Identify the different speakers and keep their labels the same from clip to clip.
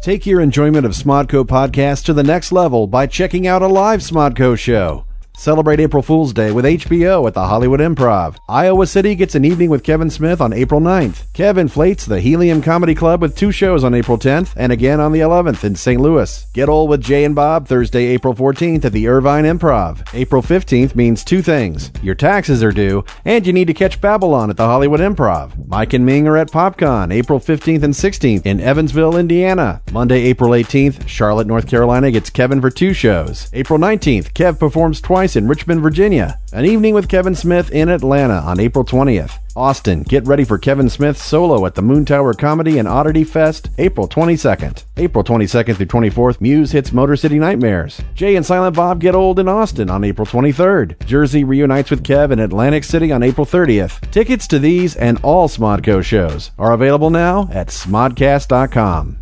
Speaker 1: Take your enjoyment of Smodco podcasts to the next level by checking out a live Smodco show. Celebrate April Fool's Day with HBO at the Hollywood Improv. Iowa City gets an evening with Kevin Smith on April 9th. Kevin flates the Helium Comedy Club with two shows on April 10th and again on the 11th in St. Louis. Get old with Jay and Bob Thursday, April 14th at the Irvine Improv. April 15th means two things. Your taxes are due and you need to catch Babylon at the Hollywood Improv. Mike and Ming are at PopCon April 15th and 16th in Evansville, Indiana. Monday, April 18th, Charlotte, North Carolina gets Kevin for two shows. April 19th, Kev performs twice in Richmond, Virginia. An evening with Kevin Smith in Atlanta on April 20th. Austin, get ready for Kevin Smith's solo at the Moon Tower Comedy and Oddity Fest, April 22nd. April 22nd through 24th, Muse hits Motor City Nightmares. Jay and Silent Bob get old in Austin on April 23rd. Jersey reunites with Kev in Atlantic City on April 30th. Tickets to these and all Smodco shows are available now at smodcast.com.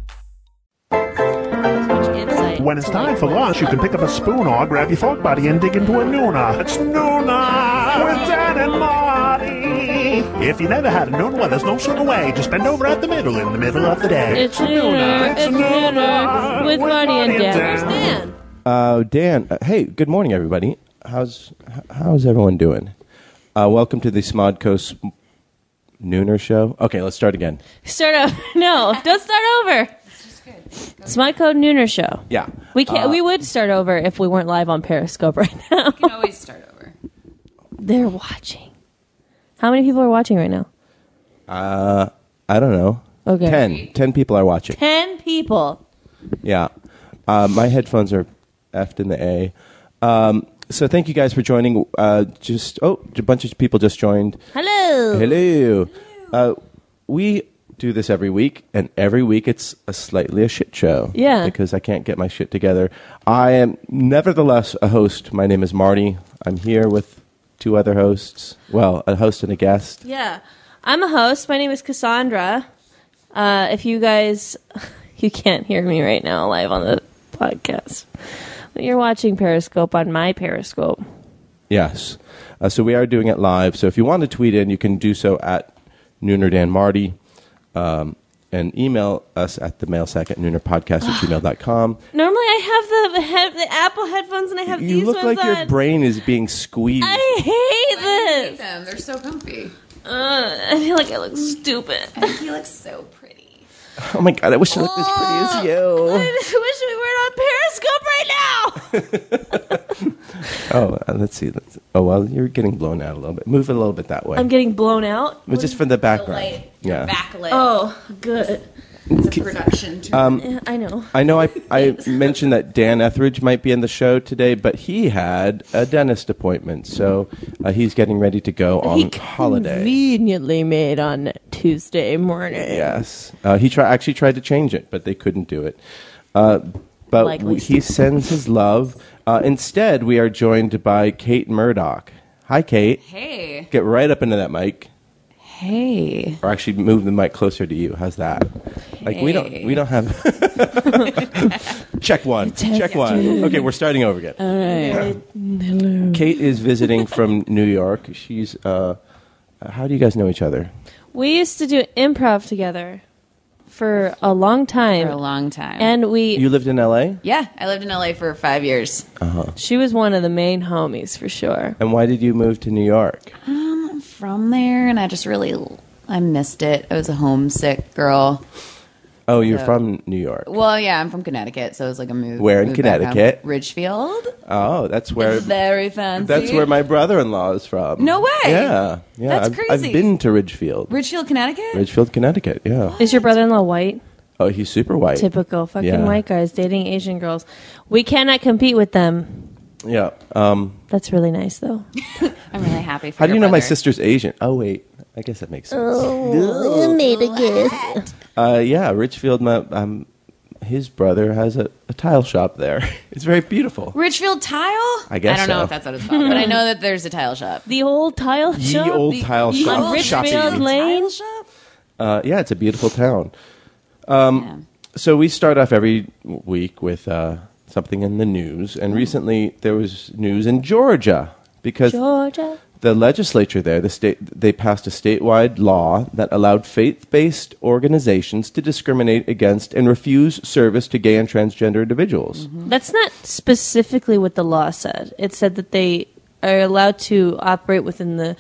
Speaker 2: Insight.
Speaker 3: When it's time for lunch, you can pick up a spoon or grab your fork buddy and dig into a Nuna. It's Nuna with Dan and Marty. If you never had a Nuna, there's no sooner way. Just bend over at the middle in the middle of the day.
Speaker 2: It's Nooner. It's Nooner with Marty and Dan.
Speaker 3: Dan.
Speaker 4: Uh, Dan, uh, hey, good morning, everybody. How's h- how's everyone doing? Uh, welcome to the Smodco Sm- Nooner Show. Okay, let's start again.
Speaker 2: Start over. No, don't start over. It's my code Nooner show.
Speaker 4: Yeah,
Speaker 2: We
Speaker 3: Uh,
Speaker 2: can't. we would start over if we weren't live on Periscope right now.
Speaker 5: You can always start over.
Speaker 2: They're watching. How many people are watching right now?
Speaker 4: I don't know.
Speaker 2: Okay.
Speaker 4: Ten. Ten people are watching.
Speaker 2: Ten people.
Speaker 4: Yeah. Uh, my headphones are effed in the A. Um, so thank you guys for joining. Uh, just oh, a bunch of people just joined.
Speaker 2: Hello.
Speaker 4: Hello. Uh, we do this every week, and every week it's a slightly a shit show.
Speaker 2: Yeah.
Speaker 4: Because I can't get my shit together. I am nevertheless a host. My name is Marty. I'm here with two other hosts. Well, a host and a guest.
Speaker 2: Yeah, I'm a host. My name is Cassandra. Uh, if you guys, you can't hear me right now live on the podcast, but you're watching Periscope on my Periscope.
Speaker 4: Yes. Uh, so we are doing it live. So if you want to tweet in, you can do so at Nooner Dan Marty um, and email us at the mailsack at noonerpodcast at gmail.com.
Speaker 2: Normally, I have the head, the Apple headphones, and I have
Speaker 4: You
Speaker 2: these
Speaker 4: look
Speaker 2: ones
Speaker 4: like your
Speaker 2: on.
Speaker 4: brain is being squeezed.
Speaker 2: I
Speaker 5: I
Speaker 2: hate
Speaker 5: hate
Speaker 2: this.
Speaker 5: them. They're so comfy.
Speaker 2: Uh, I feel like I look stupid.
Speaker 5: I think he looks so pretty.
Speaker 4: Oh my god, I wish I looked as pretty as
Speaker 2: I
Speaker 4: you.
Speaker 2: just wish we weren't on Periscope right now.
Speaker 4: Oh, uh, let's see. Let's, oh well, you're getting blown out a little bit. Move it a little bit that way.
Speaker 2: I'm getting blown out.
Speaker 4: but just from the background.
Speaker 5: Light.
Speaker 4: yeah.
Speaker 5: Backlit.
Speaker 2: Oh, good.
Speaker 5: It's a production term.
Speaker 2: Yeah, I know.
Speaker 4: I know I, I mentioned that Dan Etheridge might be in the show today, but he had a dentist appointment, so uh, he's getting ready to go on holiday.
Speaker 2: Conveniently made on Tuesday morning.
Speaker 4: Yes, uh, he try- actually tried to change it, but they couldn't do it. Uh, but
Speaker 2: Likely.
Speaker 4: w- he sends his love. Uh, instead, we are joined by Kate Murdoch. Hi, Kate.
Speaker 5: hey.
Speaker 4: Get right up into that mic,
Speaker 5: Hey.
Speaker 4: or actually move the mic closer to you. How's that? Like we don't we don't have. Check one. Check one. Okay, we're starting over again. Kate is visiting from New York. She's. Uh, how do you guys know each other?
Speaker 2: We used to do improv together for a long time.
Speaker 5: For a long time.
Speaker 2: and we
Speaker 4: You lived in L.A.
Speaker 5: yeah, I lived in LA for five years.
Speaker 2: she was one of the main homies for sure.
Speaker 4: And why did you move to New York?
Speaker 5: From there, and I just really, I missed it. I was a homesick girl.
Speaker 4: Oh, you're
Speaker 5: So-
Speaker 4: from New York.
Speaker 5: Well, yeah, I'm from Connecticut, so it was like a move.
Speaker 4: Where in
Speaker 5: move back home.
Speaker 4: Connecticut?
Speaker 5: Ridgefield.
Speaker 4: Oh, that's where
Speaker 5: Very fancy.
Speaker 4: that's where my brother-in-law is from.
Speaker 5: No way!
Speaker 4: Yeah, yeah.
Speaker 5: That's
Speaker 4: I've,
Speaker 5: crazy.
Speaker 4: I've been to Ridgefield,
Speaker 5: Ridgefield, Connecticut.
Speaker 4: Ridgefield, Connecticut. Yeah.
Speaker 2: Is your brother-in-law white?
Speaker 4: Oh, he's super white.
Speaker 2: Typical fucking
Speaker 4: Yeah.
Speaker 2: white guys dating Asian girls. We cannot compete with them.
Speaker 4: Yeah. Um,
Speaker 2: That's really nice though.
Speaker 5: I'm really happy. For
Speaker 4: how do
Speaker 5: your
Speaker 4: you know my
Speaker 5: brother.
Speaker 4: sister's Asian? Oh, wait. I guess that makes sense.
Speaker 2: Oh, made a guess.
Speaker 4: Uh, yeah, Ridgefield. My, um, his brother has a, a tile shop there. it's very beautiful.
Speaker 5: Ridgefield Tile?
Speaker 4: I guess
Speaker 5: I don't know
Speaker 4: so.
Speaker 5: if that's what it's called, but I know that there's a tile shop.
Speaker 2: The old tile
Speaker 4: Ye
Speaker 2: shop.
Speaker 4: old
Speaker 2: the-
Speaker 4: tile
Speaker 2: on
Speaker 4: shop.
Speaker 2: Ridgefield
Speaker 4: Shopping.
Speaker 2: Lane.
Speaker 5: shop?
Speaker 4: Uh, yeah, it's a beautiful town. Um,
Speaker 5: yeah.
Speaker 4: So we start off every week with uh, something in the news, and recently there was news in Georgia because
Speaker 2: Georgia.
Speaker 4: the legislature there, the state, they passed a statewide law that allowed faith-based organizations to discriminate against and refuse service to gay and transgender individuals.
Speaker 2: That's not specifically what the law said. It said that they are allowed to operate within the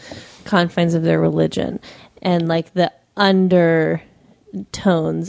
Speaker 2: confines of their religion. And like the undertones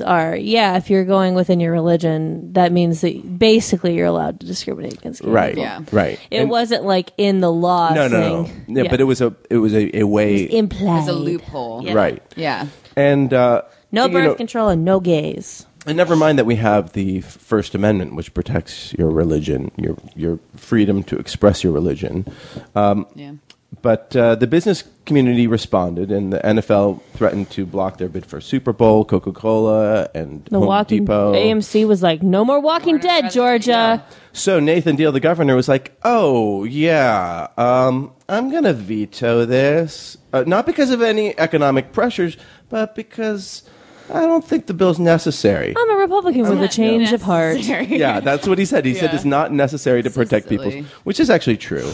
Speaker 2: are, yeah, if you're going within your religion, that means that basically you're allowed to discriminate against gay
Speaker 4: Right.
Speaker 2: people.
Speaker 5: Yeah.
Speaker 4: Right.
Speaker 2: It
Speaker 4: And-
Speaker 2: wasn't like in the law.
Speaker 4: no, no, no.
Speaker 2: saying-
Speaker 4: Yeah, but it was a it was a, a way
Speaker 2: implied.
Speaker 5: It's a loophole.
Speaker 2: Yeah.
Speaker 4: right.
Speaker 5: Yeah.
Speaker 4: And uh,
Speaker 2: No
Speaker 4: you
Speaker 2: birth
Speaker 4: know-
Speaker 2: control and no gays.
Speaker 4: And never mind that we have the F- First Amendment, which protects your religion, your your freedom to express your religion.
Speaker 5: Yeah.
Speaker 4: But uh, the business community responded, and the NFL threatened to block their bid for Super Bowl, Coca Cola, and
Speaker 2: The
Speaker 4: Home
Speaker 2: Walking
Speaker 4: Depot.
Speaker 2: AMC was like, no more Walking
Speaker 5: Warner
Speaker 2: Dead,
Speaker 5: Brothers,
Speaker 2: Georgia.
Speaker 4: So Nathan Deal, the governor, was like, "Oh yeah, um, I'm gonna veto this, uh, not because of any economic pressures, but because I don't think the bill's necessary."
Speaker 2: I'm a Republican with a change of heart.
Speaker 5: Necessary.
Speaker 4: yeah, that's what he said. He said
Speaker 5: Yeah.
Speaker 4: it's not necessary to
Speaker 5: So
Speaker 4: protect
Speaker 5: silly.
Speaker 4: people, which is actually true.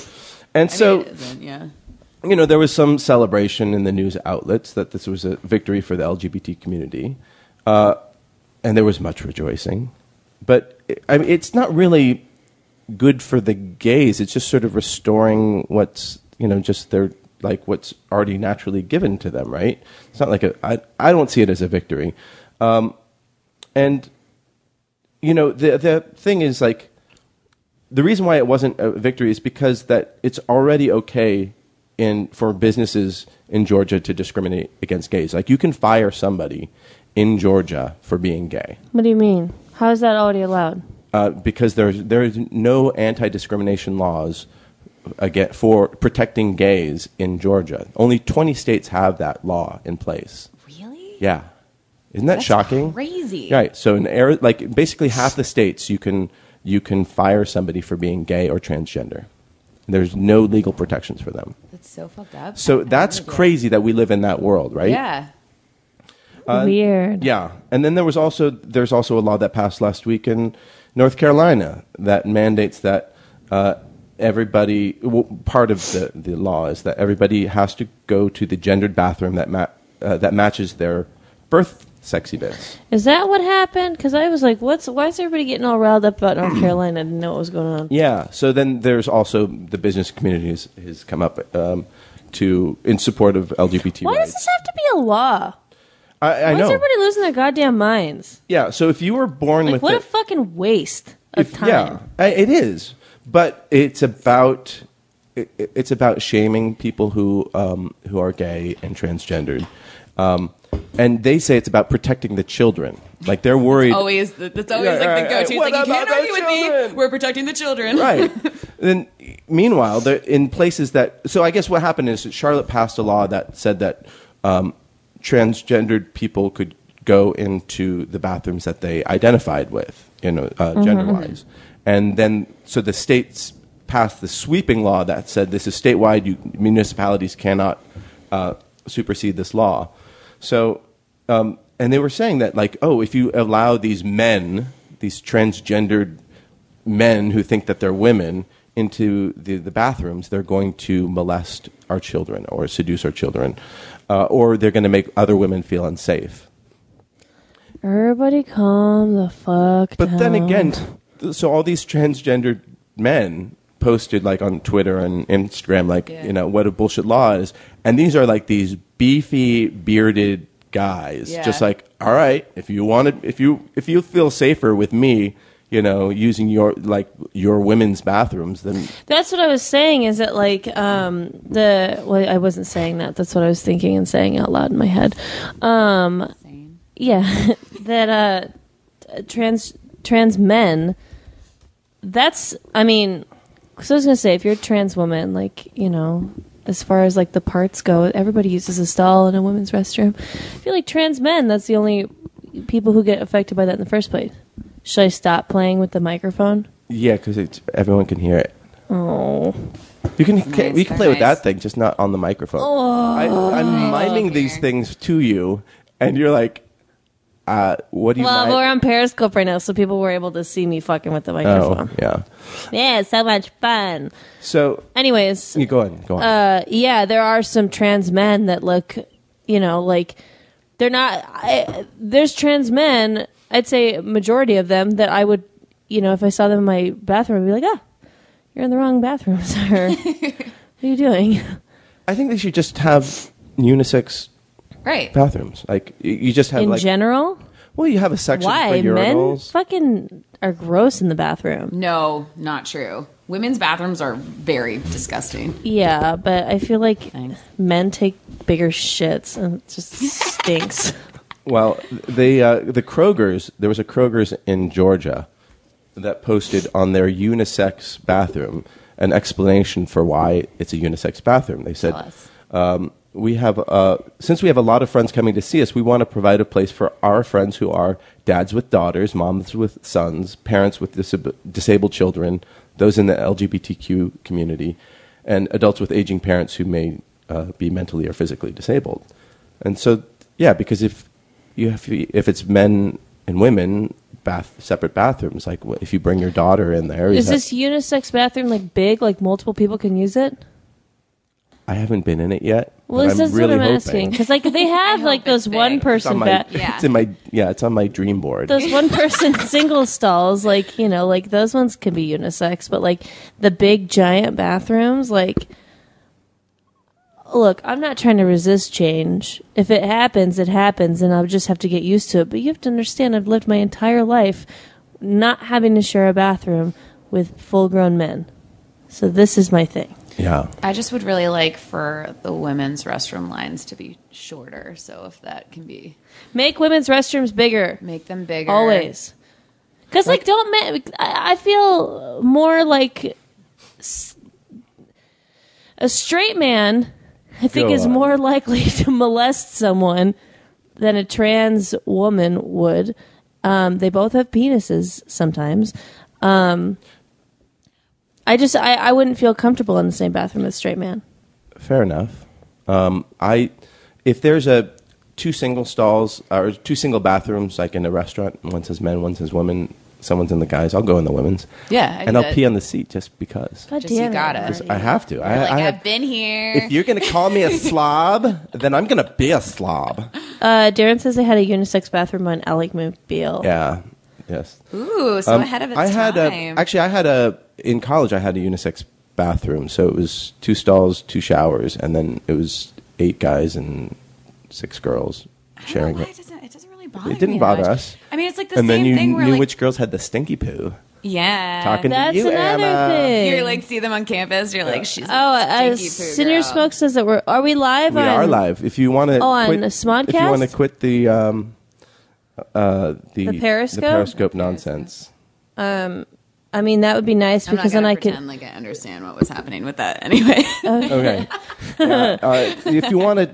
Speaker 4: And
Speaker 5: I
Speaker 4: so,
Speaker 5: mean, it isn't, yeah.
Speaker 4: you know, there was some celebration in the news outlets that this was a victory for the LGBT community, uh, and there was much rejoicing. But I mean, it's not really good for the gays. It's just sort of restoring what's you know just their like what's already naturally given to them, right? It's not like a I I don't see it as a victory, um, and you know the the thing is like the reason why it wasn't a victory is because that it's already okay in for businesses in Georgia to discriminate against gays. Like you can fire somebody in Georgia for being gay
Speaker 2: What do you mean? How is that already allowed?
Speaker 4: uh, because there's there's no anti-discrimination laws against, for protecting gays in Georgia. Only 20 states have that law in place.
Speaker 5: Really?
Speaker 4: Yeah. Isn't that
Speaker 5: That's
Speaker 4: shocking?
Speaker 5: crazy.
Speaker 4: Right. So in Ari- like basically half the states you can you can fire somebody for being gay or transgender. There's no legal protections for them.
Speaker 5: That's so fucked up.
Speaker 4: So that's crazy that we live in that world, right?
Speaker 5: Yeah.
Speaker 2: Weird.
Speaker 4: Uh, Yeah, and then there was also there's also a law that passed last week in North Carolina that mandates that uh, everybody. Well, part of the, the law is that everybody has to go to the gendered bathroom that ma- uh, that matches their birth sex events.
Speaker 2: Is that what happened? Because I was like, what's why is everybody getting all riled up about North Carolina? I didn't know what was going on.
Speaker 4: Yeah. So then there's also the business community has, has come up um, to in support of LGBT
Speaker 2: Why does
Speaker 4: rights.
Speaker 2: this have to be a law?
Speaker 4: I, I
Speaker 2: Why
Speaker 4: know.
Speaker 2: is everybody losing their goddamn minds?
Speaker 4: yeah. So if you were born
Speaker 2: Like,
Speaker 4: with
Speaker 2: what
Speaker 4: it-
Speaker 2: a fucking waste of
Speaker 4: If-
Speaker 2: time.
Speaker 4: Yeah, I- it is. But it's about it, it's about shaming people who um, who are gay and transgendered, um, and they say it's about protecting the children. Like they're worried.
Speaker 2: Oh,
Speaker 5: Always, the, that's always
Speaker 4: Yeah,
Speaker 5: like
Speaker 4: right,
Speaker 5: the
Speaker 4: right.
Speaker 5: go-to.
Speaker 4: What
Speaker 5: It's like you
Speaker 4: about
Speaker 5: can't argue
Speaker 4: those
Speaker 5: with me.
Speaker 4: children?
Speaker 5: We're protecting the children.
Speaker 4: Right. then, meanwhile, they're in places that. So I guess what happened is that Charlotte passed a law that said that um, transgendered people could go into the bathrooms that they identified with, you know, uh, gender-wise, and then so the states passed the sweeping law that said this is statewide. You, municipalities cannot uh, supersede this law. So, um, and they were saying that like, oh, if you allow these men, these transgendered men who think that they're women into the, the bathrooms, they're going to molest our children or seduce our children, uh, or they're going to make other women feel unsafe.
Speaker 2: Everybody calm the fuck
Speaker 4: But
Speaker 2: down.
Speaker 4: then
Speaker 5: Oh.
Speaker 4: again, th- so all these transgendered men posted like on Twitter and Instagram, like,
Speaker 5: Yeah.
Speaker 4: you know, what a bullshit law is. And these are like these beefy, bearded guys.
Speaker 5: Yeah.
Speaker 4: Just like, all right, if you want to, if you, if you feel safer with me, you know, using your, like, your women's bathrooms, then
Speaker 2: That's what I was saying. Is that like um, the? Well, I wasn't saying that. That's what I was thinking and saying out loud in my head. Um,
Speaker 5: Insane.
Speaker 2: yeah, that uh, trans trans men. That's. I mean, because I was gonna say, if you're a trans woman, like you know, as far as like the parts go, everybody uses a stall in a women's restroom. I feel like trans men. That's the only people who get affected by that in the first place. Should I stop playing with the microphone?
Speaker 4: Yeah, because everyone can hear it.
Speaker 2: Oh.
Speaker 4: You can ca-
Speaker 5: nice,
Speaker 4: you can
Speaker 5: they're
Speaker 4: play with
Speaker 5: nice.
Speaker 4: that thing, just not on the
Speaker 2: Oh.
Speaker 4: microphone. I, I'm miming these
Speaker 5: Here.
Speaker 4: things to you, and you're like, uh, what do you
Speaker 2: Well,
Speaker 4: mind?
Speaker 2: we're on Periscope right now, so people were able to see me fucking with the microphone.
Speaker 4: oh, yeah.
Speaker 2: yeah, so much fun.
Speaker 4: So
Speaker 2: Anyways,
Speaker 4: you go on, go on.
Speaker 2: uh, yeah, there are some trans men that look, you know, like they're not. I, there's trans men. I'd say majority of them that I would, you know, if I saw them in my bathroom, I'd be like, ah, you're in the wrong bathroom, sir. what are you doing?
Speaker 4: I think they should just have unisex
Speaker 5: Right.
Speaker 4: bathrooms. Like y- you just have
Speaker 2: in
Speaker 4: like
Speaker 2: general,
Speaker 4: well, you have a section
Speaker 2: why
Speaker 4: for
Speaker 2: men
Speaker 4: urinals.
Speaker 2: fucking are gross in the bathroom?
Speaker 5: No, not true. Women's bathrooms are very disgusting.
Speaker 2: Yeah, but I feel like
Speaker 5: Thanks.
Speaker 2: men take bigger shits and it just stinks.
Speaker 4: Well, they uh, the Krogers. There was a Krogers in Georgia that posted on their unisex bathroom an explanation for why it's a unisex bathroom. They said,
Speaker 5: Tell us.
Speaker 4: um, "We have uh, since we have a lot of friends coming to see us, we want to provide a place for our friends who are dads with daughters, moms with sons, parents with disab- disabled children, those in the LGBTQ community, and adults with aging parents who may uh, be mentally or physically disabled." And so, yeah, because if you have to, if it's men and women bath separate bathrooms like wh- if you bring your daughter in there
Speaker 2: Is
Speaker 4: that-
Speaker 2: this unisex bathroom like big? Like multiple people can use it?
Speaker 4: i haven't been in it yet
Speaker 2: Well,
Speaker 4: but
Speaker 2: this
Speaker 4: i'm
Speaker 2: is
Speaker 4: really
Speaker 2: what I'm
Speaker 4: hoping.
Speaker 2: asking because like they have like
Speaker 5: hope
Speaker 2: those
Speaker 5: it's big.
Speaker 2: one
Speaker 4: it's on
Speaker 2: person
Speaker 4: my
Speaker 2: ba-
Speaker 5: Yeah.
Speaker 4: it's in my yeah it's on my dream board
Speaker 2: those one person single stalls like you know like those ones can be unisex, but like the big giant bathrooms like. Look, I'm not trying to resist change. If it happens, it happens, and I'll just have to get used to it. But you have to understand, I've lived my entire life not having to share a bathroom with full grown men. So this is my thing.
Speaker 4: yeah
Speaker 5: I just would really like for the women's restroom lines to be shorter. So if that can be,
Speaker 2: Make women's restrooms bigger.
Speaker 5: make them bigger.
Speaker 2: Always. Because, like, don't men. I I feel more like s- a straight man, I think,
Speaker 4: Go
Speaker 2: is
Speaker 4: on.
Speaker 2: more likely to molest someone than a trans woman would. Um, they both have penises sometimes. Um, I just, I, I wouldn't feel comfortable in the same bathroom with a straight man.
Speaker 4: fair enough um, i if there's a two single stalls or two single bathrooms like in a restaurant one says men one says women someone's in the guys i'll go in the women's
Speaker 5: Yeah, I
Speaker 4: and
Speaker 5: do
Speaker 4: i'll
Speaker 5: that.
Speaker 4: pee on the seat just because
Speaker 2: God
Speaker 5: Just you
Speaker 2: damn it.
Speaker 5: gotta.
Speaker 2: Marty.
Speaker 4: i have to I,
Speaker 5: Like
Speaker 4: I
Speaker 5: I
Speaker 4: have
Speaker 5: have been here.
Speaker 4: If you're going to call me a slob, then I'm going to be a slob.
Speaker 2: Uh, Darren says they had a unisex bathroom on Alicmobile.
Speaker 4: Yeah. Yes.
Speaker 5: Ooh, so
Speaker 4: Um,
Speaker 5: ahead of its
Speaker 4: I had
Speaker 5: time.
Speaker 4: a actually I had a in college I had a unisex bathroom, so it was two stalls, two showers, and then it was eight guys and six girls
Speaker 5: I don't know
Speaker 4: sharing
Speaker 5: why
Speaker 4: it.
Speaker 5: it doesn't, it doesn't really bother
Speaker 4: It didn't
Speaker 5: me that
Speaker 4: bother
Speaker 5: much.
Speaker 4: us.
Speaker 5: I mean, it's like the
Speaker 4: and
Speaker 5: same
Speaker 4: then you
Speaker 5: thing where
Speaker 4: knew
Speaker 5: like,
Speaker 4: which girls had the stinky poo.
Speaker 5: yeah,
Speaker 4: Talking to
Speaker 2: That's
Speaker 4: you,
Speaker 2: another
Speaker 4: Emma.
Speaker 2: thing.
Speaker 5: you're like see them on campus. You're like, she's
Speaker 2: Oh, uh,
Speaker 5: stinky poo
Speaker 2: Senior
Speaker 5: girl.
Speaker 2: Smoke says that we're are we live?
Speaker 4: We
Speaker 2: on,
Speaker 4: are live. If you want to,
Speaker 2: Oh, on the
Speaker 4: If you
Speaker 2: Smodcast?
Speaker 4: want to quit the um, uh, the,
Speaker 2: Periscope?
Speaker 4: Periscope nonsense.
Speaker 2: I mean, that would be nice
Speaker 5: I'm
Speaker 2: because
Speaker 5: not
Speaker 2: then
Speaker 5: gonna
Speaker 2: I
Speaker 5: pretend
Speaker 2: could.
Speaker 5: like I understand what was happening with that anyway.
Speaker 4: Okay. Yeah, uh, if you want to,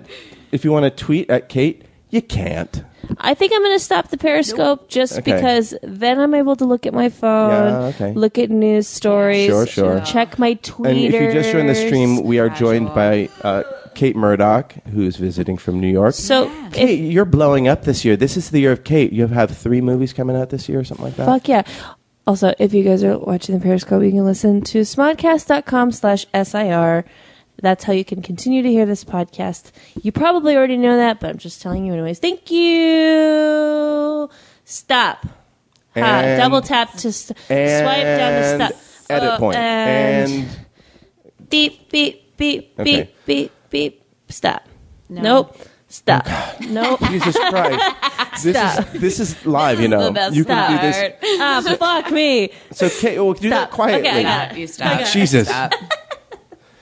Speaker 4: if you want to tweet at Kate, you can't.
Speaker 2: I think I'm going to stop the Periscope just
Speaker 4: Okay.
Speaker 2: because then I'm able to look at my phone,
Speaker 4: Yeah, okay.
Speaker 2: look at news stories,
Speaker 4: Sure, sure.
Speaker 2: check my tweeters.
Speaker 4: And if you just joined the stream, we are joined by
Speaker 5: Casual.
Speaker 4: uh, Kate Murdoch, who is visiting from New York.
Speaker 2: So, if,
Speaker 4: Kate, you're blowing up this year. This is the year of Kate. You have three movies coming out this year or something like that.
Speaker 2: fuck yeah. Also, if you guys are watching the Periscope, you can listen to smodcast.com slash SIR. That's how you can continue to hear this podcast. You probably already know that, but I'm just telling you anyways. Thank you. Stop. Ah,
Speaker 4: And-
Speaker 2: double tap to st-
Speaker 4: and
Speaker 2: swipe down to stop.
Speaker 4: Edit
Speaker 2: Oh,
Speaker 4: point.
Speaker 2: And,
Speaker 4: and
Speaker 2: beep, beep, beep, beep,
Speaker 4: Okay.
Speaker 2: beep, beep. Stop.
Speaker 5: No.
Speaker 2: Nope. Stop.
Speaker 4: Oh,
Speaker 2: nope.
Speaker 4: Jesus Christ. This
Speaker 2: Stop.
Speaker 4: is this is live, you know.
Speaker 5: the best
Speaker 4: you can do this.
Speaker 2: Ah, fuck me.
Speaker 4: So Kate, well, do
Speaker 2: Stop.
Speaker 4: that quietly.
Speaker 2: Okay, I got it.
Speaker 5: Stop, you stop.
Speaker 4: Jesus.
Speaker 5: Stop.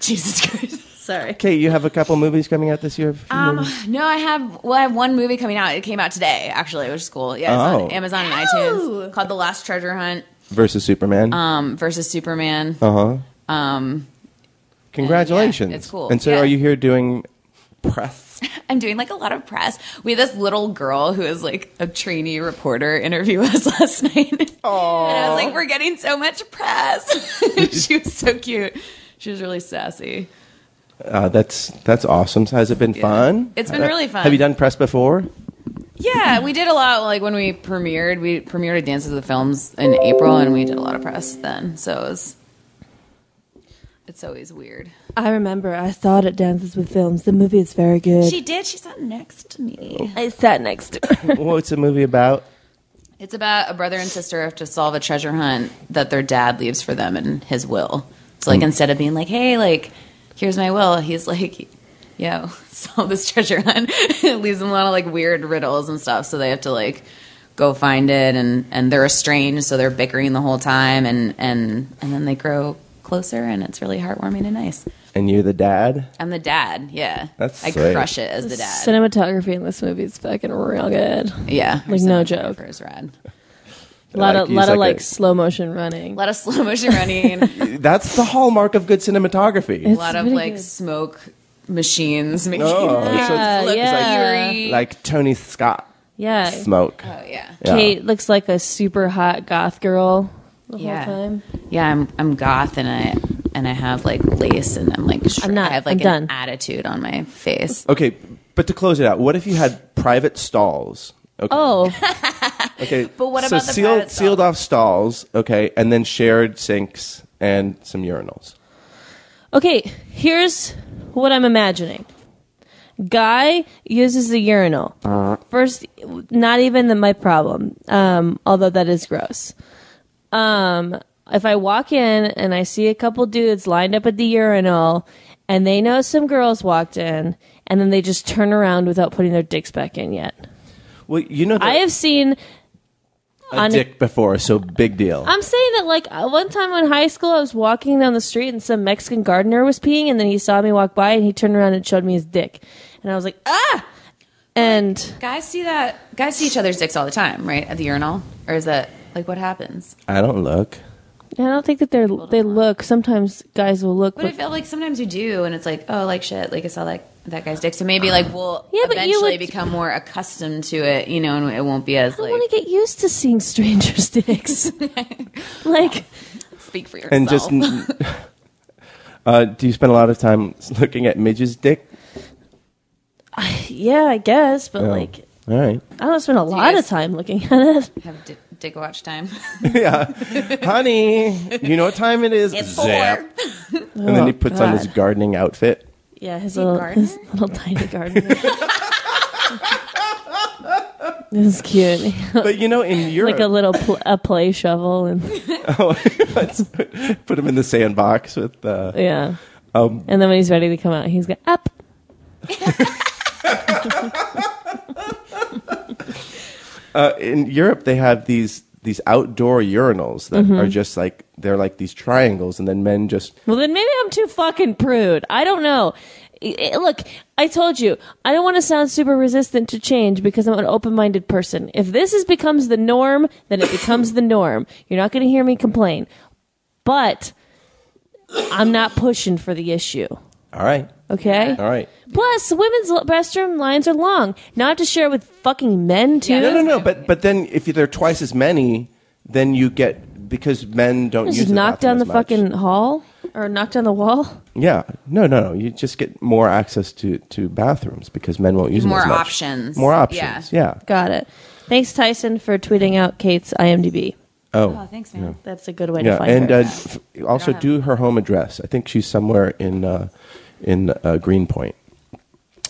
Speaker 5: Jesus Christ.
Speaker 2: Sorry.
Speaker 4: Kate, you have a couple movies coming out this year.
Speaker 5: Um, no, I have. Well, I have one movie coming out. It came out today, actually, which is cool. Yeah, it's
Speaker 4: Oh.
Speaker 5: on Amazon and iTunes called "The Last Treasure Hunt"
Speaker 4: versus Superman.
Speaker 5: um, versus Superman.
Speaker 4: uh huh.
Speaker 5: Um,
Speaker 4: Congratulations.
Speaker 5: yeah, it's cool.
Speaker 4: And so,
Speaker 5: Yeah.
Speaker 4: are you here doing press?
Speaker 5: I'm doing like a lot of press. We had this little girl who is like a trainee reporter interview us last night. And I was like, we're getting so much press. she was so cute. She was really sassy.
Speaker 4: Uh, that's that's awesome. So Has it been fun?
Speaker 5: It's been
Speaker 4: Uh,
Speaker 5: really fun.
Speaker 4: Have you done press before?
Speaker 5: Yeah, we did a lot. Like when we premiered, we premiered at Dances of the Films in April, and we did a lot of press then. So it was, it's always weird.
Speaker 2: I remember I saw it at Dances with Films. The movie is very good.
Speaker 5: She did. She sat next to me.
Speaker 2: I sat next to her.
Speaker 4: What's the movie about?
Speaker 5: It's about a brother and sister have to solve a treasure hunt that their dad leaves for them in his will. So like instead of being like, "Hey, like, here's my will," he's like, "Yo, solve this treasure hunt." it leaves them a lot of like weird riddles and stuff. So they have to like go find it, and and they're estranged, so they're bickering the whole time, and and and then they grow closer, and it's really heartwarming and nice.
Speaker 4: And you're the dad.
Speaker 5: I'm the dad. Yeah,
Speaker 4: That's
Speaker 5: I
Speaker 4: sweet.
Speaker 5: crush it as the dad.
Speaker 2: Cinematography in this movie is fucking real good.
Speaker 5: yeah,
Speaker 2: Like, no joke.
Speaker 5: Is rad.
Speaker 2: A lot of
Speaker 4: Like,
Speaker 2: lot
Speaker 4: he's
Speaker 2: of
Speaker 4: like
Speaker 2: like
Speaker 4: a-
Speaker 2: slow motion running.
Speaker 5: A lot of slow motion running.
Speaker 4: That's the hallmark of good cinematography.
Speaker 5: a lot of
Speaker 2: really
Speaker 5: like
Speaker 2: good.
Speaker 5: smoke machines making
Speaker 4: Oh, so it's
Speaker 5: look
Speaker 2: yeah.
Speaker 5: eerie.
Speaker 4: like Tony Scott
Speaker 2: Yeah.
Speaker 4: smoke.
Speaker 5: oh yeah.
Speaker 4: Yeah.
Speaker 2: Kate looks like a super hot goth girl the
Speaker 5: Yeah.
Speaker 2: whole time.
Speaker 5: Yeah, I'm I'm goth and I and I have like lace and I'm like sure,
Speaker 2: I'm not.
Speaker 5: I have like
Speaker 2: I'm done.
Speaker 5: an attitude on my face.
Speaker 4: Okay, but to close it out, what if you had private stalls? Okay.
Speaker 2: Oh,
Speaker 4: okay. But
Speaker 5: what
Speaker 4: so
Speaker 5: about the
Speaker 4: sealed,
Speaker 5: private stalls?
Speaker 4: sealed off stalls? Okay, and then shared sinks and some urinals.
Speaker 2: okay. Here's what I'm imagining. Guy uses the urinal. First, not even the, my problem. Um, although that is gross. Um, if I walk in and I see a couple dudes lined up at the urinal, and they know some girls walked in, and then they just turn around without putting their dicks back in yet.
Speaker 4: Well, you know,
Speaker 2: I
Speaker 4: that
Speaker 2: have seen
Speaker 4: a
Speaker 2: on-
Speaker 4: dick before, so big deal.
Speaker 2: I'm saying that like uh, one time in high school, I was walking down the street and some Mexican gardener was peeing, and then he saw me walk by and he turned around and showed me his dick, and I was like, ah. And
Speaker 5: Guys see that guys see each other's dicks all the time, right? At the urinal? Or is that like what happens?
Speaker 4: I don't look.
Speaker 2: I don't think that they're they look. Sometimes guys will look.
Speaker 5: But I feel like sometimes you do and it's like, oh like shit, like I saw that that guy's dick. So maybe like we'll
Speaker 2: Yeah, but you
Speaker 5: eventually
Speaker 2: would-
Speaker 5: become more accustomed to it, you know, and it won't be as
Speaker 2: I
Speaker 5: like
Speaker 2: want to get used to seeing strangers' dicks. like,
Speaker 5: speak for yourself.
Speaker 4: And just, uh, do you spend a lot of time looking at midges' dick?
Speaker 2: yeah, I guess, but
Speaker 4: No.
Speaker 2: like,
Speaker 4: all right,
Speaker 2: I don't spend a lot
Speaker 5: guys-
Speaker 2: of time looking at it.
Speaker 5: have di- dick watch time.
Speaker 4: honey, you know what time it is.
Speaker 5: It's
Speaker 4: Zap.
Speaker 5: four.
Speaker 4: And then he puts on
Speaker 2: God.
Speaker 4: his gardening outfit.
Speaker 2: Yeah, his
Speaker 5: he a
Speaker 2: little,
Speaker 5: gardener?
Speaker 2: his little tiny garden. It's cute.
Speaker 4: But you know, in Europe,
Speaker 2: like a little pl- a play shovel and
Speaker 4: put him in the sandbox with. Uh,
Speaker 2: yeah.
Speaker 4: Um,
Speaker 2: and then when he's ready to come out, he's got up.
Speaker 4: uh, in Europe, they have these these outdoor urinals that
Speaker 2: Mm-hmm.
Speaker 4: are just like they're like these triangles, and then men just
Speaker 2: Well, then maybe I'm too fucking prude. I don't know. I- I- Look, I told you, I don't want to sound super resistant to change because I'm an open-minded person. If this is becomes the norm, then it becomes the norm. You're not going to hear me complain. But I'm not pushing for the issue.
Speaker 4: all right,
Speaker 2: Okay.
Speaker 4: all right.
Speaker 2: Plus, women's l- restroom lines are long. Now I have to share it with fucking men too.
Speaker 4: No, no, no. But but then if there are twice as many, then you get because men don't use
Speaker 2: Just
Speaker 4: the
Speaker 2: knock down
Speaker 4: bathroom
Speaker 2: the
Speaker 4: as much.
Speaker 2: fucking hall or knock down the wall.
Speaker 4: yeah. No, no, no. You just get more access to to bathrooms because men won't use them
Speaker 5: More
Speaker 4: as much.
Speaker 5: options.
Speaker 4: More
Speaker 5: Yeah.
Speaker 4: options. Yeah.
Speaker 2: Got it. Thanks, Tyson, for tweeting out Kate's IMDb.
Speaker 5: Oh, thanks, man.
Speaker 2: That's a good way to
Speaker 4: Yeah,
Speaker 2: find
Speaker 4: and
Speaker 2: her.
Speaker 4: uh, f- also do her home address. I think she's somewhere in uh, in uh, Greenpoint.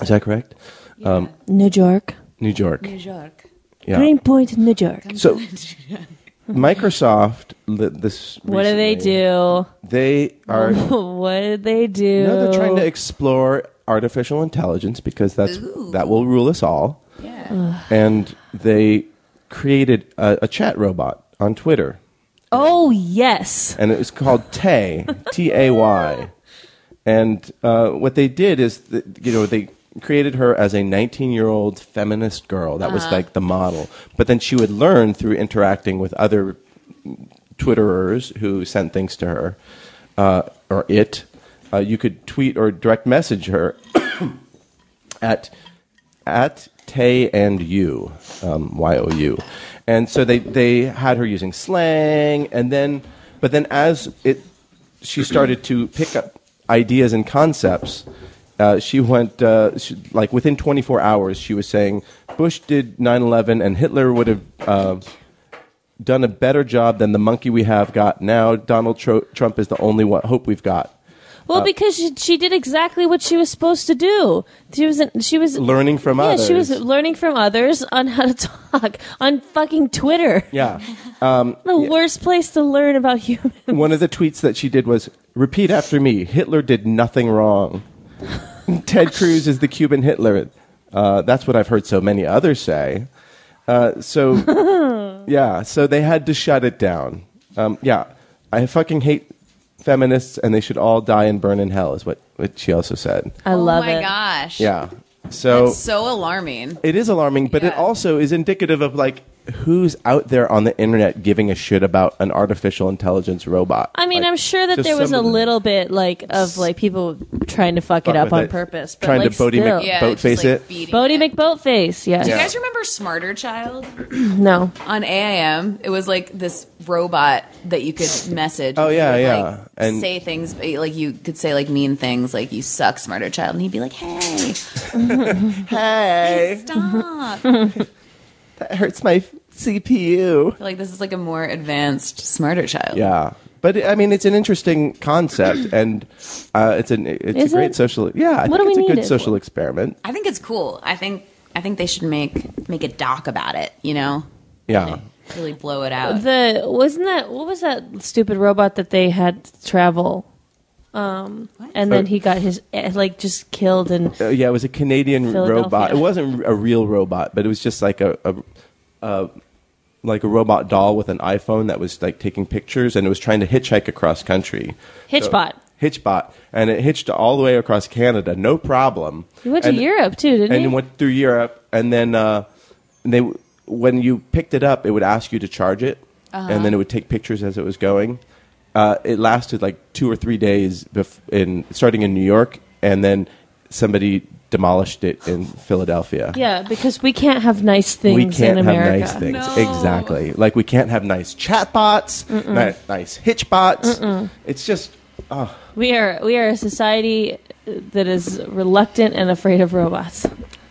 Speaker 4: Is that correct? Um,
Speaker 2: New York,
Speaker 4: New York.
Speaker 5: New York.
Speaker 4: Yeah.
Speaker 2: Greenpoint, New York.
Speaker 4: So Microsoft li- this
Speaker 2: What do they
Speaker 4: recently,
Speaker 2: do? Oh,
Speaker 4: They are
Speaker 2: what did they do?
Speaker 4: no, they're trying to explore artificial intelligence because that's that will rule us all.
Speaker 5: Yeah.
Speaker 4: And they created a, a chat robot on Twitter
Speaker 2: oh yes,
Speaker 4: and it was called Tay, T A Y. And uh, what they did is, th- you know, they created her as a 19 year old feminist girl. That was like the model. But then she would learn through interacting with other Twitterers who sent things to her uh, or it. Uh, you could tweet or direct message her at at Tay and you, um, Y O U, and so they they had her using slang, and then but then as it she started to pick up ideas and concepts, Uh, she went uh, she, like within 24 hours. She was saying Bush did 9/11, and Hitler would have uh, done a better job than the monkey we have got now. Donald Tro- Trump is the only one, hope we've got. Uh,
Speaker 2: Well, because she, she did exactly what she was supposed to do. She was she was
Speaker 4: Learning from
Speaker 2: yeah, she was
Speaker 4: others.
Speaker 2: learning from others on how to talk on fucking Twitter.
Speaker 4: Yeah.
Speaker 2: The worst place to learn about humans.
Speaker 4: one of the tweets that she did was repeat after me hitler did nothing wrong ted cruz is the cuban hitler uh, that's what i've heard so many others say uh, so yeah so they had to shut it down um, yeah i fucking hate feminists and they should all die and burn in hell is what, what she also said
Speaker 2: I love
Speaker 5: oh my
Speaker 2: it.
Speaker 5: gosh.
Speaker 4: yeah uh, so
Speaker 5: It's so alarming.
Speaker 4: it is alarming, but it
Speaker 5: Yeah.
Speaker 4: also is indicative of like who's out there on the internet giving a shit about an artificial intelligence robot.
Speaker 2: I mean,
Speaker 4: Like,
Speaker 2: I'm sure that
Speaker 4: just
Speaker 2: there was
Speaker 4: some
Speaker 2: a
Speaker 4: of them
Speaker 2: little bit like of like people trying to fuck,
Speaker 4: fuck
Speaker 2: it up
Speaker 4: with
Speaker 2: on
Speaker 4: it,
Speaker 2: purpose, but
Speaker 4: trying
Speaker 2: like,
Speaker 4: to Bodie
Speaker 2: still.
Speaker 4: Mc-
Speaker 5: Yeah.
Speaker 4: Boat
Speaker 5: just,
Speaker 4: face
Speaker 5: like,
Speaker 4: it.
Speaker 5: feeding
Speaker 2: Bodie McBoatface, yes.
Speaker 5: Do you
Speaker 4: Yeah.
Speaker 5: guys remember Smarter Child
Speaker 2: No.
Speaker 5: on AIM? It was like this robot that you could message.
Speaker 4: Oh, yeah,
Speaker 5: You would,
Speaker 4: yeah.
Speaker 5: like,
Speaker 4: And-
Speaker 5: say things like you could say like mean things like "you suck, Smarter Child," and he'd be like, "Hey,
Speaker 4: Hey,
Speaker 5: stop!"
Speaker 4: that hurts my CPU.
Speaker 5: like this is like a more advanced Smarter Child.
Speaker 4: Yeah, but I mean, it's an interesting concept, and uh, it's an it's
Speaker 2: Is
Speaker 4: a great
Speaker 2: it?
Speaker 4: social. Yeah, I
Speaker 2: What do
Speaker 4: think
Speaker 2: we
Speaker 4: it's a
Speaker 2: need
Speaker 4: good
Speaker 2: it
Speaker 4: social
Speaker 2: for?
Speaker 4: experiment.
Speaker 5: I think it's cool. I think I think they should make make a doc about it. You know,
Speaker 4: Yeah,
Speaker 5: really blow it out.
Speaker 2: The wasn't that what was that stupid robot that they had travel? Um and then
Speaker 4: Oh.
Speaker 2: he got his eh, like just killed and
Speaker 4: Uh, yeah, it was a Canadian
Speaker 2: Philadelphia.
Speaker 4: robot. It wasn't a real robot, but it was just like a, a, a like a robot doll with an iPhone that was like taking pictures, and it was trying to hitchhike across country.
Speaker 2: Hitchbot.
Speaker 4: Hitchbot, and it hitched all the way across Canada, no problem.
Speaker 2: He went to
Speaker 4: And-
Speaker 2: Europe too, didn't
Speaker 4: and
Speaker 2: he?
Speaker 4: it went through Europe, and then uh, they when you picked it up, it would ask you to charge it,
Speaker 2: Uh-huh.
Speaker 4: and then it would take pictures as it was going. Uh, it lasted like two or three days, bef- in starting in New York, and then somebody demolished it in Philadelphia.
Speaker 2: yeah, because we can't have nice things
Speaker 4: We can't
Speaker 2: in
Speaker 4: have
Speaker 2: America.
Speaker 4: nice things. Exactly. Like, we can't have nice chatbots, ni- nice hitchbots. It's just,
Speaker 2: We are we are a society that is reluctant and afraid of robots.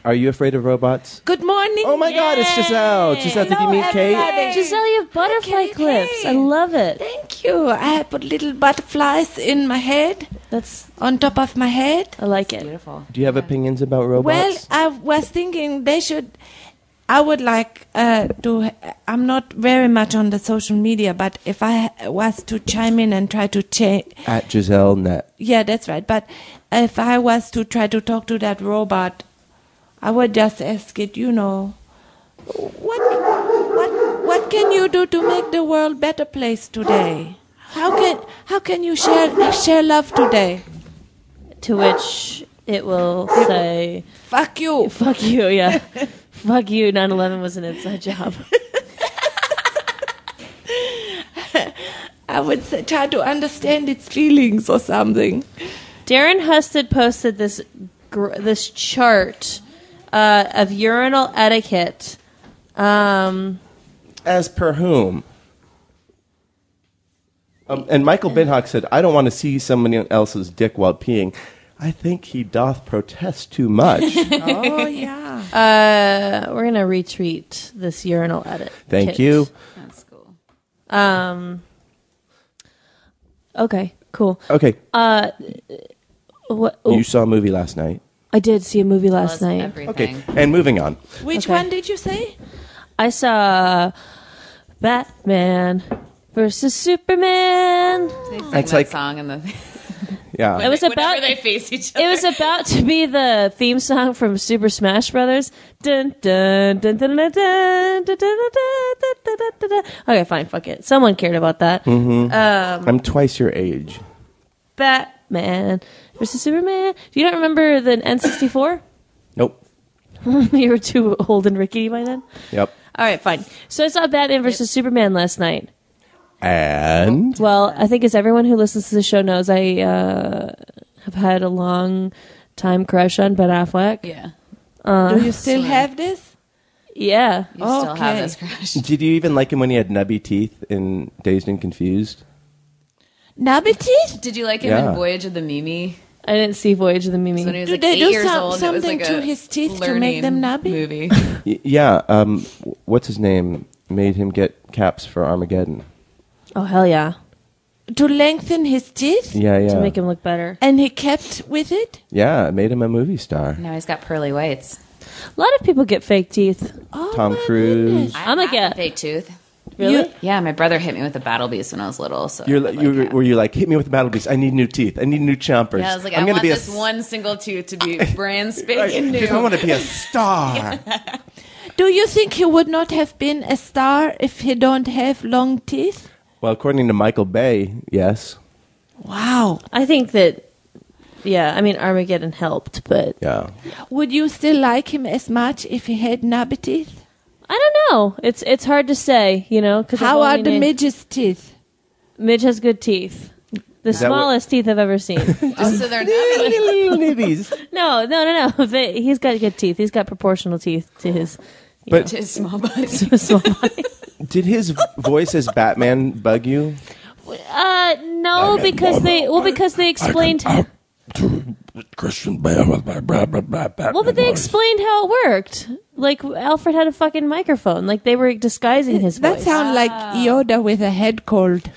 Speaker 4: are you afraid of robots?
Speaker 5: Good morning.
Speaker 4: Oh my God, it's Giselle. Giselle, did you
Speaker 5: Hello,
Speaker 4: meet Kate?
Speaker 5: everybody. Hey.
Speaker 2: Giselle, you have butterfly
Speaker 6: Okay,
Speaker 2: clips.
Speaker 6: hey.
Speaker 2: I love it.
Speaker 6: Thank you. I put little butterflies in my head,
Speaker 2: That's
Speaker 6: on top of my head.
Speaker 2: I like it.
Speaker 5: Beautiful.
Speaker 4: Do you have opinions about robots?
Speaker 6: Well, I was thinking they should. I would like uh, to. I'm not very much on the social media, but if I was to chime in and try to change,
Speaker 4: At Giselle Net.
Speaker 6: yeah, that's right. But if I was to try to talk to that robot, I would just ask it. You know, what, what, what can you do to make the world better place today? How can how can you share share love today?
Speaker 2: To which it will say,
Speaker 6: Fuck you.
Speaker 2: "Fuck you, yeah, fuck you." 9/11 was an inside job.
Speaker 6: I would say, try to understand its feelings or something.
Speaker 2: Darren Husted posted this gr- this chart uh, of urinal etiquette. Um,
Speaker 4: As per whom? Um, and Michael Binhock said, I don't want to see someone else's dick while peeing. I think he doth protest too much.
Speaker 6: Oh yeah.
Speaker 2: uh, we're gonna retweet this urinal edit.
Speaker 4: Thank
Speaker 2: kit.
Speaker 4: you.
Speaker 5: That's cool.
Speaker 2: Um, okay, cool.
Speaker 4: Okay,
Speaker 2: Um, What,
Speaker 4: you saw a movie last night.
Speaker 2: I did see a movie last
Speaker 5: That's
Speaker 2: night.
Speaker 4: Okay,
Speaker 5: everything.
Speaker 4: and moving on.
Speaker 6: Which
Speaker 2: Okay.
Speaker 6: one did you say?
Speaker 2: I saw Batman versus Superman.
Speaker 5: They sing
Speaker 4: It's
Speaker 5: that
Speaker 4: like-
Speaker 5: song in the.
Speaker 4: Yeah.
Speaker 2: It was
Speaker 5: Whenever
Speaker 2: about
Speaker 5: they face each other.
Speaker 2: it was about to be the theme song from Super Smash Brothers. Dun, dun, dun, dun, dun, dun, dun, dun, dun, dun, dun, dun, dun, dun. Okay, fine, fuck it. Someone cared about that.
Speaker 4: I'm twice your age.
Speaker 2: Batman versus Superman. You don't remember the N64?
Speaker 4: Nope.
Speaker 2: you were too old and rickety by then.
Speaker 4: Yep.
Speaker 2: All right, fine. So I saw Batman versus Superman last night.
Speaker 4: And
Speaker 2: Well, I think as everyone who listens to the show knows, I uh, have had a long time crush on Ben Affleck. Yeah.
Speaker 5: Yeah.
Speaker 6: do you still have this?
Speaker 5: You still have
Speaker 6: Okay.
Speaker 5: this crush.
Speaker 4: did you even like him when he had nubby teeth in Dazed and Confused?
Speaker 6: Nubby teeth?
Speaker 5: Did you like him
Speaker 4: Yeah.
Speaker 5: in Voyage of the Mimi?
Speaker 2: I didn't see Voyage of the Mimi.
Speaker 5: When he was
Speaker 6: Do
Speaker 5: like
Speaker 6: they
Speaker 5: eight
Speaker 6: do
Speaker 5: years
Speaker 6: some-
Speaker 5: old, it was,
Speaker 6: something
Speaker 5: like
Speaker 6: to
Speaker 5: a
Speaker 6: his teeth to make
Speaker 5: learning
Speaker 6: them knobby?
Speaker 5: Movie.
Speaker 4: Y- yeah. Um, w- what's his name? Made him get caps for Armageddon.
Speaker 2: oh hell yeah!
Speaker 6: to lengthen his teeth,
Speaker 4: Yeah, yeah.
Speaker 2: To make him look better.
Speaker 6: and he kept with it.
Speaker 4: yeah, it made him a movie star.
Speaker 5: Now he's got pearly whites.
Speaker 2: A lot of people get fake teeth.
Speaker 6: Oh,
Speaker 4: Tom
Speaker 6: my
Speaker 4: Cruise.
Speaker 6: goodness.
Speaker 5: I
Speaker 2: I'm like
Speaker 5: have
Speaker 2: a-
Speaker 5: fake tooth.
Speaker 2: Really?
Speaker 5: Yeah, my brother hit me with a battle beast when I was little. So I
Speaker 4: You're,
Speaker 5: had,
Speaker 4: like, you were,
Speaker 5: half-
Speaker 4: were you like hit me with the battle beast? I need new teeth. I need new chompers.
Speaker 5: Yeah, I was like, i
Speaker 4: I'm gonna
Speaker 5: want
Speaker 4: be a
Speaker 5: this
Speaker 4: s-
Speaker 5: one single tooth to be brand
Speaker 4: Right,
Speaker 5: spanking new.
Speaker 4: because I want to be a star.
Speaker 6: Do you think he would not have been a star if he don't have long teeth?
Speaker 4: Well, according to Michael Bay, yes.
Speaker 6: Wow.
Speaker 2: I think that. Yeah, I mean Armageddon helped, but
Speaker 4: Yeah.
Speaker 6: Would you still like him as much if he had knobby teeth?
Speaker 2: I don't know. It's it's hard to say, you know. Cause I've
Speaker 6: How are
Speaker 2: only
Speaker 6: the
Speaker 2: named-
Speaker 6: midget's teeth?
Speaker 2: Midge has good teeth. The
Speaker 4: that what-
Speaker 2: smallest teeth I've ever seen.
Speaker 5: Oh, so they're not.
Speaker 4: Nibbies.
Speaker 2: no, no, no, no. They, he's got good teeth. He's got proportional teeth to his
Speaker 4: But
Speaker 5: His small body.
Speaker 2: small body.
Speaker 4: did his voice as Batman bug you?
Speaker 2: Uh, no, because they well because they explained
Speaker 7: Christian Bale.
Speaker 2: well, but they explained how it worked. Like Alfred had a fucking microphone. Like they were disguising his
Speaker 6: That
Speaker 2: voice.
Speaker 6: sound like Yoda with a head cold.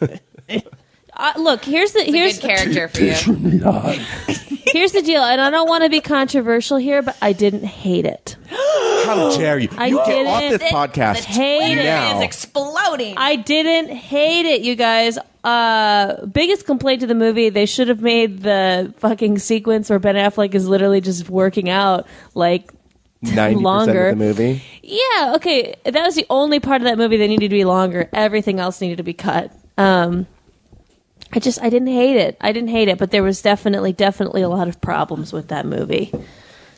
Speaker 2: uh, look, here's the here's
Speaker 5: Here's a good character for you.
Speaker 2: here's the deal, and I don't want to be controversial here, but I didn't hate it.
Speaker 4: How dare you?
Speaker 2: I
Speaker 4: you get
Speaker 2: didn't-
Speaker 4: off this
Speaker 2: that-
Speaker 4: podcast
Speaker 2: Hate it.
Speaker 4: now.
Speaker 5: exploding.
Speaker 2: I didn't hate it, you guys. Uh, biggest complaint to the movie: they should have made the fucking sequence where Ben Affleck is literally just working out like
Speaker 4: 90%
Speaker 2: longer.
Speaker 4: of the movie.
Speaker 2: Yeah, okay. That was the only part of that movie that needed to be longer. Everything else needed to be cut. Um, I just I didn't hate it. I didn't hate it, but there was definitely definitely a lot of problems with that movie.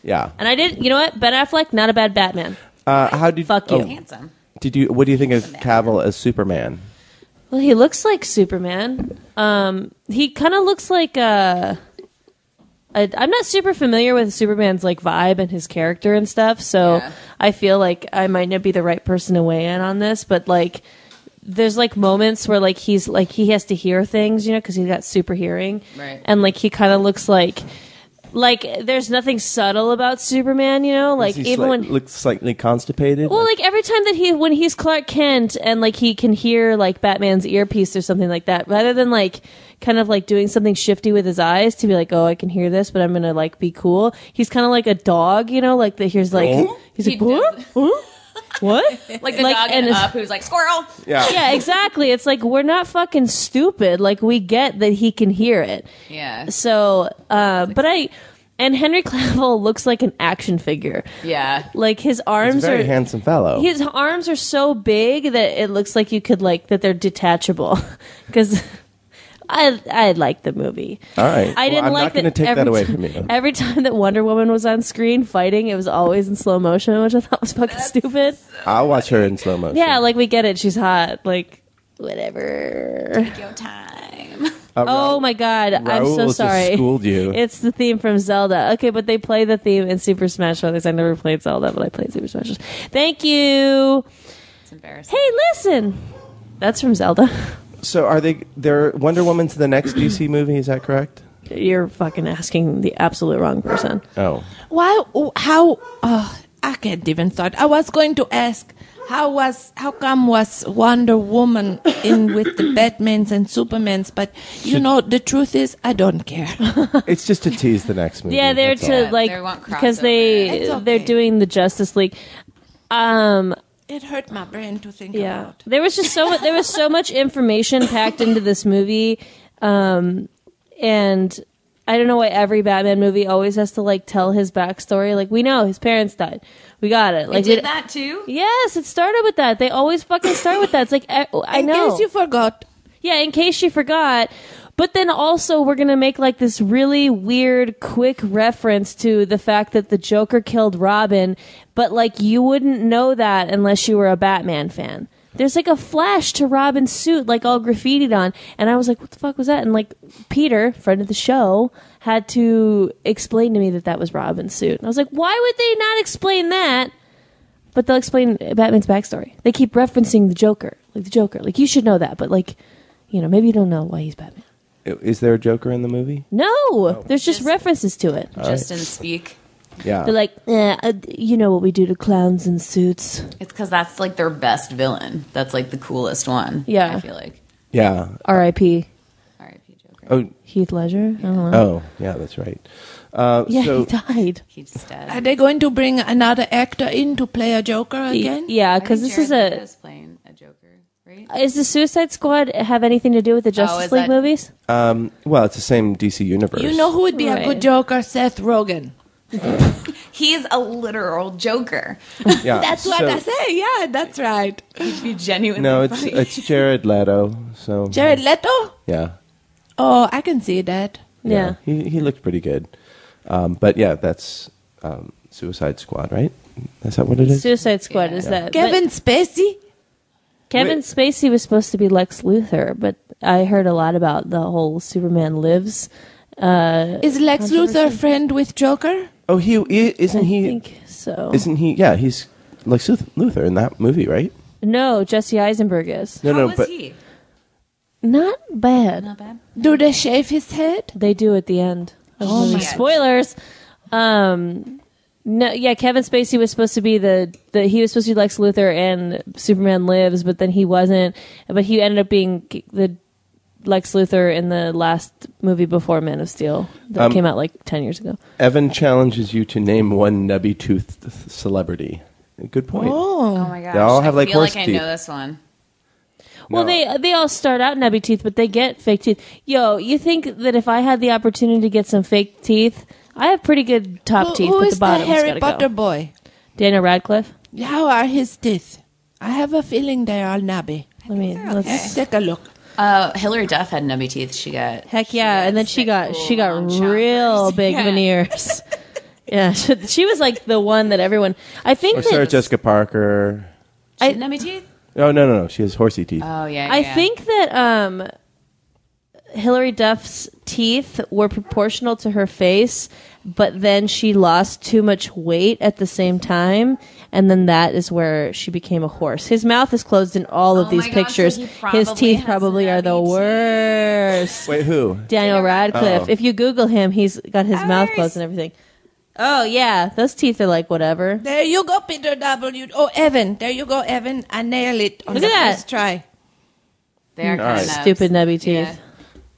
Speaker 4: Yeah.
Speaker 2: And I did. You know what? Ben Affleck, not a bad Batman.
Speaker 4: Uh, how did
Speaker 2: Fuck you.
Speaker 4: oh,
Speaker 5: Handsome.
Speaker 4: did you? What do you think of Cavill as Superman?
Speaker 2: Well, he looks like Superman. Um, he kind of looks like uh i I'm not super familiar with Superman's like vibe and his character and stuff, so
Speaker 5: Yeah.
Speaker 2: I feel like I might not be the right person to weigh in on this. But like, there's like moments where like he's like he has to hear things, you know, because he's got super hearing,
Speaker 5: Right.
Speaker 2: And like he kind of looks like like there's nothing subtle about Superman, you know, like
Speaker 4: He's
Speaker 2: even
Speaker 4: slight-
Speaker 2: when
Speaker 4: looks slightly constipated.
Speaker 2: well, like every time that he when he's Clark Kent and like he can hear like Batman's earpiece or something like that, rather than like kind of like doing something shifty with his eyes to be like, oh, I can hear this, but I'm gonna like be cool. He's kind of like a dog, you know, like that. Here's like he's like
Speaker 5: He
Speaker 2: what,
Speaker 5: does-
Speaker 2: Huh? what,
Speaker 5: Like the dog in
Speaker 2: it's-
Speaker 5: Up who's like, squirrel.
Speaker 4: yeah.
Speaker 2: yeah, exactly. It's like we're not fucking stupid. Like we get that he can hear it.
Speaker 5: Yeah.
Speaker 2: So, uh, but I and Henry Cavill looks like an action figure.
Speaker 5: Yeah.
Speaker 2: Like his arms
Speaker 4: He's a very
Speaker 2: are
Speaker 4: handsome fellow.
Speaker 2: his arms are so big that it looks like you could like that they're detachable because I I like the movie.
Speaker 4: All right.
Speaker 2: I didn't
Speaker 4: well, I'm
Speaker 2: like
Speaker 4: not going to
Speaker 2: that
Speaker 4: take
Speaker 2: every
Speaker 4: that away
Speaker 2: ti-
Speaker 4: from you.
Speaker 2: Every time that Wonder Woman was on screen fighting, it was always in slow motion, which I thought was fucking stupid.
Speaker 4: I'll watch her in slow motion.
Speaker 2: Yeah, like we get it. She's hot. Like whatever.
Speaker 5: Yo time.
Speaker 4: Uh,
Speaker 2: Oh
Speaker 4: Raoul-
Speaker 2: my god, I'm
Speaker 4: Raoul
Speaker 2: so
Speaker 4: just
Speaker 2: sorry.
Speaker 4: schooled you.
Speaker 2: It's the theme from Zelda. Okay, but they play the theme in Super Smash Brothers. I never played Zelda, but I played Super Smash Bros. Thank you.
Speaker 5: It's embarrassing.
Speaker 2: Hey, listen. That's from Zelda.
Speaker 4: So are they? They're Wonder Woman's the next DC movie. Is that correct?
Speaker 2: You're fucking asking the absolute wrong person.
Speaker 4: Oh,
Speaker 6: Why? oh, How? Oh, I can't even thought. I was going to ask how was how come was Wonder Woman in with the Batmans and Supermans, but you know the truth is I don't care.
Speaker 4: it's just to tease the next movie.
Speaker 2: Yeah, they're
Speaker 4: that's all.
Speaker 2: to
Speaker 5: Yeah,
Speaker 2: like
Speaker 5: they want
Speaker 2: because
Speaker 5: crossover.
Speaker 2: they
Speaker 6: It's okay.
Speaker 2: they're doing the Justice League. Um,
Speaker 6: It hurt my brain to think
Speaker 2: yeah,
Speaker 6: about.
Speaker 2: there was just so mu- there was so much information packed into this movie, um, and I don't know why every Batman movie always has to like tell his backstory. Like we know his parents died, we got it. Like
Speaker 5: Did
Speaker 2: it-
Speaker 5: that too?
Speaker 2: Yes, it started with that. They always fucking start with that. It's like I, I
Speaker 6: In
Speaker 2: know.
Speaker 6: case you forgot,
Speaker 2: Yeah, in case you forgot. But then also, we're going to make like this really weird, quick reference to the fact that the Joker killed Robin, but like you wouldn't know that unless you were a Batman fan. There's like a flash to Robin's suit, like all graffitied on. And I was like, what the fuck was that? And like Peter, friend of the show, had to explain to me that that was Robin's suit. And I was like, why would they not explain that? But they'll explain Batman's backstory. They keep referencing the Joker, like the Joker. Like you should know that, but like you know, maybe you don't know why he's Batman.
Speaker 4: Is there a Joker in the movie?
Speaker 2: No, there's just references to it.
Speaker 4: Uh,
Speaker 5: Just in speak.
Speaker 4: Yeah.
Speaker 2: They're like, eh, uh, you know what we do to clowns in suits.
Speaker 5: It's because that's like their best villain. That's like the coolest one.
Speaker 2: Yeah.
Speaker 5: I feel like.
Speaker 4: yeah.
Speaker 2: R.I.P.
Speaker 5: R.I.P. Joker.
Speaker 4: Oh,
Speaker 2: Heath Ledger. I don't know.
Speaker 4: oh, yeah, that's right. Uh,
Speaker 2: yeah,
Speaker 4: so,
Speaker 2: he died.
Speaker 5: He just dead.
Speaker 6: Are they going to bring another actor in to play a Joker again?
Speaker 4: Uh,
Speaker 2: Yeah, because this is a.
Speaker 5: playing a Joker, right?
Speaker 2: Is the Suicide Squad have anything to do with the Justice
Speaker 5: is
Speaker 2: League
Speaker 5: that-
Speaker 2: movies?
Speaker 4: um, well, it's the same DC universe.
Speaker 6: You know who would be
Speaker 2: Right.
Speaker 6: a good Joker? Seth Rogen.
Speaker 5: He's a literal Joker.
Speaker 4: yeah.
Speaker 6: That's what
Speaker 4: so-
Speaker 6: I say. Yeah, that's right.
Speaker 5: He'd be genuinely
Speaker 4: No, it's
Speaker 5: funny.
Speaker 4: it's Jared Leto. So
Speaker 6: Jared Leto.
Speaker 4: yeah,
Speaker 6: Oh, I can see that.
Speaker 2: Yeah.
Speaker 4: he he looked pretty good. Um, but yeah, that's um, Suicide Squad, right? Is that what it is?
Speaker 2: Suicide Squad is that.
Speaker 6: Kevin Spacey.
Speaker 2: but Kevin Spacey was supposed to be Lex Luthor, but I heard a lot about the whole Superman Lives.
Speaker 6: Is Lex Luthor friend with Joker?
Speaker 4: oh, he i- isn't
Speaker 2: I
Speaker 4: he?
Speaker 2: think so.
Speaker 4: Isn't he? Yeah, he's like Luthor in that movie, right?
Speaker 2: No, Jesse Eisenberg is.
Speaker 4: No,
Speaker 5: How
Speaker 4: no,
Speaker 5: was
Speaker 4: but
Speaker 5: he?
Speaker 2: Not bad.
Speaker 5: Not bad.
Speaker 6: Do they shave his head?
Speaker 2: They do at the end. Oh
Speaker 5: my God.
Speaker 2: Spoilers. Um, no, yeah, Kevin Spacey was supposed to be the, the he was supposed to be Lex Luthor and Superman Lives, but then he wasn't. But he ended up being the Lex Luthor in the last movie before Man of Steel that
Speaker 4: Um,
Speaker 2: came out like ten years ago.
Speaker 4: Evan challenges you to name one nubby toothed celebrity. Good point.
Speaker 5: Oh
Speaker 6: Oh,
Speaker 5: my gosh.
Speaker 4: They all have,
Speaker 5: I
Speaker 4: like,
Speaker 5: feel like
Speaker 4: horse
Speaker 5: I
Speaker 4: teeth.
Speaker 5: know this one.
Speaker 2: Well,
Speaker 4: No.
Speaker 2: they they all start out nubby teeth, but they get fake teeth. Yo, you think that if I had the opportunity to get some fake teeth, I have pretty good top
Speaker 6: Who-
Speaker 2: teeth,
Speaker 6: who
Speaker 2: but
Speaker 6: is
Speaker 2: the bottom
Speaker 6: Harry Potter
Speaker 2: Go.
Speaker 6: boy?
Speaker 2: Daniel Radcliffe.
Speaker 6: How are his teeth? I have a feeling they are nubby.
Speaker 2: Let me let's
Speaker 6: Let's take a look.
Speaker 5: Uh, Hillary Duff had nubby teeth. She got.
Speaker 2: Heck yeah! and then she got she got real big veneers. yeah, she, she was like the one that everyone. I think
Speaker 4: Or
Speaker 2: that,
Speaker 4: Sarah Jessica Parker.
Speaker 5: I, nubby teeth?
Speaker 4: Oh no, no, no. She has horsey teeth.
Speaker 5: Oh, yeah. yeah
Speaker 2: I
Speaker 5: yeah.
Speaker 2: think that um, Hillary Duff's teeth were proportional to her face, but then she lost too much weight at the same time, and then that is where she became a horse. His mouth is closed in all of
Speaker 5: Oh
Speaker 2: these
Speaker 5: my God, so
Speaker 2: pictures.
Speaker 5: he
Speaker 2: His
Speaker 5: probably
Speaker 2: teeth
Speaker 5: has
Speaker 2: probably are the
Speaker 5: nubby teeth.
Speaker 2: worst.
Speaker 4: Wait, who?
Speaker 2: Daniel Radcliffe.
Speaker 4: Oh.
Speaker 2: If you Google him, he's got his mouth closed and everything. Oh yeah, those teeth are like whatever.
Speaker 6: There you go, Peter W. Oh, Evan. There you go, Evan. I nailed it on
Speaker 2: Look
Speaker 6: the
Speaker 2: at that.
Speaker 6: first try.
Speaker 5: They are kind of
Speaker 2: Stupid nubby teeth.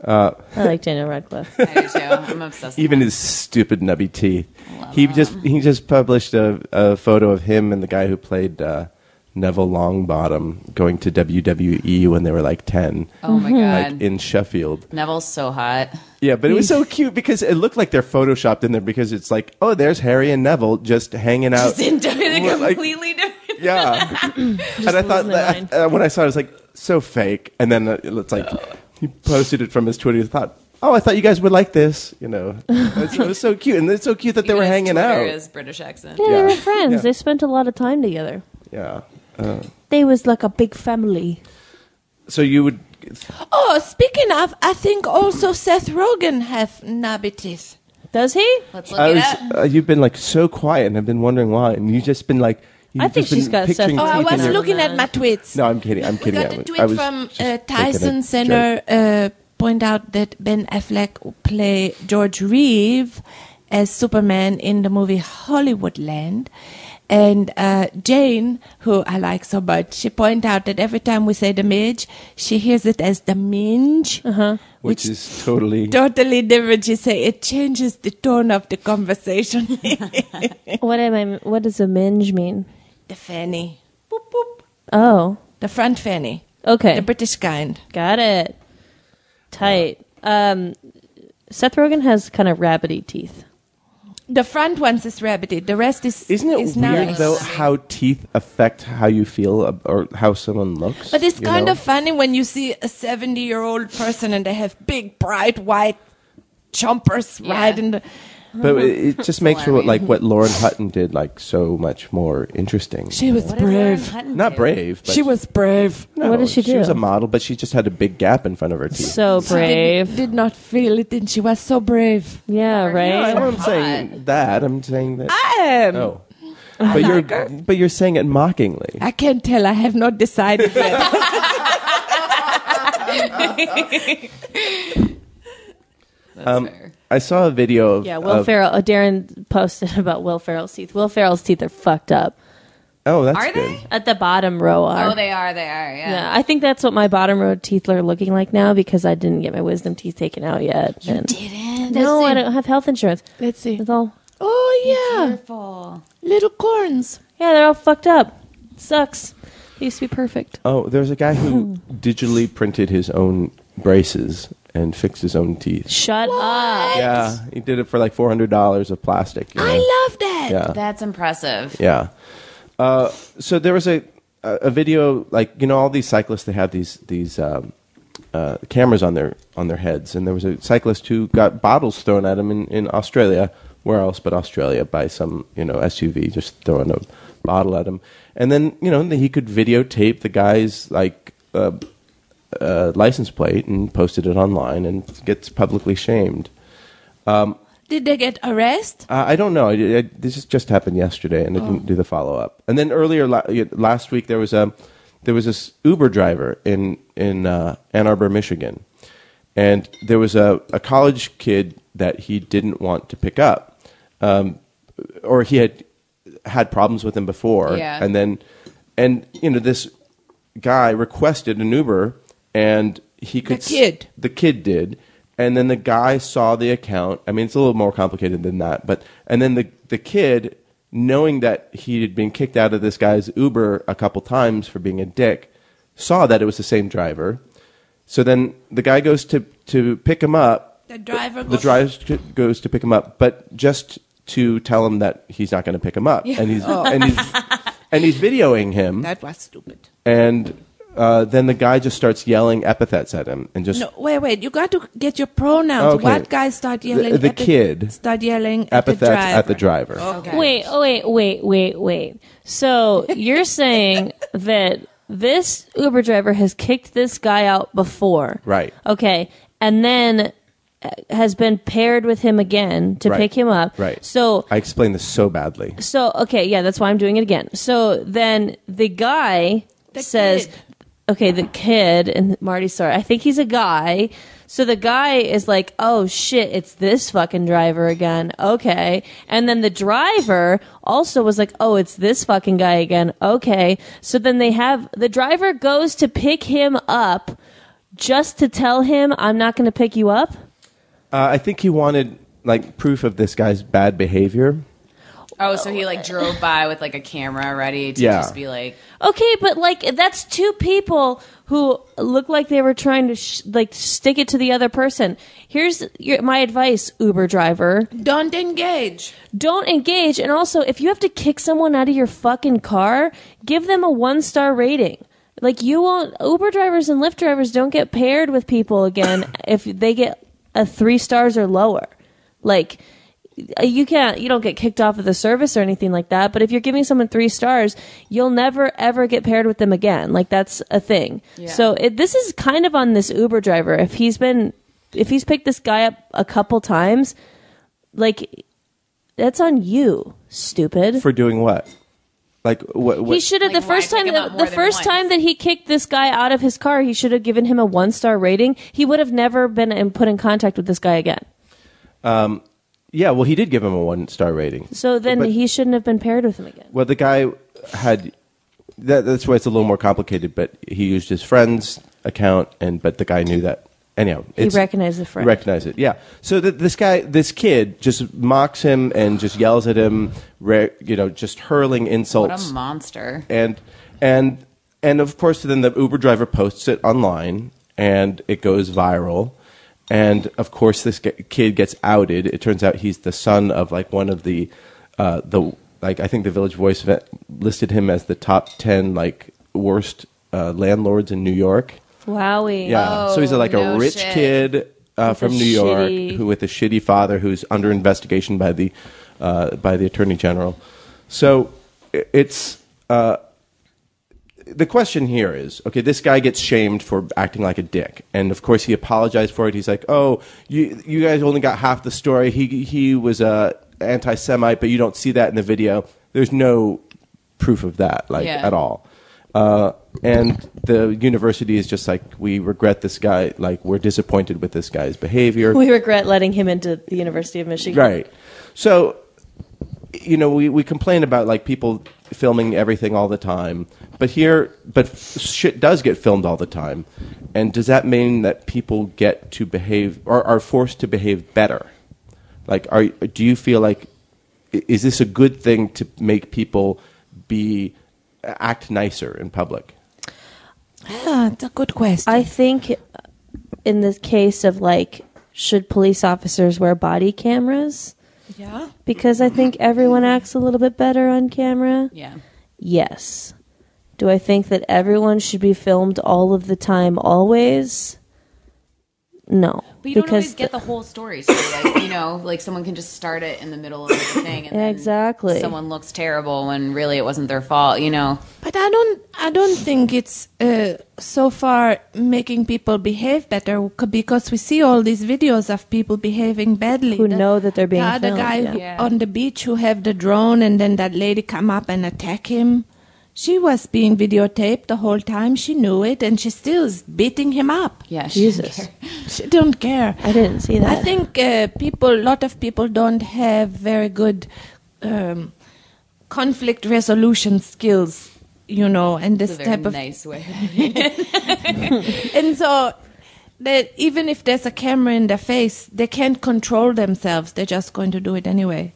Speaker 4: Uh,
Speaker 2: I like Daniel Radcliffe.
Speaker 5: I do too. I'm obsessed.
Speaker 4: Even his stupid nubby teeth. He just he just published a, a photo of him and the guy who played uh, Neville Longbottom going to WWE when they were like ten,
Speaker 5: oh my god.
Speaker 4: like in Sheffield.
Speaker 5: Neville's so hot.
Speaker 4: Yeah, but it was so cute because it looked like they're photoshopped in there because it's like, oh, there's Harry and Neville just hanging out.
Speaker 5: Just in different,
Speaker 4: Well, like-
Speaker 5: completely different.
Speaker 4: yeah, and I thought
Speaker 2: losing their
Speaker 4: that, uh, when I saw it, I was like, so fake. And then uh, it's like he posted it from his Twitter. I thought, oh, I thought you guys would like this. You know, It's- it was so cute, and it's so cute that they were
Speaker 5: His
Speaker 4: hanging
Speaker 5: Twitter
Speaker 4: out.
Speaker 5: Is British accent.
Speaker 2: Yeah, they
Speaker 4: Yeah.
Speaker 2: were friends.
Speaker 4: Yeah.
Speaker 2: They spent a lot of time together.
Speaker 4: yeah. Uh,
Speaker 2: They was like a big family.
Speaker 4: So you would.
Speaker 6: Oh, speaking of, I think also Seth Rogen have nubby teeth.
Speaker 2: Does he?
Speaker 5: Let's look
Speaker 4: I
Speaker 5: it
Speaker 4: was,
Speaker 5: up.
Speaker 4: uh, you've been like so quiet, and I've been wondering why, and you've just been like. You've
Speaker 2: I think
Speaker 4: just been
Speaker 2: she's got
Speaker 4: picturing
Speaker 2: Seth
Speaker 6: Oh, I
Speaker 4: teeth in
Speaker 6: was
Speaker 4: her-
Speaker 6: looking at my tweets.
Speaker 4: No, I'm kidding. I'm
Speaker 6: We
Speaker 4: kidding.
Speaker 6: got
Speaker 4: I
Speaker 6: a
Speaker 4: was-
Speaker 6: tweet
Speaker 4: I was
Speaker 6: from
Speaker 4: just
Speaker 6: uh,
Speaker 4: making a
Speaker 6: Tyson
Speaker 4: joke.
Speaker 6: Center uh, point out that Ben Affleck will play George Reeve as Superman in the movie Hollywoodland. And uh, Jane, who I like so much, she point out that every time we say the midge, she hears it as the minge,
Speaker 4: which is totally.
Speaker 6: totally different. She say it changes the tone of the conversation.
Speaker 2: What am I? What does a minge mean?
Speaker 6: the fanny, boop, boop.
Speaker 2: Oh,
Speaker 6: the front fanny,
Speaker 2: okay,
Speaker 6: the British kind.
Speaker 2: got it. Tight. Um, Seth Rogen has kind of rabbity teeth.
Speaker 6: The front ones is rabbity. The rest is
Speaker 4: Isn't it
Speaker 6: is
Speaker 4: weird
Speaker 6: nice.
Speaker 4: though how teeth affect how you feel ab- or how someone looks?
Speaker 6: But it's
Speaker 4: you
Speaker 6: kind
Speaker 4: know?
Speaker 6: of funny when you see a seventy-year-old person and they have big, bright, white chompers
Speaker 5: Yeah.
Speaker 6: right in the.
Speaker 4: But it it just makes what,
Speaker 5: alarming.
Speaker 4: like what Lauren Hutton did like so much more interesting.
Speaker 6: She was brave.
Speaker 4: Not brave. But
Speaker 6: She was brave.
Speaker 4: No,
Speaker 2: What did she
Speaker 4: She was
Speaker 2: do?
Speaker 4: a model, but she just had a big gap in front of her teeth.
Speaker 2: So
Speaker 6: Did,
Speaker 2: brave.
Speaker 6: did not feel it, and she was so brave.
Speaker 2: Yeah,
Speaker 4: I
Speaker 2: right.
Speaker 4: am not saying that. I'm saying that.
Speaker 6: Um,
Speaker 4: oh, but you're but you're saying it mockingly.
Speaker 6: I can't tell. I have not decided yet.
Speaker 5: That's
Speaker 4: Um,
Speaker 5: fair.
Speaker 4: I saw a video of
Speaker 2: Yeah,
Speaker 5: Uh,
Speaker 2: Will
Speaker 4: of-
Speaker 2: Ferrell. Oh, Darren posted about Will Ferrell's teeth. Will Ferrell's teeth are fucked up.
Speaker 4: Oh, that's
Speaker 5: Are
Speaker 4: good.
Speaker 5: they?
Speaker 2: At the bottom row are.
Speaker 5: Oh, they are. They are. Yeah.
Speaker 2: yeah, I think that's what my bottom row teeth are looking like now because I didn't get my wisdom teeth taken out yet. You
Speaker 5: Didn't.
Speaker 2: No, I don't have health insurance.
Speaker 6: Let's see.
Speaker 2: That's all.
Speaker 6: Oh,
Speaker 5: Wonderful.
Speaker 6: yeah. Little corns.
Speaker 2: Yeah, they're all fucked up. Sucks. They used to be perfect.
Speaker 4: Oh, there's a guy who digitally printed his own braces and fixed his own teeth.
Speaker 2: Shut up.
Speaker 4: Yeah, he did it for like four hundred dollars of plastic. you know?
Speaker 6: I love that.
Speaker 4: Yeah.
Speaker 5: That's impressive.
Speaker 4: Yeah. Uh, so there was a a a video like you know all these cyclists they have these these um, uh, cameras on their on their heads, and there was a cyclist who got bottles thrown at him in, in Australia. Where else but Australia by some you know SUV just throwing a bottle at him, and then you know he could videotape the guy's like. Uh, uh, license plate and posted it online and gets publicly shamed.
Speaker 6: Did they get arrested?
Speaker 4: Uh, I don't know. I, I, this is- just happened yesterday, and I didn't do the follow up. And then earlier la- y- last week, there was a there was this Uber driver in in uh, Ann Arbor, Michigan, and there was a, a college kid that he didn't want to pick up, um, or he had had problems with him before,
Speaker 5: Yeah.
Speaker 4: and then and you know this guy requested an Uber, and he could s-
Speaker 6: kid.
Speaker 4: the kid did and then the guy saw the account i mean it's a little more complicated than that but and then the the kid knowing that he had been kicked out of this guy's uber a couple times for being a dick saw that it was the same driver so then the guy goes to to pick him up
Speaker 6: The driver
Speaker 4: the
Speaker 6: goes-
Speaker 4: driver t- goes to pick him up but just to tell him that he's not going to pick him up and he's
Speaker 6: Oh.
Speaker 4: and he's and he's videoing him
Speaker 6: That was stupid.
Speaker 4: and uh, then the guy just starts yelling epithets at him and just
Speaker 6: No, wait, wait. You got to get your pronouns.
Speaker 4: Okay.
Speaker 6: What guy start
Speaker 4: The-
Speaker 6: yelling?
Speaker 4: the
Speaker 6: at the
Speaker 4: kid.
Speaker 6: Start yelling at the
Speaker 4: epithets
Speaker 6: driver.
Speaker 4: at the driver.
Speaker 5: Okay.
Speaker 2: Wait, oh wait, wait, wait, wait. So you're saying that this Uber driver has kicked this guy out before,
Speaker 4: Right.
Speaker 2: Okay, and then uh, has been paired with him again to
Speaker 4: Right.
Speaker 2: pick him up,
Speaker 4: Right.
Speaker 2: So,
Speaker 4: I explained this so badly.
Speaker 2: so okay, yeah, that's why I'm doing it again. So then the guy says,
Speaker 6: kid.
Speaker 2: okay, the kid and Marty. Sorry, I think he's a guy. So the guy is like, "Oh shit, it's this fucking driver again." Okay, and then the driver also was like, "Oh, it's this fucking guy again." Okay, so then they have the driver goes to pick him up just to tell him, "I'm not going to pick you up."
Speaker 4: Uh, I think he wanted like proof of this guy's bad behavior.
Speaker 5: Oh, so he like drove by with like a camera ready to
Speaker 4: Yeah.
Speaker 5: just be like,
Speaker 2: Okay, but like that's two people who look like they were trying to sh- like stick it to the other person. Here's your, my advice, Uber driver:
Speaker 6: Don't engage.
Speaker 2: don't engage. And also, if you have to kick someone out of your fucking car, give them a one star rating. Like you won't. Uber drivers and Lyft drivers don't get paired with people again if they get a three stars or lower. Like uh, you can't you don't get kicked off of the service or anything like that but if you're giving someone three stars you'll never ever get paired with them again like that's a thing so it, this is kind of on this uber driver if he's been if he's picked this guy up a couple times like that's on you stupid
Speaker 4: For doing what? Like what? what
Speaker 2: he should have
Speaker 5: Like,
Speaker 2: the
Speaker 5: why
Speaker 2: first
Speaker 5: pick
Speaker 2: time
Speaker 5: him
Speaker 2: that,
Speaker 5: up
Speaker 2: the
Speaker 5: more than
Speaker 2: first
Speaker 5: once?
Speaker 2: time that he kicked this guy out of his car he should have given him a one star rating he would have never been in, put in contact with this guy again
Speaker 4: yeah. Well, he did give him a one star rating.
Speaker 2: so then
Speaker 4: But-
Speaker 2: he shouldn't have been paired with him again
Speaker 4: Well, the guy had. That, that's why it's a little more complicated. But he used his friend's account, and but the guy knew that. Anyhow, it's-
Speaker 2: recognized the friend.
Speaker 4: Recognized it. Yeah. So th- this guy, this kid, just mocks him and just yells at him. Re- you know, just hurling insults.
Speaker 5: what a monster.
Speaker 4: and and and of course then the uber driver posts it online and it goes viral and of course this g- kid gets outed it turns out he's the son of like one of the uh the like i think the village voice vet listed him as the top 10 like worst uh, landlords in new york
Speaker 2: wowie
Speaker 4: yeah so he's like
Speaker 5: no
Speaker 4: a rich
Speaker 5: shit.
Speaker 4: kid uh,
Speaker 2: With
Speaker 4: from
Speaker 2: a
Speaker 4: new york
Speaker 2: shitty-
Speaker 4: who with a shitty father who's under investigation by the uh, by the attorney general so i- it's uh, the question here is okay this guy gets shamed for acting like a dick and of course he apologized for it he's like oh you you guys only got half the story he he was uh, a anti-semite but you don't see that in the video there's no proof of that like
Speaker 5: Yeah.
Speaker 4: at all Uh, and the university is just like, we regret this guy, like, we're disappointed with this guy's behavior.
Speaker 2: Oh. We regret letting him into the University of Michigan.
Speaker 4: Right. So, you know, we, we complain about like people filming everything all the time, but here, but shit does get filmed all the time. And does that mean that people get to behave or are forced to behave better? Like, are do you feel like i- is this a good thing to make people be act nicer in public?
Speaker 6: Ah, it's a good question.
Speaker 2: I think in the case of like, should police officers wear body cameras?
Speaker 5: Yeah.
Speaker 2: Because I think everyone acts a little bit better on camera.
Speaker 5: Yeah.
Speaker 2: Yes. Do I think that everyone should be filmed all of the time, always? No.
Speaker 5: But you don't
Speaker 2: because
Speaker 5: always get the whole story. So, like, you know, like someone can just start it in the middle of the thing. And then
Speaker 2: Exactly.
Speaker 5: Someone looks terrible when really it wasn't their fault, you know?
Speaker 6: But I don't. I don't think it's uh, so far making people behave better c- because we see all these videos of people behaving badly.
Speaker 2: Who know that they're being
Speaker 6: the other
Speaker 2: filmed,
Speaker 6: guy
Speaker 2: yeah.
Speaker 6: who-
Speaker 5: Yeah.
Speaker 6: on the beach who have the drone, and then that lady come up and attack him. She was being videotaped the whole time. She knew it, and she still is beating him up.
Speaker 5: Yeah. she didn't
Speaker 2: Jesus.
Speaker 5: care.
Speaker 6: She don't care.
Speaker 2: I didn't see that.
Speaker 6: I think uh, people, a lot of people, don't have very good um, conflict resolution skills, you know, and this
Speaker 5: It's a very
Speaker 6: type of.
Speaker 5: nice way.
Speaker 6: And so, that even if there's a camera in their face, they can't control themselves. They're just going to do it anyway.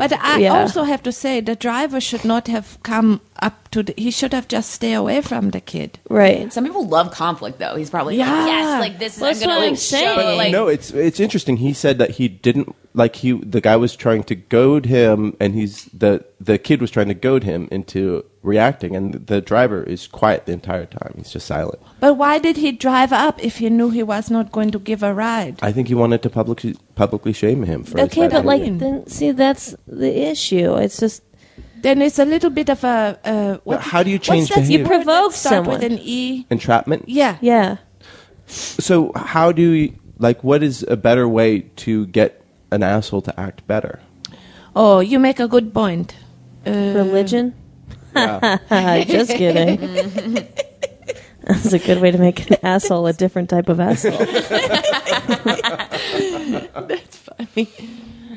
Speaker 6: But I
Speaker 2: Yeah.
Speaker 6: also have to say, the driver should not have come up to. The, he should have just stay away from the kid.
Speaker 2: right.
Speaker 5: Some people love conflict, though. He's probably
Speaker 6: Yeah.
Speaker 5: like, yes, like this is
Speaker 2: That's
Speaker 5: I'm gonna,
Speaker 2: what
Speaker 5: like,
Speaker 2: I'm saying.
Speaker 5: Show, like,
Speaker 4: no, it's it's interesting. He said that he didn't like he the guy was trying to goad him, and he's the the kid was trying to goad him into reacting, and the driver is quiet the entire time. He's just silent.
Speaker 6: But why did he drive up if he knew he was not going to give a ride?
Speaker 4: I think he wanted to publicly publicly shame him for. his
Speaker 2: Okay,
Speaker 4: bad
Speaker 2: but like,
Speaker 4: behavior.
Speaker 2: then see, that's the issue. It's just
Speaker 6: Then it's a little bit of a. Uh, what,
Speaker 4: how do you
Speaker 6: what's
Speaker 4: change
Speaker 6: that
Speaker 4: behavior? You
Speaker 6: word that
Speaker 2: provoke
Speaker 6: start with
Speaker 2: someone.
Speaker 6: an E.
Speaker 4: entrapment.
Speaker 6: Yeah.
Speaker 2: yeah.
Speaker 4: So how do you like? What is a better way to get an asshole to act better?
Speaker 6: Oh, you make a good point.
Speaker 2: Religion. just kidding. That's a good way to make an asshole a different type of asshole.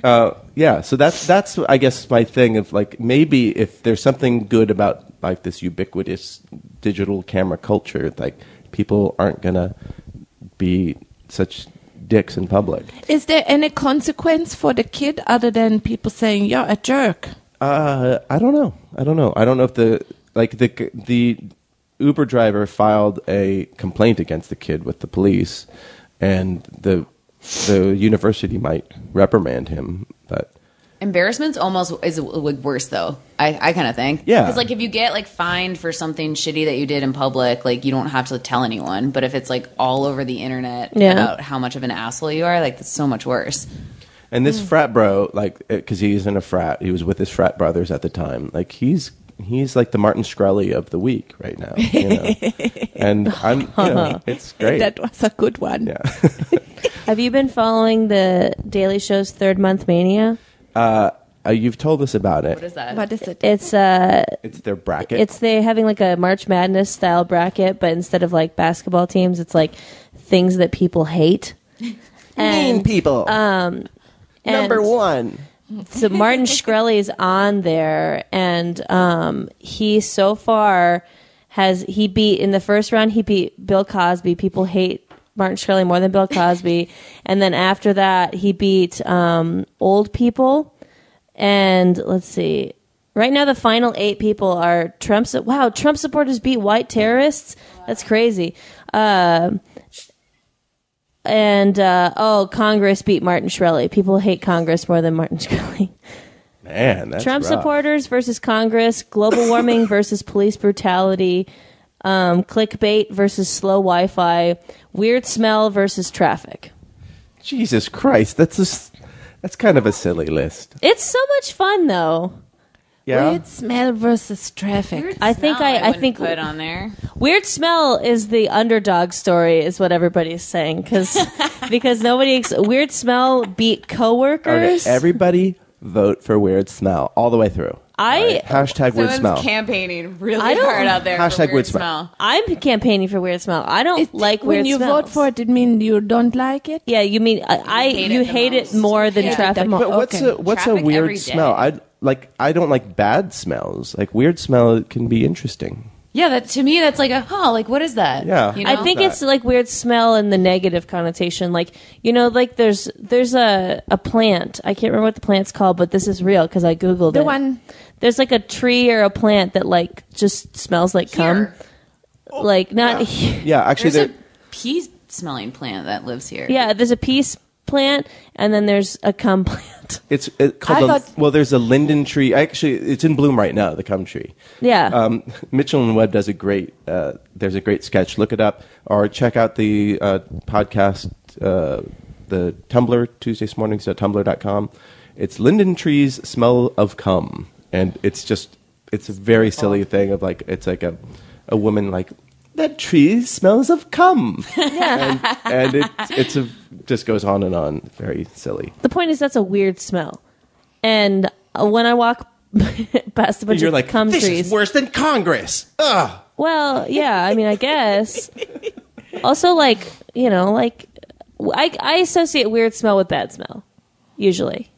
Speaker 4: Uh, Yeah. So that's that's I guess my thing of like maybe if there's something good about like this ubiquitous digital camera culture, like people aren't gonna be such dicks in public.
Speaker 6: Is there any consequence for the kid other than people saying you're a jerk?
Speaker 4: Uh, I don't know. I don't know. I don't know if the like the the Uber driver filed a complaint against the kid with the police, and the the university might reprimand him. But
Speaker 5: Embarrassment's almost is like worse though. I, I kind of think.
Speaker 4: Yeah.
Speaker 5: Because like if you get like fined for something shitty that you did in public, like you don't have to tell anyone. But if it's like all over the internet
Speaker 2: Yeah.
Speaker 5: about how much of an asshole you are, like that's so much worse.
Speaker 4: and
Speaker 2: Mm.
Speaker 4: this frat bro, like, because he's in a frat, he was with his frat brothers at the time. Like he's he's like the Martin Shkreli of the week right now. You know? and I'm, you know, it's great.
Speaker 6: That was a good one.
Speaker 4: yeah.
Speaker 2: Have you been following the Daily Show's third month mania?
Speaker 4: Uh, you've told us about
Speaker 5: What is
Speaker 4: it.
Speaker 5: that?
Speaker 6: What is it?
Speaker 2: It's uh
Speaker 4: It's their bracket.
Speaker 2: it's they having like a March Madness style bracket, but instead of like basketball teams, it's like things that people hate. And, uh,
Speaker 4: people.
Speaker 2: and
Speaker 4: one.
Speaker 2: so Martin Shkreli is on there, and um, he so far has he beat in the first round. He beat Bill Cosby. People hate Martin Shkreli more than Bill Cosby, and then after that, he beat um, old people. And let's see. Right now, the final eight people are Trump. su- Wow, Trump supporters beat white terrorists. That's crazy. Um and uh, oh, Congress beat Martin Shkreli. People hate Congress more than Martin Shkreli.
Speaker 4: Man, that's
Speaker 2: Trump
Speaker 4: rough.
Speaker 2: supporters versus Congress, global warming versus police brutality, um, clickbait versus slow Wi Fi, weird smell versus traffic.
Speaker 4: Jesus Christ, that's just that's kind of a silly list.
Speaker 2: It's so much fun though.
Speaker 4: Yeah,
Speaker 6: Weird smell versus traffic.
Speaker 2: I think
Speaker 5: No,
Speaker 2: I, I
Speaker 5: wouldn't
Speaker 2: think
Speaker 5: put on there.
Speaker 2: weird smell is the underdog story is what everybody's saying because because nobody ex- weird smell beat
Speaker 4: Okay,
Speaker 2: coworkers.
Speaker 4: everybody vote for weird smell all the way through.
Speaker 2: I
Speaker 4: Hashtag weird
Speaker 5: Someone's
Speaker 4: smell.
Speaker 5: campaigning really
Speaker 2: I don't-
Speaker 5: hard out there. for
Speaker 4: Hashtag
Speaker 5: weird
Speaker 4: weird smell.
Speaker 5: smell.
Speaker 2: I'm campaigning for weird smell. I don't
Speaker 6: It's-
Speaker 2: like weird
Speaker 6: when you
Speaker 2: smells.
Speaker 6: vote for it, it means you don't like it.
Speaker 2: Yeah, you mean I, I
Speaker 5: hate
Speaker 2: you
Speaker 5: it the
Speaker 2: hate
Speaker 5: most.
Speaker 2: it more than
Speaker 5: Yeah.
Speaker 2: traffic.
Speaker 4: But what's
Speaker 6: Okay.
Speaker 4: a what's
Speaker 5: Traffic
Speaker 4: a
Speaker 5: every
Speaker 4: weird
Speaker 5: day.
Speaker 4: smell? I like I don't like bad smells. Like weird smell can be interesting.
Speaker 5: Yeah, that to me that's like a huh, like what is that?
Speaker 4: Yeah.
Speaker 5: You know?
Speaker 2: I think
Speaker 4: that.
Speaker 2: it's like weird smell in the negative connotation. Like you know, like there's there's a a plant. I can't remember what the plant's called, but this is real because I googled
Speaker 6: The
Speaker 2: it.
Speaker 6: one-
Speaker 2: there's like a tree or a plant that like just smells like
Speaker 5: Here.
Speaker 2: cum. Like not here.
Speaker 4: Oh, Yeah, actually,
Speaker 5: there's a
Speaker 4: there,
Speaker 5: pea smelling plant that lives here.
Speaker 2: yeah. There's a peace plant and then there's a cum plant.
Speaker 4: it's it called.
Speaker 6: I
Speaker 4: a-
Speaker 6: thought-
Speaker 4: well, there's a linden tree. Actually, it's in bloom right now. The cum tree.
Speaker 2: Yeah.
Speaker 4: Um, Mitchell and Webb does a great. Uh, there's a great sketch. Look it up or check out the uh, podcast. Uh, the Tumblr Tuesdaysmornings.tumblr.com. It's linden trees smell of cum, and it's just it's a very silly thing of like it's like a a woman like that tree smells of cum, and, and it it's a just goes on and on. Very silly.
Speaker 2: the point is that's a weird smell, and uh, when I walk past a bunch
Speaker 4: You're
Speaker 2: of
Speaker 4: like
Speaker 2: cum
Speaker 4: this
Speaker 2: trees,
Speaker 4: is worse than Congress.
Speaker 2: Well, yeah, I mean, I guess. also, like you know, like I, I associate weird smell with bad smell, usually.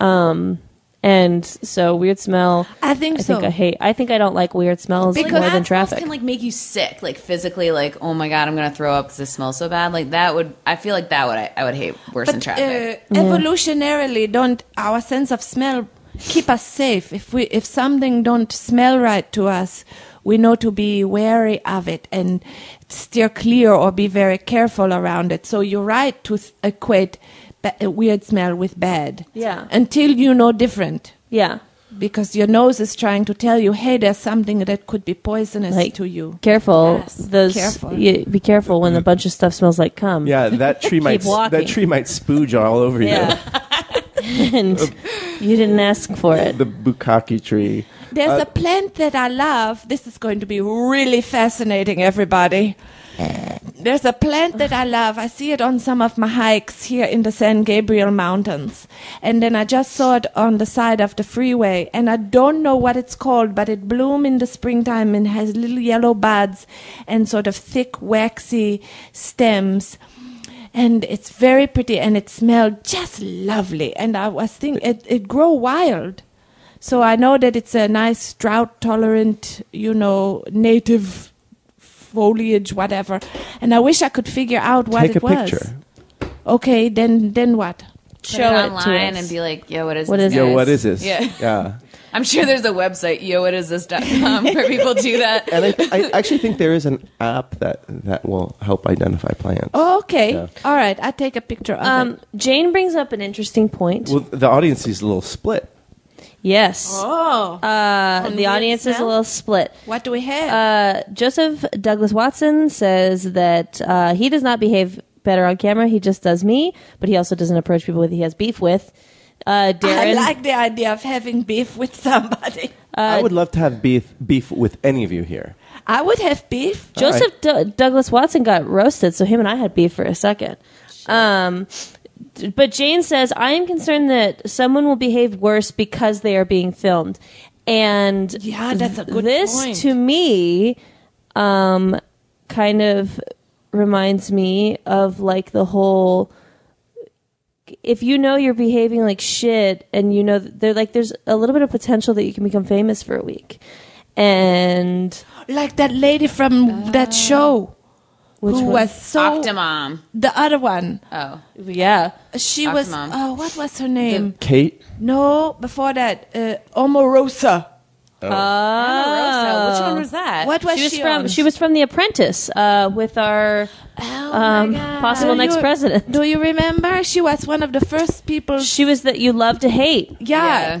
Speaker 2: Um, and so weird smell.
Speaker 6: I think
Speaker 2: I
Speaker 6: so.
Speaker 2: think I hate. I think I don't like weird smells
Speaker 5: Like,
Speaker 2: more
Speaker 5: bad
Speaker 2: than
Speaker 5: smells
Speaker 2: traffic.
Speaker 5: can like make you sick, like physically, like oh my god, I'm gonna throw up because this smells so bad. Like that would, I feel like that would I, I would hate worse than
Speaker 6: But uh,
Speaker 5: traffic.
Speaker 6: evolutionarily, don't our sense of smell keep us safe? If we if something don't smell right to us, we know to be wary of it and steer clear or be very careful around it. So you're right to s- equate ba- a weird smell with bad.
Speaker 2: Yeah.
Speaker 6: Until you know different.
Speaker 2: yeah,
Speaker 6: Because your nose is trying to tell you, hey, there's something that could be poisonous
Speaker 2: like
Speaker 6: to you.
Speaker 2: Careful,
Speaker 6: Yes,
Speaker 2: those.
Speaker 6: careful.
Speaker 2: you- be careful when a bunch of stuff smells like cum.
Speaker 4: Yeah, that tree might
Speaker 2: walking.
Speaker 4: that tree might spooge all over you.
Speaker 2: Yeah. and you didn't ask for it.
Speaker 4: The bukkake tree.
Speaker 6: There's a plant that I love. This is going to be really fascinating, everybody. There's a plant that I love. I see it on some of my hikes here in the San Gabriel Mountains. And then I just saw it on the side of the freeway. And I don't know what it's called, but it blooms in the springtime and has little yellow buds and sort of thick, waxy stems. And it's very pretty and it smelled just lovely. And I was thinking, it, it grow wild. So I know that it's a nice drought tolerant, you know, native foliage, whatever. And I wish I could figure out what
Speaker 4: Take
Speaker 6: it
Speaker 4: a
Speaker 6: was.
Speaker 4: picture.
Speaker 6: Okay, then then what?
Speaker 5: Put
Speaker 2: Show it to
Speaker 5: it online
Speaker 2: us.
Speaker 5: and be like, yo, what is
Speaker 2: What
Speaker 5: this?
Speaker 2: is Yo,
Speaker 4: Yo,
Speaker 2: Yes.
Speaker 4: what is this?
Speaker 5: Yeah.
Speaker 4: yeah.
Speaker 5: I'm sure there's a website, yo, what is this.com, where people do that.
Speaker 4: And I, I actually think there is an app that that will help identify plants.
Speaker 6: Oh, okay.
Speaker 4: Yeah.
Speaker 6: All right, I take a picture of it.
Speaker 2: Um, Jane brings up an interesting point.
Speaker 4: Well, the audience is a little split.
Speaker 2: yes.
Speaker 6: Oh,
Speaker 2: Uh, the
Speaker 6: weird
Speaker 2: audience is a
Speaker 6: smell?
Speaker 2: little split.
Speaker 6: what do we have?
Speaker 2: Uh, Joseph Douglas Watson says that uh, he does not behave better on camera. He just does me, but he also doesn't approach people that he has beef with. Uh,
Speaker 6: I
Speaker 2: Darren,
Speaker 6: like the idea of having beef with somebody.
Speaker 4: I would love to have beef beef with any of you here.
Speaker 6: I would have beef.
Speaker 2: Joseph D- Douglas Watson got roasted, so him and I had beef for a second. Um, d- but Jane says, I am concerned that someone will behave worse because they are being filmed. And
Speaker 6: Yeah, that's a good
Speaker 2: this
Speaker 6: point.
Speaker 2: to me um, kind of reminds me of like the whole if you know you're behaving like shit and you know th- they're like there's a little bit of potential that you can become famous for a week and
Speaker 6: Like that lady from that show
Speaker 2: which
Speaker 6: who
Speaker 2: was,
Speaker 6: was so
Speaker 5: Optimum.
Speaker 6: the other one.
Speaker 5: Oh,
Speaker 2: yeah
Speaker 6: Uh, She was
Speaker 5: Optimum.
Speaker 6: oh, what was her name?
Speaker 4: Kate,
Speaker 6: no, before that, uh, Omarosa.
Speaker 2: Oh.
Speaker 5: Omarosa. Which one was that?
Speaker 6: What was
Speaker 2: she
Speaker 6: she,
Speaker 2: was from
Speaker 6: on?
Speaker 2: she was from The Apprentice uh, with our
Speaker 5: Oh
Speaker 2: um, possible
Speaker 6: Do
Speaker 2: next
Speaker 6: you-
Speaker 2: president.
Speaker 6: Do you remember? She was one of the first people.
Speaker 2: She was that you love to hate.
Speaker 6: yeah,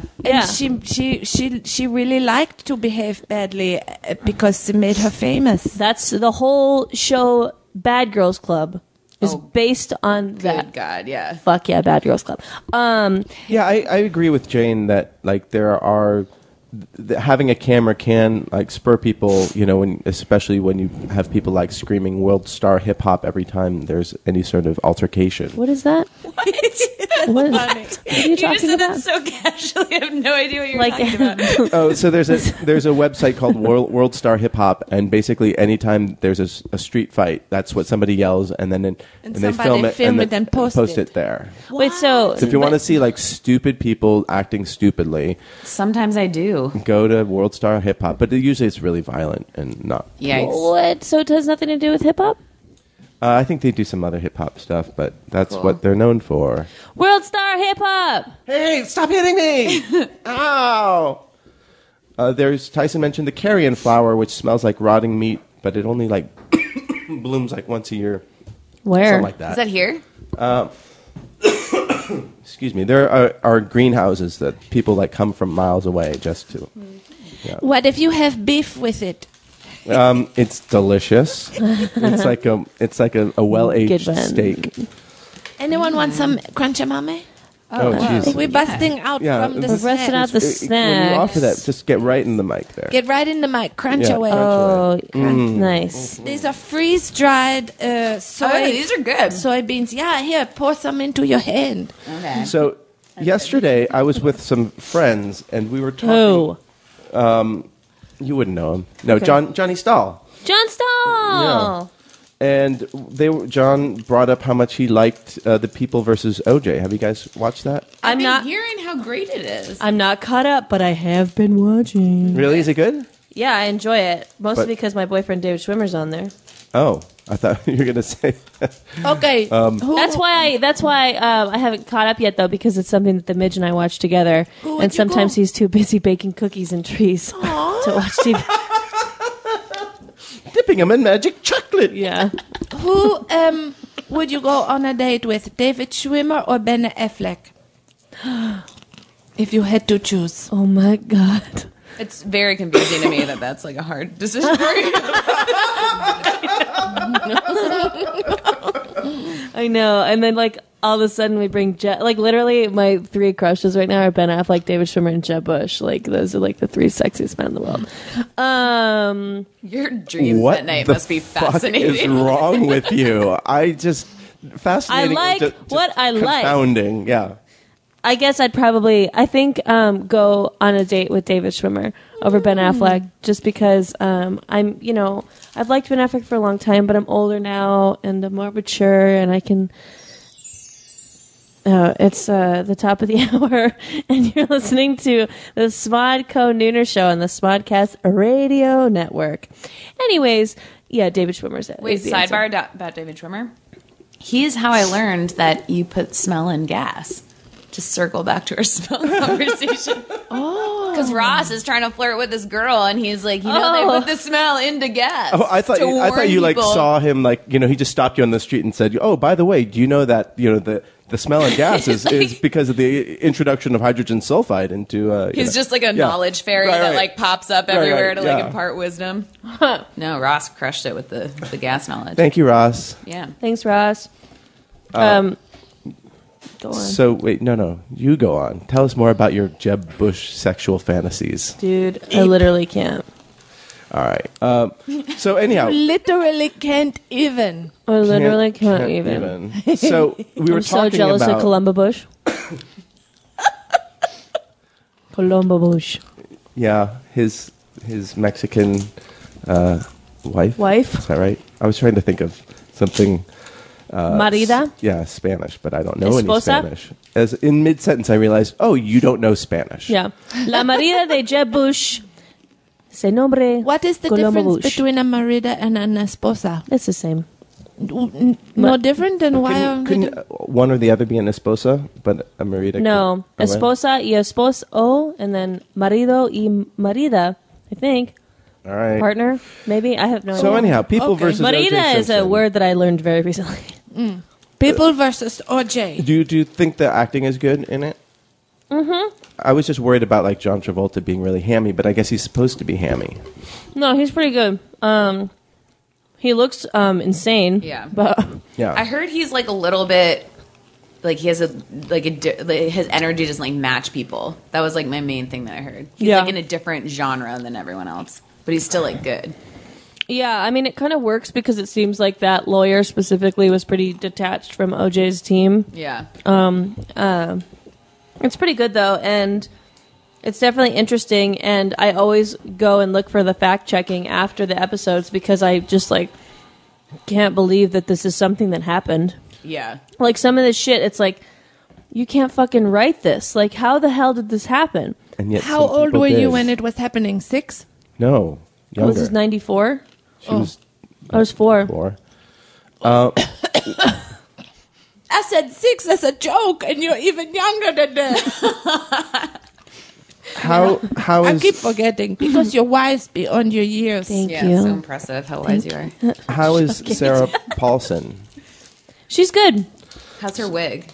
Speaker 2: Yeah. Yeah.
Speaker 6: And she she she she really liked to behave badly uh, because it made her famous.
Speaker 2: That's the whole show. Bad Girls Club is
Speaker 5: Oh.
Speaker 2: based on that.
Speaker 5: Good God, yeah.
Speaker 2: Fuck yeah, Bad Girls Club. Um,
Speaker 4: Yeah, I, I agree with Jane that like there are th- th- having a camera can like spur people, you know, when, especially when you have people like screaming world star hip hop every time there's any sort of altercation.
Speaker 2: what is that? What, what are you
Speaker 5: You just
Speaker 2: talking
Speaker 5: said
Speaker 2: about?
Speaker 5: that so casually. I have no idea what you're
Speaker 2: Like-
Speaker 5: talking about.
Speaker 4: Oh, so there's a there's a website called World, World Star Hip Hop, and basically anytime there's a, s- a street fight, that's what somebody yells, and then and, they
Speaker 6: somebody
Speaker 4: film it
Speaker 6: film it
Speaker 4: and
Speaker 6: and post it.
Speaker 4: there.
Speaker 2: Wait, so
Speaker 4: So if you want to see like stupid people acting stupidly,
Speaker 5: Sometimes I do.
Speaker 4: go to World Star Hip Hop. But usually it's really violent and not.
Speaker 5: Yikes.
Speaker 2: what? So it has nothing to do with hip hop.
Speaker 4: Uh, I think they do some other hip hop stuff, but that's what they're known for.
Speaker 2: World star hip hop.
Speaker 4: Hey, stop hitting me! Ow! Uh, there's Tyson mentioned the carrion flower, which smells like rotting meat, but it only like blooms like once a year,
Speaker 2: Where?
Speaker 4: something like that.
Speaker 5: Is that here?
Speaker 4: Excuse me. There are, are greenhouses that people like come from miles away just to.
Speaker 6: What if you have beef with it?
Speaker 4: Um, it's delicious. it's like a it's like a, a well aged
Speaker 2: Good one.
Speaker 4: steak.
Speaker 6: Anyone want some crunchumame?
Speaker 4: Oh jeez.
Speaker 6: We're busting out
Speaker 4: Yeah.
Speaker 6: from
Speaker 4: We're
Speaker 6: the
Speaker 4: busting
Speaker 2: Busting out
Speaker 6: snack.
Speaker 2: the
Speaker 4: It- it- When you
Speaker 2: snack.
Speaker 4: offer that, uh, just get right in the mic there.
Speaker 6: Get right into my crunch
Speaker 4: Yeah,
Speaker 6: away.
Speaker 4: crunch.
Speaker 2: Oh,
Speaker 4: mm.
Speaker 2: nice.
Speaker 6: These are freeze dried uh, soy.
Speaker 5: Oh, these are good.
Speaker 6: Soybeans. Yeah, here, pour some into your hand.
Speaker 5: Okay.
Speaker 4: so yesterday I was with some friends and we were talking.
Speaker 2: Who?
Speaker 4: You wouldn't know him. No, John Johnny Stahl.
Speaker 2: John Oh. Stahl.
Speaker 4: And they were, John brought up how much he liked uh, the People versus OJ. Have you guys watched that?
Speaker 2: I'm not.
Speaker 5: hearing how great it is.
Speaker 2: I'm not caught up, but I have been watching.
Speaker 4: Really? Is it good?
Speaker 2: Yeah, I enjoy it mostly
Speaker 4: But-
Speaker 2: because my boyfriend David Schwimmer's on there.
Speaker 4: Oh, I thought you were gonna say.
Speaker 6: Okay.
Speaker 4: Um,
Speaker 6: who,
Speaker 2: That's why. I, that's why um, I haven't caught up yet, though, because it's something that the midge and I watch together.
Speaker 6: Who would
Speaker 2: and
Speaker 6: you
Speaker 2: sometimes
Speaker 6: go?
Speaker 2: he's too busy baking cookies and trees to watch TV.
Speaker 4: dipping them in magic chocolate.
Speaker 2: yeah,
Speaker 6: who um, would you go on a date with, David Schwimmer or Ben Affleck? if you had to choose.
Speaker 2: Oh my god.
Speaker 5: It's very confusing to me that that's like a hard decision for you.
Speaker 2: I know. And then like all of a sudden we bring Je- like literally my three crushes right now are Ben Affleck, David Schwimmer, and Jeb Bush. Like those are like the three sexiest men in the world. Um,
Speaker 5: Your dreams
Speaker 4: what
Speaker 5: at night
Speaker 4: the
Speaker 5: must be
Speaker 4: fuck is
Speaker 5: fascinating.
Speaker 4: wrong with you? I just
Speaker 2: I
Speaker 4: fascinating.
Speaker 2: like
Speaker 4: ju- just
Speaker 2: what I like.
Speaker 4: Confounding. Yeah.
Speaker 2: I guess I'd probably I think um, go on a date with David Schwimmer over Ben
Speaker 5: Hmm.
Speaker 2: Affleck just because um, I'm you know I've liked Ben Affleck for a long time, but I'm older now and I'm more mature and I can. Oh, it's uh, the top of the hour, and you're listening to the Smodco Nooner Show on the Smodcast Radio Network. Anyways, yeah, David Schwimmer's it.
Speaker 5: Wait,
Speaker 2: is the answer.
Speaker 5: sidebar da- about David Schwimmer. He is how I learned that you put smell in gas. Just circle back to our smell conversation. oh, because Ross is trying to flirt with this girl, and he's like, you know,
Speaker 2: Oh.
Speaker 5: they put the smell into gas.
Speaker 4: Oh, I thought
Speaker 5: to
Speaker 4: you, I
Speaker 5: warn
Speaker 4: thought you like
Speaker 5: people.
Speaker 4: saw him like you know he just stopped you on the street and said oh by the way do you know that you know the the smell of gas is, is because of the introduction of hydrogen sulfide into uh, you know-
Speaker 5: He's just like a
Speaker 4: Yeah.
Speaker 5: knowledge fairy
Speaker 4: Right,
Speaker 5: that
Speaker 4: right.
Speaker 5: like pops up
Speaker 4: Right,
Speaker 5: everywhere
Speaker 4: right,
Speaker 5: to like
Speaker 4: yeah.
Speaker 5: impart wisdom. no, Ross crushed it with the the gas knowledge.
Speaker 4: Thank you, Ross.
Speaker 5: yeah.
Speaker 2: Thanks, Ross. Um, go on.
Speaker 4: So wait, no, no, you go on. Tell us more about your Jeb Bush sexual fantasies.
Speaker 2: Dude, I literally can't.
Speaker 4: All right. Um, so anyhow,
Speaker 6: Literally can't even.
Speaker 2: I literally can't,
Speaker 4: can't
Speaker 2: even.
Speaker 4: even. So we were
Speaker 2: I'm so
Speaker 4: talking
Speaker 2: jealous
Speaker 4: about
Speaker 2: of Columba Bush. Columba Bush.
Speaker 4: yeah his his Mexican uh, wife. Is
Speaker 2: Wife,
Speaker 4: that right? I was trying to think of something. Uh,
Speaker 2: Marida.
Speaker 4: Yeah, Spanish, but I don't know any
Speaker 2: Esposa?
Speaker 4: Spanish. As in mid sentence, I realized, oh, you don't know Spanish.
Speaker 2: Yeah. La Marida de Jeb Bush. Se nombre.
Speaker 6: What is the
Speaker 2: Columba
Speaker 6: difference
Speaker 2: Bush.
Speaker 6: between a marida and an esposa?
Speaker 2: It's the same.
Speaker 6: N- No different than why
Speaker 4: Couldn't,
Speaker 6: I'm
Speaker 4: couldn't uh, one or the other be an esposa, but a marida?
Speaker 2: No.
Speaker 4: could-
Speaker 2: Esposa y esposo, and then marido y marida, I think.
Speaker 4: All right.
Speaker 2: Partner, maybe? I have no
Speaker 4: So
Speaker 2: idea.
Speaker 4: anyhow, people
Speaker 6: Okay.
Speaker 4: versus
Speaker 2: Marida
Speaker 4: O.J.
Speaker 2: is a
Speaker 4: Simpson.
Speaker 2: word that I learned very recently.
Speaker 6: people versus OJ.
Speaker 4: Do you, do you think the acting is good in it? Mm-hmm. I was just worried about like John Travolta being really hammy, but I guess he's supposed to be hammy.
Speaker 2: No, he's pretty good. Um, he looks um insane.
Speaker 5: Yeah.
Speaker 2: but
Speaker 4: Yeah.
Speaker 5: I heard he's like a little bit like he has a like a di- like, his energy doesn't like match people. That was like my main thing that I heard. He's
Speaker 2: Yeah.
Speaker 5: like in a different genre than everyone else, but he's still like good.
Speaker 2: Yeah, I mean, it kind of works because it seems like that lawyer specifically was pretty detached from OJ's team.
Speaker 5: Yeah.
Speaker 2: It's pretty good though, and it's definitely interesting. And I always go and look for the fact checking after the episodes because I just like can't believe that this is something that happened.
Speaker 5: Yeah.
Speaker 2: Like some of this shit, it's like you can't fucking write this. Like, how the hell did this happen?
Speaker 4: And yet,
Speaker 6: How
Speaker 4: some
Speaker 6: old
Speaker 4: people
Speaker 6: were you
Speaker 4: did.
Speaker 6: when it was happening? Six?
Speaker 4: No, younger.
Speaker 2: Oh, This is ninety four.
Speaker 4: She was
Speaker 2: I was four.
Speaker 4: four.
Speaker 6: I said six as a joke, and you're even younger than that.
Speaker 4: How how
Speaker 6: I
Speaker 4: is
Speaker 6: keep forgetting because your wife's beyond your years.
Speaker 2: Thank
Speaker 5: Yeah.
Speaker 2: you.
Speaker 5: So impressive how wise you are.
Speaker 4: how is Sarah Paulson?
Speaker 2: She's good.
Speaker 5: How's her wig?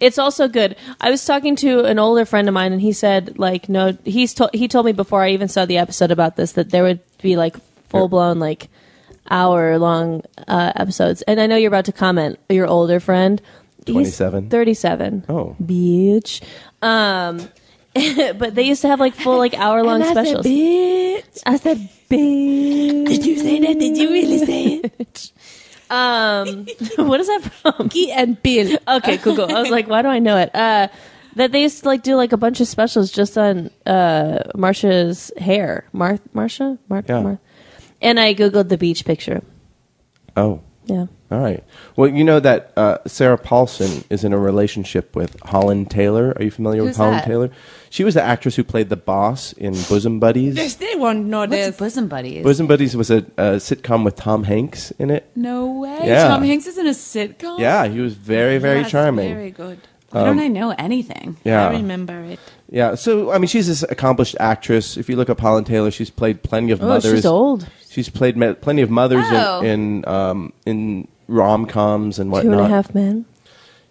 Speaker 2: It's also good. I was talking to an older friend of mine, and he said, like, no, he's to- he told me before I even saw the episode about this that there would be like full blown like hour long uh, episodes. And I know you're about to comment. Your older friend, He's
Speaker 4: 27?
Speaker 2: 37.
Speaker 4: Oh.
Speaker 2: bitch. Um, but they used to have like full like hour long
Speaker 6: And I said,
Speaker 2: specials.
Speaker 6: bitch.
Speaker 2: I said, bitch.
Speaker 6: Did you say that? Did you really say it?
Speaker 2: Um, what is that from?
Speaker 6: Key and Bill.
Speaker 2: Okay, cool, cool. I was like, why do I know it? Uh, that they used to like do like a bunch of specials just on uh, Marsha's hair. Mar- Marsha? Mar-
Speaker 4: Yeah.
Speaker 2: Mar- and I googled the beach picture.
Speaker 4: Oh,
Speaker 2: Yeah.
Speaker 4: all right. Well, you know that uh, Sarah Paulson is in a relationship with Holland Taylor. Are you familiar with
Speaker 5: Who's
Speaker 4: Holland
Speaker 5: that?
Speaker 4: Taylor? She was the actress who played the boss in Bosom Buddies.
Speaker 6: They won't know
Speaker 5: What's
Speaker 6: this.
Speaker 5: bosom buddies?
Speaker 4: Bosom Buddies was a, a sitcom with Tom Hanks in it.
Speaker 5: no way.
Speaker 4: Yeah.
Speaker 5: Tom Hanks is in a sitcom.
Speaker 4: Yeah, he was very, very
Speaker 6: That's
Speaker 4: charming.
Speaker 6: Very good.
Speaker 5: Why don't I know anything?
Speaker 6: I
Speaker 4: Um, yeah,
Speaker 6: remember it.
Speaker 4: yeah. So I mean, she's this accomplished actress. If you look up Holland Taylor, she's played plenty of
Speaker 2: Oh,
Speaker 4: mothers.
Speaker 2: she's old.
Speaker 4: She's played ma- plenty of mothers
Speaker 5: Oh.
Speaker 4: in in, um, in rom coms and
Speaker 2: Two
Speaker 4: whatnot.
Speaker 2: and a half men.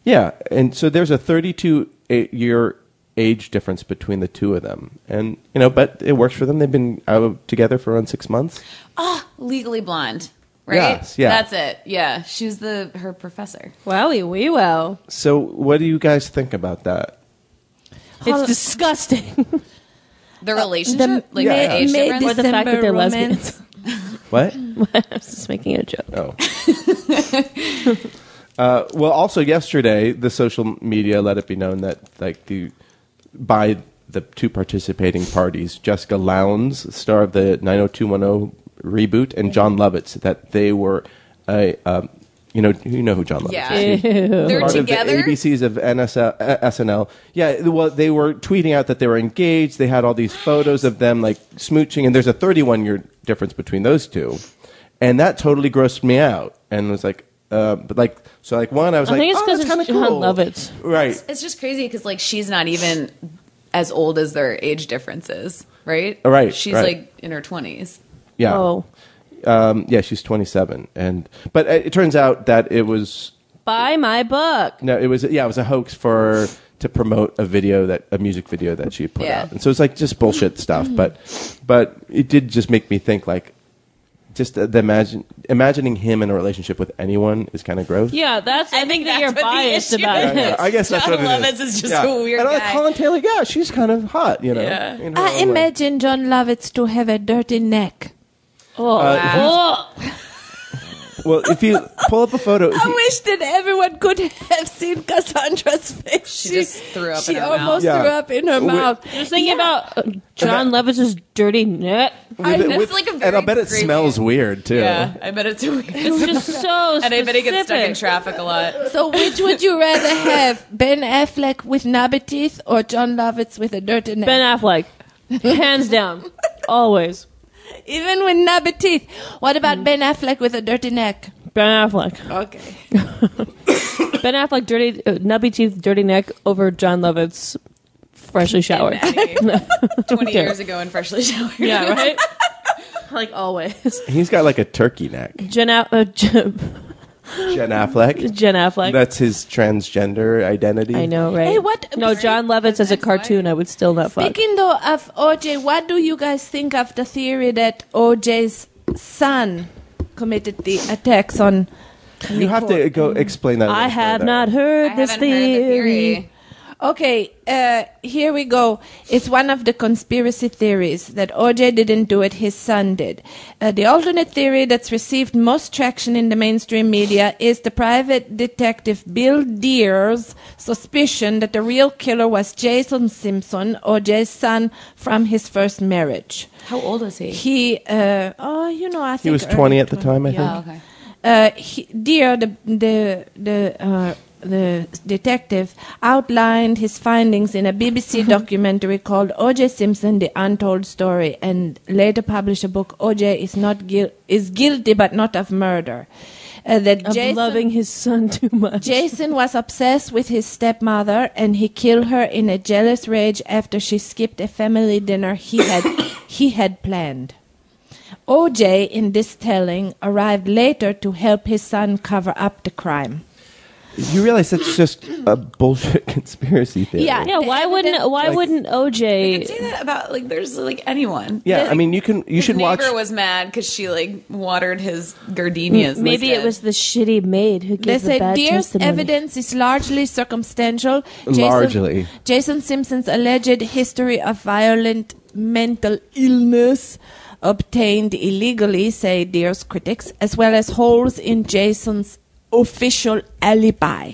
Speaker 4: Yeah, and so there's a 32 a- year age difference between the two of them, and you know, but it works for them. They've been out together for around six months.
Speaker 5: Ah, Legally Blonde, right?
Speaker 4: Yes, yeah.
Speaker 5: That's it. Yeah, she was the her professor.
Speaker 2: Wowie wee wow.
Speaker 4: So, what do you guys think about that?
Speaker 2: It's disgusting.
Speaker 5: The relationship, like
Speaker 4: Yeah,
Speaker 5: the
Speaker 4: yeah.
Speaker 5: age
Speaker 6: May-
Speaker 5: difference?
Speaker 2: Or the fact that
Speaker 6: December
Speaker 2: they're
Speaker 6: romance.
Speaker 2: lesbians.
Speaker 4: What?
Speaker 2: I was just making a joke.
Speaker 4: Oh. uh, well, also yesterday, the social media let it be known that like the by the two participating parties, Jessica Lowndes, star of the 90210 reboot, and John Lovitz, that they were a um, you know you know who John Lovitz
Speaker 5: Yeah.
Speaker 4: is.
Speaker 5: They're
Speaker 4: part
Speaker 5: together.
Speaker 4: of the ABCs of NSL, uh, SNL. Yeah, th- well, they were tweeting out that they were engaged. They had all these photos of them like smooching, and there's a 31 year difference between those two, and that totally grossed me out. And was like, uh, but like, so like one, I was
Speaker 2: I
Speaker 4: like,
Speaker 2: think it's
Speaker 4: oh,
Speaker 2: 'cause
Speaker 4: that's
Speaker 2: it's
Speaker 4: kind of
Speaker 2: John
Speaker 4: cool.
Speaker 2: Lovitz.
Speaker 4: right?
Speaker 5: It's just crazy because like she's not even as old as their age differences, right?
Speaker 4: Oh, Right,
Speaker 5: She's
Speaker 4: right.
Speaker 5: like in her twenties.
Speaker 4: Yeah.
Speaker 2: Oh.
Speaker 4: Um, yeah, she's 27, and but it, it turns out that it was
Speaker 2: Buy my book.
Speaker 4: No, it was yeah, it was a hoax for to promote a video that a music video that she put
Speaker 5: Yeah. Mm-hmm.
Speaker 4: out, and so it's like just bullshit stuff. But but it did just make me think like just the, the imagine imagining him in a relationship with anyone is kind of gross.
Speaker 2: Yeah, that's. I, think, that
Speaker 5: that's
Speaker 2: you're
Speaker 5: what the
Speaker 2: biased
Speaker 5: issue
Speaker 2: about
Speaker 5: is.
Speaker 2: it.
Speaker 4: Yeah, I guess that's
Speaker 5: John
Speaker 4: what it
Speaker 5: Lovitz is just
Speaker 4: Yeah.
Speaker 5: a weird
Speaker 4: and I like
Speaker 5: guy.
Speaker 4: Colin Taylor. Yeah, she's kind of hot, you know.
Speaker 5: Yeah. Ah,
Speaker 4: in her
Speaker 6: I
Speaker 4: own way.
Speaker 6: imagine John Lovitz to have a dirty neck.
Speaker 2: Oh, wow. Oh.
Speaker 4: uh, Well, if you pull up a photo,
Speaker 6: I wish that everyone could have seen Cassandra's face. She,
Speaker 5: just threw up
Speaker 6: She
Speaker 5: in her mouth.
Speaker 6: almost
Speaker 4: Yeah.
Speaker 6: threw up in her
Speaker 4: Wi-
Speaker 6: mouth.
Speaker 2: Just thinking about uh, John Levitz's dirty neck.
Speaker 6: I-
Speaker 4: with,
Speaker 6: that's
Speaker 4: with-
Speaker 5: like a
Speaker 4: and
Speaker 5: very
Speaker 4: I bet it
Speaker 5: creepy-
Speaker 4: smells weird too.
Speaker 5: Yeah, I bet it's weird.
Speaker 2: It was just so
Speaker 5: and I bet he gets stuck
Speaker 2: specific.
Speaker 5: in traffic a lot.
Speaker 6: So, which would you rather have, Ben Affleck with knobby teeth or John Lovitz with a dirty neck?
Speaker 2: Ben Affleck, hands down, always
Speaker 6: Even with knobby teeth. What about Ben Affleck with a dirty neck?
Speaker 2: Ben Affleck.
Speaker 6: Okay.
Speaker 2: Ben Affleck, dirty uh, nubby teeth, dirty neck over John Lovitz, freshly showered.
Speaker 5: Twenty
Speaker 2: Okay.
Speaker 5: years ago and freshly showered.
Speaker 2: Yeah, right. like always,
Speaker 4: He's got like a turkey neck.
Speaker 2: Jen, Aff- uh, Jen,
Speaker 4: Jen Affleck.
Speaker 2: Jen Affleck.
Speaker 4: That's his transgender identity.
Speaker 2: I know, right?
Speaker 6: Hey, what-
Speaker 2: No, John Lovitz as a cartoon, I would still not fuck.
Speaker 6: Speaking though of OJ, what do you guys think of the theory that OJ's son committed the attacks on?
Speaker 4: You have to go explain that. a
Speaker 2: I
Speaker 4: little
Speaker 2: have
Speaker 4: further.
Speaker 2: not
Speaker 5: I
Speaker 2: heard this
Speaker 5: haven't heard the theory.
Speaker 6: Okay, uh, here we go. It's one of the conspiracy theories that OJ didn't do it, his son did. Uh, the alternate theory that's received most traction in the mainstream media is the private detective Bill Deer's suspicion that the real killer was Jason Simpson, OJ's son, from his first marriage.
Speaker 5: How old is he?
Speaker 6: He, uh, oh, you know, I think
Speaker 4: He was
Speaker 6: early
Speaker 4: 20 at the time, I think.
Speaker 5: Oh, okay.
Speaker 6: uh, he, dear the the the. Uh, the detective outlined his findings in a BBC documentary called O.J. Simpson: The Untold Story, and later published a book. O.J. is not guil- is guilty but not of murder. Uh, that
Speaker 2: Of
Speaker 6: Jason-
Speaker 2: loving his son too much.
Speaker 6: Jason was obsessed with his stepmother and he killed her in a jealous rage after she skipped a family dinner he had he had planned. OJ in this telling arrived later to help his son cover up the crime.
Speaker 4: You realize that's just a bullshit conspiracy theory.
Speaker 2: yeah, why wouldn't why wouldn't
Speaker 5: You can say
Speaker 2: OJ?
Speaker 5: that about like there's like anyone.
Speaker 4: Yeah, I mean, you can you
Speaker 5: His
Speaker 4: should watch.
Speaker 5: neighbor was mad because she like watered his gardenias.
Speaker 2: Maybe it
Speaker 5: instead.
Speaker 2: was the shitty maid who
Speaker 6: They
Speaker 2: gave the
Speaker 6: say
Speaker 2: bad
Speaker 6: Deer's
Speaker 2: testimony.
Speaker 6: evidence is largely circumstantial. Jason-
Speaker 4: Largely.
Speaker 6: Jason Simpson's alleged history of violent mental illness obtained illegally, say Deer's critics, as well as holes in Jason's official alibi.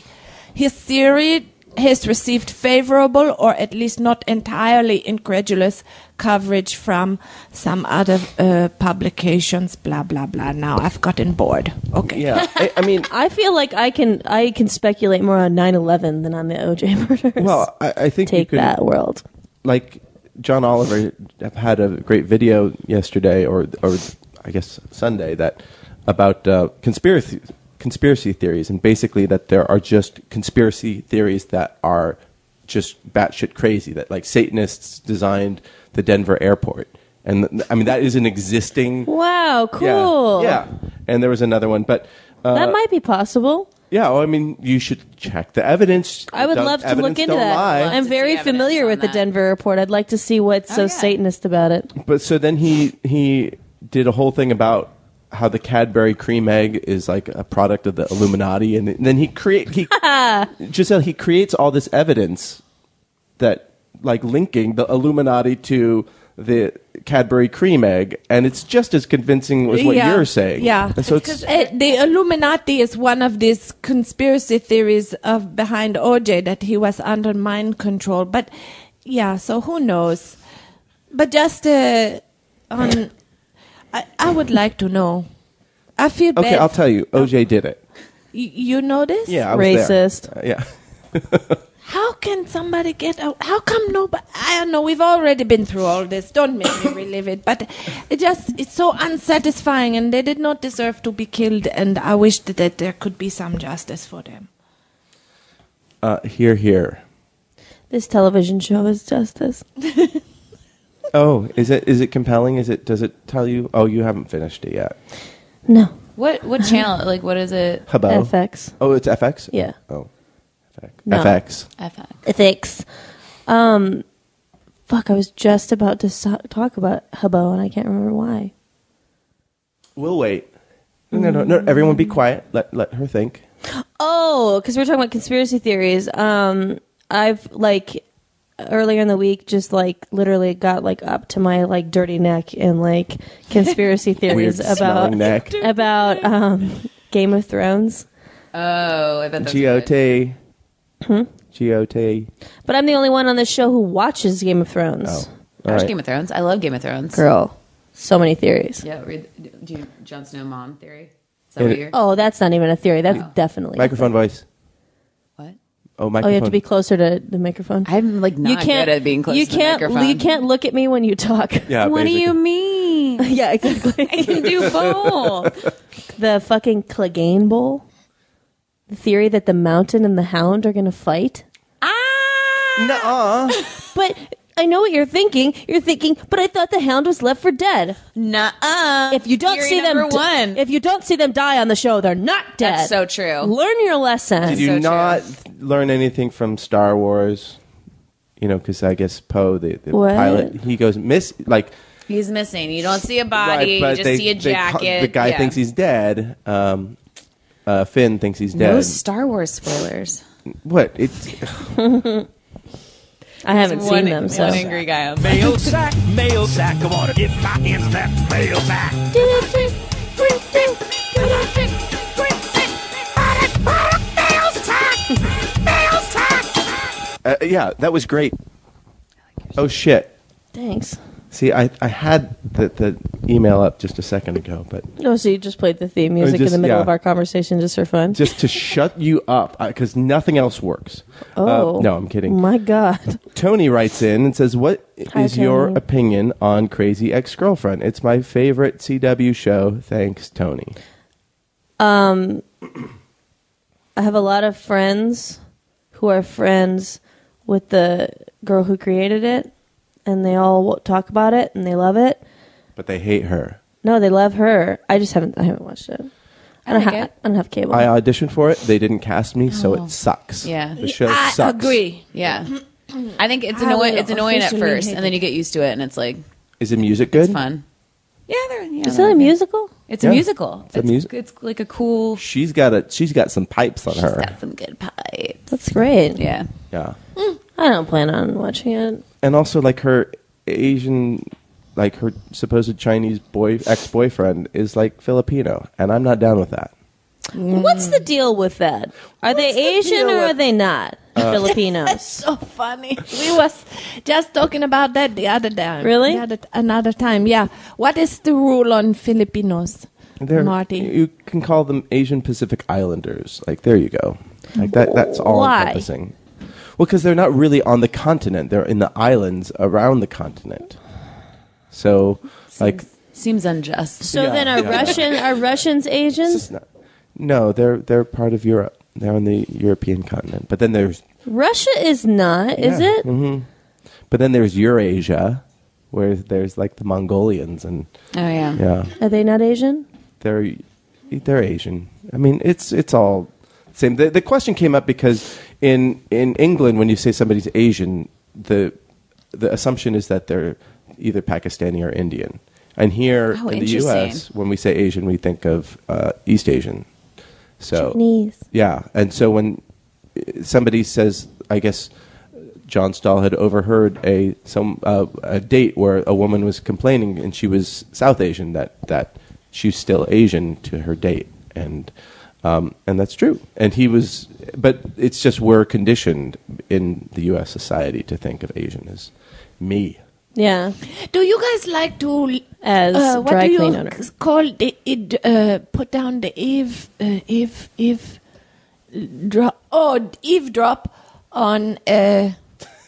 Speaker 6: His theory has received favorable or at least not entirely incredulous coverage from some other uh, publications, blah, blah, blah. Now I've gotten bored. Okay.
Speaker 4: yeah, I, I mean,
Speaker 2: I feel like I can I can speculate more on 9-11 than on the OJ murders.
Speaker 4: well, I, I think you
Speaker 2: take
Speaker 4: could,
Speaker 2: that world.
Speaker 4: like John Oliver had a great video yesterday, or or I guess Sunday, that about uh, conspiracy conspiracy theories, and basically that there are just conspiracy theories that are just batshit crazy. That like Satanists designed the Denver airport, and th- I mean that is an existing.
Speaker 2: Wow,
Speaker 4: Yeah,
Speaker 2: cool.
Speaker 4: Yeah, and there was another one, but. Uh,
Speaker 2: that might be possible.
Speaker 4: yeah, well, I mean, you should check the evidence.
Speaker 2: I would
Speaker 4: Don't-
Speaker 2: love to
Speaker 4: evidence
Speaker 2: look into
Speaker 4: don't
Speaker 2: that.
Speaker 4: lie.
Speaker 2: I'm
Speaker 5: see
Speaker 2: very
Speaker 5: evidence
Speaker 2: familiar
Speaker 5: on
Speaker 2: with the
Speaker 5: that.
Speaker 2: Denver airport. I'd like to see what's so
Speaker 5: yeah.
Speaker 2: Satanist about it.
Speaker 4: But so then he he did a whole thing about how the Cadbury cream egg is like a product of the Illuminati, and then he create he Giselle he creates all this evidence that like linking the Illuminati to the Cadbury cream egg, and it's just as convincing as what
Speaker 6: Yeah.
Speaker 4: you're saying.
Speaker 6: Yeah.
Speaker 4: And so it's,
Speaker 6: Uh, the Illuminati is one of these conspiracy theories of behind OJ that he was under mind control. But yeah, so who knows? But just uh, on, I, I would like to know. I feel
Speaker 4: okay.
Speaker 6: bad.
Speaker 4: I'll tell you, OJ did it.
Speaker 6: you, you know this?
Speaker 4: Yeah, I was there.
Speaker 2: Racist.
Speaker 4: Uh, yeah.
Speaker 6: How can somebody get out? How come nobody? I don't know. We've already been through all this. Don't make me relive it. But it just, it's so unsatisfying and they did not deserve to be killed. And I wish that, that there could be some justice for them.
Speaker 4: Uh, here, here.
Speaker 2: This television show is justice.
Speaker 4: Oh, is it is it compelling? Is it does it tell you? Oh, you haven't finished it yet.
Speaker 2: No.
Speaker 5: what what channel? Like what is it?
Speaker 4: Hubbo.
Speaker 2: FX.
Speaker 4: Oh, it's FX.
Speaker 2: Yeah.
Speaker 4: Oh, FX.
Speaker 2: No.
Speaker 4: FX.
Speaker 5: FX.
Speaker 2: Ethics. Um, fuck, I was just about to so- talk about Hubbo and I can't remember why.
Speaker 4: We'll wait. No, no, no. Everyone, be quiet. Let let her think.
Speaker 2: Oh, because we're talking about conspiracy theories. Um, I've like earlier in the week just like literally got like up to my like dirty neck and like conspiracy
Speaker 4: Weird
Speaker 2: theories about
Speaker 4: smelling neck.
Speaker 2: about um Game of Thrones.
Speaker 5: Oh, I bet that's
Speaker 4: GOT.
Speaker 5: good.
Speaker 4: GOT.
Speaker 2: But I'm the only one on this show who watches Game of Thrones.
Speaker 4: Oh,
Speaker 5: I
Speaker 4: all
Speaker 5: watch
Speaker 4: right.
Speaker 5: Game of Thrones. I love Game of Thrones.
Speaker 2: Girl, so many theories.
Speaker 5: Yeah, read, do you, Jon Snow mom theory. Is that
Speaker 4: And
Speaker 5: what
Speaker 4: it-
Speaker 5: you're?
Speaker 2: Oh, that's not even a theory. That's definitely.
Speaker 4: Microphone voice.
Speaker 5: What?
Speaker 4: Oh,
Speaker 2: Oh,
Speaker 4: microphone.
Speaker 2: you have to be closer to the microphone.
Speaker 5: I'm like not good at being close
Speaker 2: you
Speaker 5: to the
Speaker 2: can't,
Speaker 5: microphone.
Speaker 2: You can't look at me when you talk.
Speaker 4: Yeah,
Speaker 5: what do
Speaker 4: basically.
Speaker 5: you mean?
Speaker 2: yeah, exactly.
Speaker 5: I can do both.
Speaker 2: the fucking Clegane Bowl. The theory that the mountain and the hound are going to fight.
Speaker 5: ah!
Speaker 4: Nuh-uh.
Speaker 2: But I know what you're thinking. You're thinking, but I thought the hound was left for dead.
Speaker 5: Nuh-uh.
Speaker 2: If you don't
Speaker 5: Theory
Speaker 2: see them,
Speaker 5: number
Speaker 2: di-
Speaker 5: one.
Speaker 2: if you don't see them die on the show, they're not dead.
Speaker 5: That's so true.
Speaker 2: Learn your lesson.
Speaker 4: Did you
Speaker 5: so true.
Speaker 4: not learn anything from Star Wars? You know, because I guess Poe, the, the
Speaker 2: What?
Speaker 4: pilot, he goes miss like
Speaker 5: He's missing. You don't see a
Speaker 4: right,
Speaker 5: body.
Speaker 4: but
Speaker 5: you just
Speaker 4: they-
Speaker 5: see a
Speaker 4: they ca-
Speaker 5: jacket.
Speaker 4: the guy
Speaker 5: Yeah.
Speaker 4: thinks he's dead. Um, uh, Finn thinks he's dead.
Speaker 5: No Star Wars spoilers.
Speaker 4: What? It's
Speaker 2: I haven't seen
Speaker 5: one,
Speaker 2: them, so.
Speaker 5: one angry guy on the
Speaker 3: Mail sack, mail sack, come on, get my hands that mail sack.
Speaker 4: Uh, yeah, that was great. Oh shit!
Speaker 2: Thanks.
Speaker 4: See, I, I had the, the email up just a second ago, but
Speaker 2: No, Oh, so you just played the theme music
Speaker 4: Oh, just-
Speaker 2: in the middle
Speaker 4: yeah.
Speaker 2: of our conversation just for fun?
Speaker 4: just to shut you up because nothing else works. Uh,
Speaker 2: oh.
Speaker 4: no, I'm kidding.
Speaker 2: My God.
Speaker 4: Tony writes in and says, "What is
Speaker 2: Hi,
Speaker 4: your
Speaker 2: Tony.
Speaker 4: opinion on Crazy Ex-Girlfriend? It's my favorite CW show. Thanks, Tony."
Speaker 2: Um, I have a lot of friends who are friends with the girl who created it, and they all wa- talk about it and they love it.
Speaker 4: But they hate her.
Speaker 2: No, they love her. I just haven't. I haven't watched it. I don't,
Speaker 5: like
Speaker 2: ha-
Speaker 5: it.
Speaker 2: I don't have cable.
Speaker 4: I uh, auditioned for it. They didn't cast me, so
Speaker 2: Oh.
Speaker 4: it sucks.
Speaker 5: Yeah.
Speaker 4: the show sucks.
Speaker 5: Yeah. I think it's
Speaker 6: I
Speaker 5: annoying.
Speaker 6: will
Speaker 5: It's annoying at
Speaker 6: officially
Speaker 5: first,
Speaker 6: hate
Speaker 5: and then you get used to it, and it's like
Speaker 4: Is the music good?
Speaker 5: fun. Yeah, they're, yeah
Speaker 2: Is it a musical?
Speaker 5: It's
Speaker 4: Yeah.
Speaker 5: a musical.
Speaker 4: It's a music-
Speaker 5: It's like a cool.
Speaker 4: She's got a she's got some pipes on her.
Speaker 5: She's got some good pipes.
Speaker 2: That's great.
Speaker 5: Yeah.
Speaker 4: yeah.
Speaker 2: I don't plan on watching it.
Speaker 4: and also like her Asian, like her supposed Chinese boy ex boyfriend is like Filipino, and I'm not down with that.
Speaker 2: What's the deal with that? Are they Asian or are they not? Filipinos.
Speaker 6: so funny. We was just talking about that the other time.
Speaker 2: Really?
Speaker 6: The other, another time, yeah. What is the rule on Filipinos,
Speaker 4: They're,
Speaker 6: Marty?
Speaker 4: you can call them Asian Pacific Islanders. Like there you go. Like that. That's all
Speaker 2: Why?
Speaker 4: encompassing. Well, because they're not really on the continent; they're in the islands around the continent. So, like,
Speaker 5: Seems unjust.
Speaker 2: So
Speaker 4: Yeah,
Speaker 2: then, are
Speaker 4: yeah.
Speaker 2: Russian are Russians Asians?
Speaker 4: it's not- no, they're they're part of Europe. They're on the European continent, but then there's
Speaker 2: Russia is not, is
Speaker 4: Yeah. Mm-hmm.
Speaker 2: it?
Speaker 4: but then there's Eurasia, where there's like the Mongolians and
Speaker 5: Oh yeah.
Speaker 4: yeah.
Speaker 2: Are they not Asian?
Speaker 4: they're they're Asian. I mean, it's it's all same. The, the question came up because in in England, when you say somebody's Asian, the the assumption is that they're either Pakistani or Indian. And here
Speaker 5: Oh,
Speaker 4: in the
Speaker 5: interesting.
Speaker 4: U.S., when we say Asian, we think of uh, East Asian. So
Speaker 2: Chinese.
Speaker 4: yeah, and so when uh, somebody says, I guess John Stahl had overheard a some uh, a date where a woman was complaining, and she was South Asian that that she's still Asian to her date, and um, and that's true. And he was, but it's just we're conditioned in the U.S. society to think of Asian as me.
Speaker 2: Yeah.
Speaker 6: Do you guys like to
Speaker 2: As
Speaker 6: uh, what
Speaker 2: dry
Speaker 6: do you
Speaker 2: clean owner.
Speaker 6: c- call the it uh, put down the eve uh, eve eve drop oh eavesdrop on uh,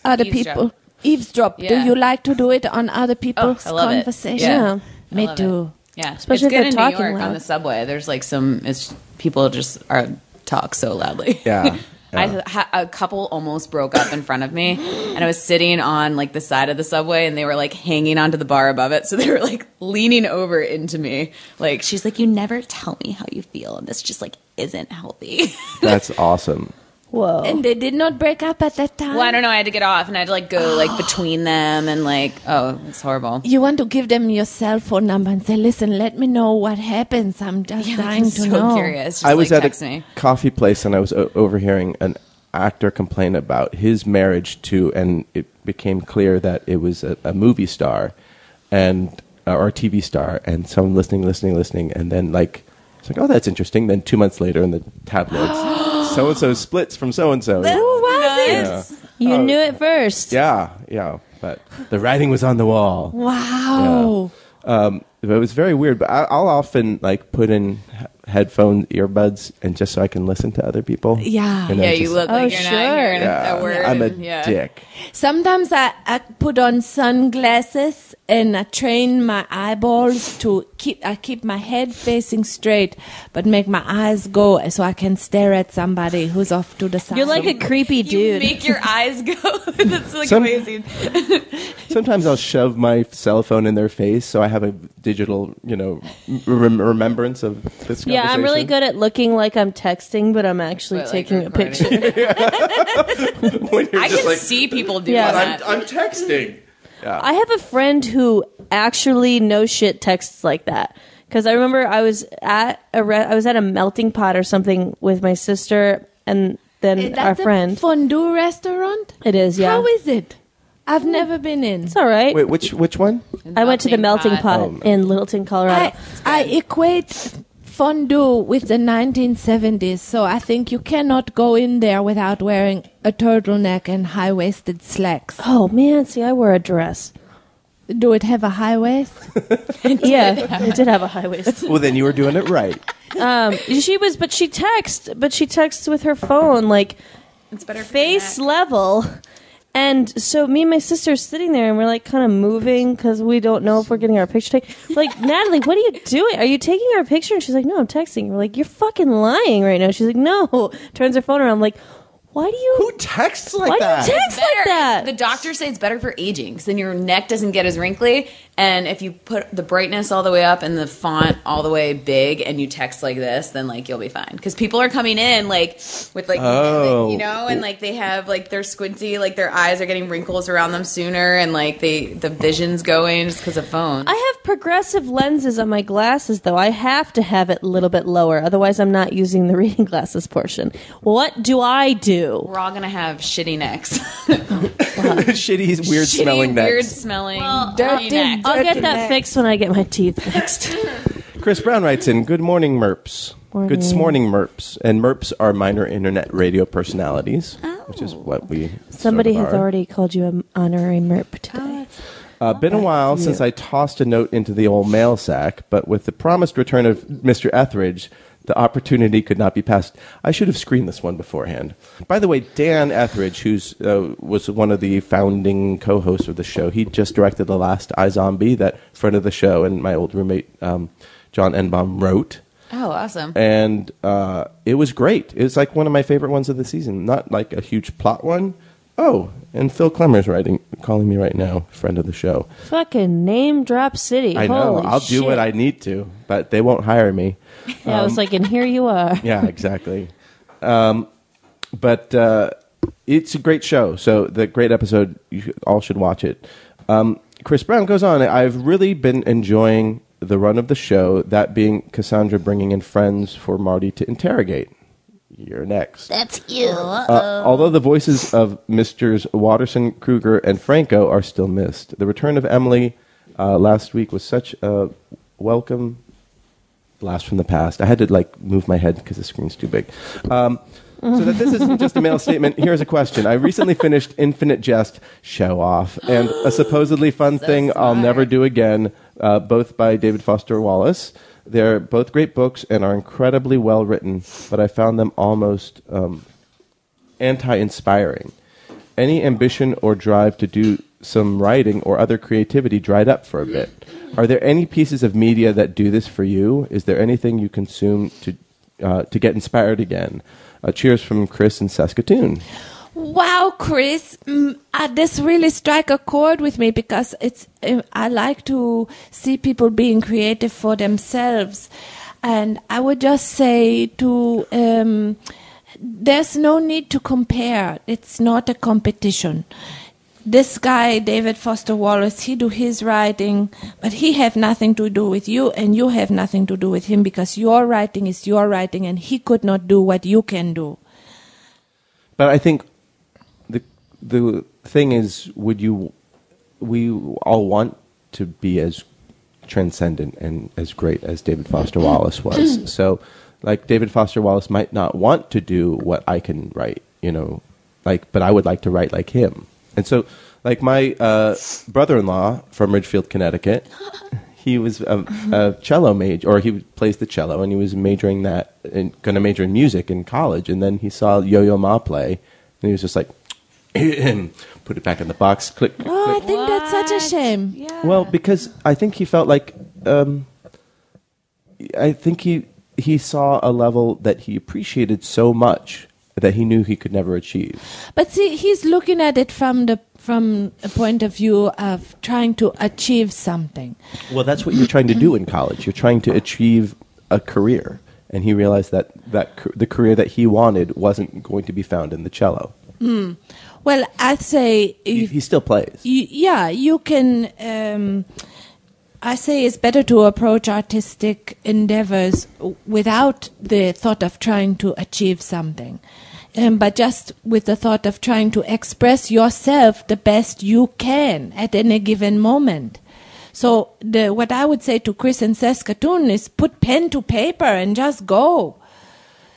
Speaker 6: other
Speaker 5: Eavesdrop.
Speaker 6: people eavesdrop. Do
Speaker 5: Yeah.
Speaker 6: you like to do Oh, it on other people's
Speaker 5: I love it.
Speaker 6: conversation?
Speaker 2: Yeah. Yeah.
Speaker 6: me
Speaker 5: love
Speaker 6: too.
Speaker 5: Yeah.
Speaker 2: Especially if
Speaker 5: it's good
Speaker 2: they're
Speaker 5: in
Speaker 2: talking
Speaker 5: New York
Speaker 2: loud.
Speaker 5: on the subway. There's like some. It's people just are talk so loudly.
Speaker 4: Yeah.
Speaker 5: I ha- a couple almost broke up in front of me, and I was sitting on like the side of the subway, and they were like hanging onto the bar above it, so they were like leaning over into me. Like she's like, "You never tell me how you feel, and this just like isn't healthy."
Speaker 4: That's awesome.
Speaker 2: Whoa.
Speaker 6: And they did not break up at that time.
Speaker 5: well, I don't know. I had to get off, and I had to like go like between them, and like oh, it's horrible.
Speaker 6: you want to give them your cell phone number and say, "Listen, let me know what happens. I'm just
Speaker 5: Yeah, like,
Speaker 6: dying
Speaker 5: I'm
Speaker 6: to
Speaker 5: so
Speaker 6: know."
Speaker 5: curious. Just,
Speaker 4: I was
Speaker 5: like,
Speaker 4: at
Speaker 5: text
Speaker 4: a
Speaker 5: me.
Speaker 4: coffee place and I was o- overhearing an actor complain about his marriage to, and it became clear that it was a, a movie star and uh, or a TV star, and someone listening, listening, listening, and then like. It's like, oh, that's interesting. Then two months later in the tabloids, so and so splits from so and so. Yeah.
Speaker 2: you knew it first.
Speaker 4: Yeah, yeah. But the writing was on the wall.
Speaker 5: Oh.
Speaker 6: Wow.
Speaker 4: Um, but it was very weird. But I, I'll often like put in he- headphones, earbuds, and just so I can listen to other people.
Speaker 6: Yeah.
Speaker 4: And
Speaker 5: Yeah,
Speaker 4: I'm
Speaker 5: you
Speaker 4: just-
Speaker 5: look like
Speaker 2: Oh,
Speaker 5: you're
Speaker 2: sure.
Speaker 5: not hearing
Speaker 4: Yeah,
Speaker 5: a word.
Speaker 4: I'm a
Speaker 5: and- yeah.
Speaker 4: dick.
Speaker 6: Sometimes I, I put on sunglasses and I train my eyeballs to keep I keep my head facing straight, but make my eyes go so I can stare at somebody who's off to the side.
Speaker 2: You're like a creepy
Speaker 5: You
Speaker 2: dude.
Speaker 5: make your eyes go. That's like
Speaker 4: Some-
Speaker 5: amazing.
Speaker 4: Sometimes I'll shove my cell phone in their face so I have a digital, you know, rem- remembrance of this.
Speaker 2: yeah, I'm really
Speaker 4: conversation.
Speaker 2: good at looking like I'm texting, but I'm actually
Speaker 5: But, like,
Speaker 2: taking a
Speaker 5: recording.
Speaker 2: picture.
Speaker 4: When you're
Speaker 5: I
Speaker 4: just
Speaker 5: can
Speaker 4: like,
Speaker 5: see people do
Speaker 2: Yeah.
Speaker 5: that.
Speaker 4: I'm texting.
Speaker 2: I have a friend who actually no shit texts like that. Because I remember I was at a re- I was at a melting pot or something with my sister, and than
Speaker 8: Is that
Speaker 2: our
Speaker 8: the
Speaker 2: friend.
Speaker 8: fondue restaurant?
Speaker 2: it is, yeah. Hmm.
Speaker 8: How is it? I've never been in.
Speaker 2: it's all right.
Speaker 4: Wait, Oh, which which one?
Speaker 2: I went to the melting pot in Littleton, Colorado.
Speaker 8: I, I equate fondue with the 1970s, so I think you cannot go in there without wearing a turtleneck and high waisted slacks.
Speaker 2: oh man, see, I wore a dress.
Speaker 8: Do it have a high waist?
Speaker 2: yeah, it did have a high waist.
Speaker 4: Well, then you were doing it right.
Speaker 2: Um, she was, but she texted, but she texts with her phone like
Speaker 5: It's better for your
Speaker 2: face
Speaker 5: neck.
Speaker 2: level. And so me and my sister are sitting there, and we're like kind of moving because we don't know if we're getting our picture taken. We're Like Natalie, what are you doing? Are you taking our picture? And she's like, No, I'm texting. We're like, You're fucking lying right now. She's like, No. Turns her phone around. I'm like, Why do you?
Speaker 4: Who texts like
Speaker 2: why
Speaker 4: that?
Speaker 2: do you text like
Speaker 5: Better-
Speaker 2: that?
Speaker 5: The doctors say it's better for aging because then your neck doesn't get as wrinkly. And if you put the brightness all the way up and the font all the way big and you text like this, then like you'll be fine. Because people are coming in like with like,
Speaker 4: Oh.
Speaker 5: you know, and like they have like they're squinty, like their eyes are getting wrinkles around them sooner and like they the vision's going just because of phones.
Speaker 2: I have progressive lenses on my glasses, though. I have to have it a little bit lower, otherwise, I'm not using the reading glasses portion. What do I do?
Speaker 5: We're all gonna have shitty necks,
Speaker 4: Shitty, weird
Speaker 5: shitty,
Speaker 4: smelling
Speaker 5: weird
Speaker 4: necks.
Speaker 5: smelling,
Speaker 8: dirty
Speaker 5: dirty necks.
Speaker 8: necks.
Speaker 2: I'll get that fixed when I get my teeth fixed.
Speaker 4: Chris Brown writes in, Good morning, MERPs. Good morning, MERPs. And MERPs are minor internet radio personalities, which is what we.
Speaker 2: Somebody
Speaker 4: sort of
Speaker 2: has
Speaker 4: are.
Speaker 2: already called you an honorary merp today.
Speaker 4: Uh, been a while since I tossed a note into the old mail sack, but with the promised return of Mr. Etheridge, the opportunity could not be passed. I should have screened this one beforehand. By the way, Dan Etheridge, who uh, was one of the founding co hosts of the show, he just directed the last iZombie that friend of the show and my old roommate, um, John Enbaum, wrote
Speaker 5: Oh, awesome!
Speaker 4: and uh, it was great. It was like one of my favorite ones of the season. Not like a huge plot one. Oh, and Phil Klemmer's writing, calling me right now, friend of the show.
Speaker 2: Fucking name drop city.
Speaker 4: I know.
Speaker 2: Holy
Speaker 4: I'll do
Speaker 2: shit.
Speaker 4: what I um, need to, but they won't hire me.
Speaker 2: Yeah, I was like, and here you are.
Speaker 4: Yeah, exactly. um, but uh, it's a great show. So the great episode. You should- all should watch it. Um, Chris Brown goes on. I've really been enjoying the run of the show. That being Cassandra bringing in friends for Marty to interrogate. You're next.
Speaker 9: That's you.
Speaker 4: Uh, although the voices of Misters Watterson, Kruger, and Franco are still missed, the return of Emily uh, last week was such a welcome blast from the past. I had to like move my head because the screen's too big. Um, so that this isn't just a mail statement. Here's a question. I recently finished Infinite Jest Show Off and a supposedly fun thing I'll never do again, uh, both by David Foster Wallace. They're both great books and are incredibly well written, but I found them almost um, anti inspiring. Any ambition or drive to do some writing or other creativity dried up for a bit. Are there any pieces of media that do this for you? Is there anything you consume to, uh, to get inspired again? Uh, cheers from Chris in Saskatoon.
Speaker 6: Wow, Chris, mm, uh, this really strike a chord with me because it's uh, I like to see people being creative for themselves, and I would just say to um, there's no need to compare. It's not a competition. This guy David Foster Wallace, he do his writing, but he have nothing to do with you, and you have nothing to do with him because your writing is your writing, and he could not do what you can do.
Speaker 4: But I think the, the thing is, would you, we all want to be as transcendent and as great as David Foster Wallace was. so, like David Foster Wallace might not want to do what I can write, you know, like, but I would like to write like him. And so, like my uh, brother-in-law from Ridgefield, Connecticut, he was a, a cello major, or he plays the cello, and he was majoring that, going to major in music in college, and then he saw Yo-Yo Ma play, and he was just like. Put it back in the box. Click. click,
Speaker 6: Oh,
Speaker 4: click.
Speaker 6: I think that's such a shame.
Speaker 4: Well, because I think he felt like um, I think he he saw a level that he appreciated so much that he knew he could never achieve.
Speaker 6: But see, he's looking at it from the from a point of view of trying to achieve something.
Speaker 4: Well, that's what you're trying to do in college. You're trying to achieve a career, and he realized that that ca- the career that he wanted wasn't going to be found in the cello.
Speaker 6: Well, I say,
Speaker 4: He,
Speaker 6: if,
Speaker 4: he still plays.
Speaker 6: you, yeah, you can. Um, I say it's better to approach artistic endeavors w- without the thought of trying to achieve something. Um, but just with the thought of trying to express yourself the best you can at any given moment. So the, what I would say to Chris in Saskatoon is put pen to paper and just go.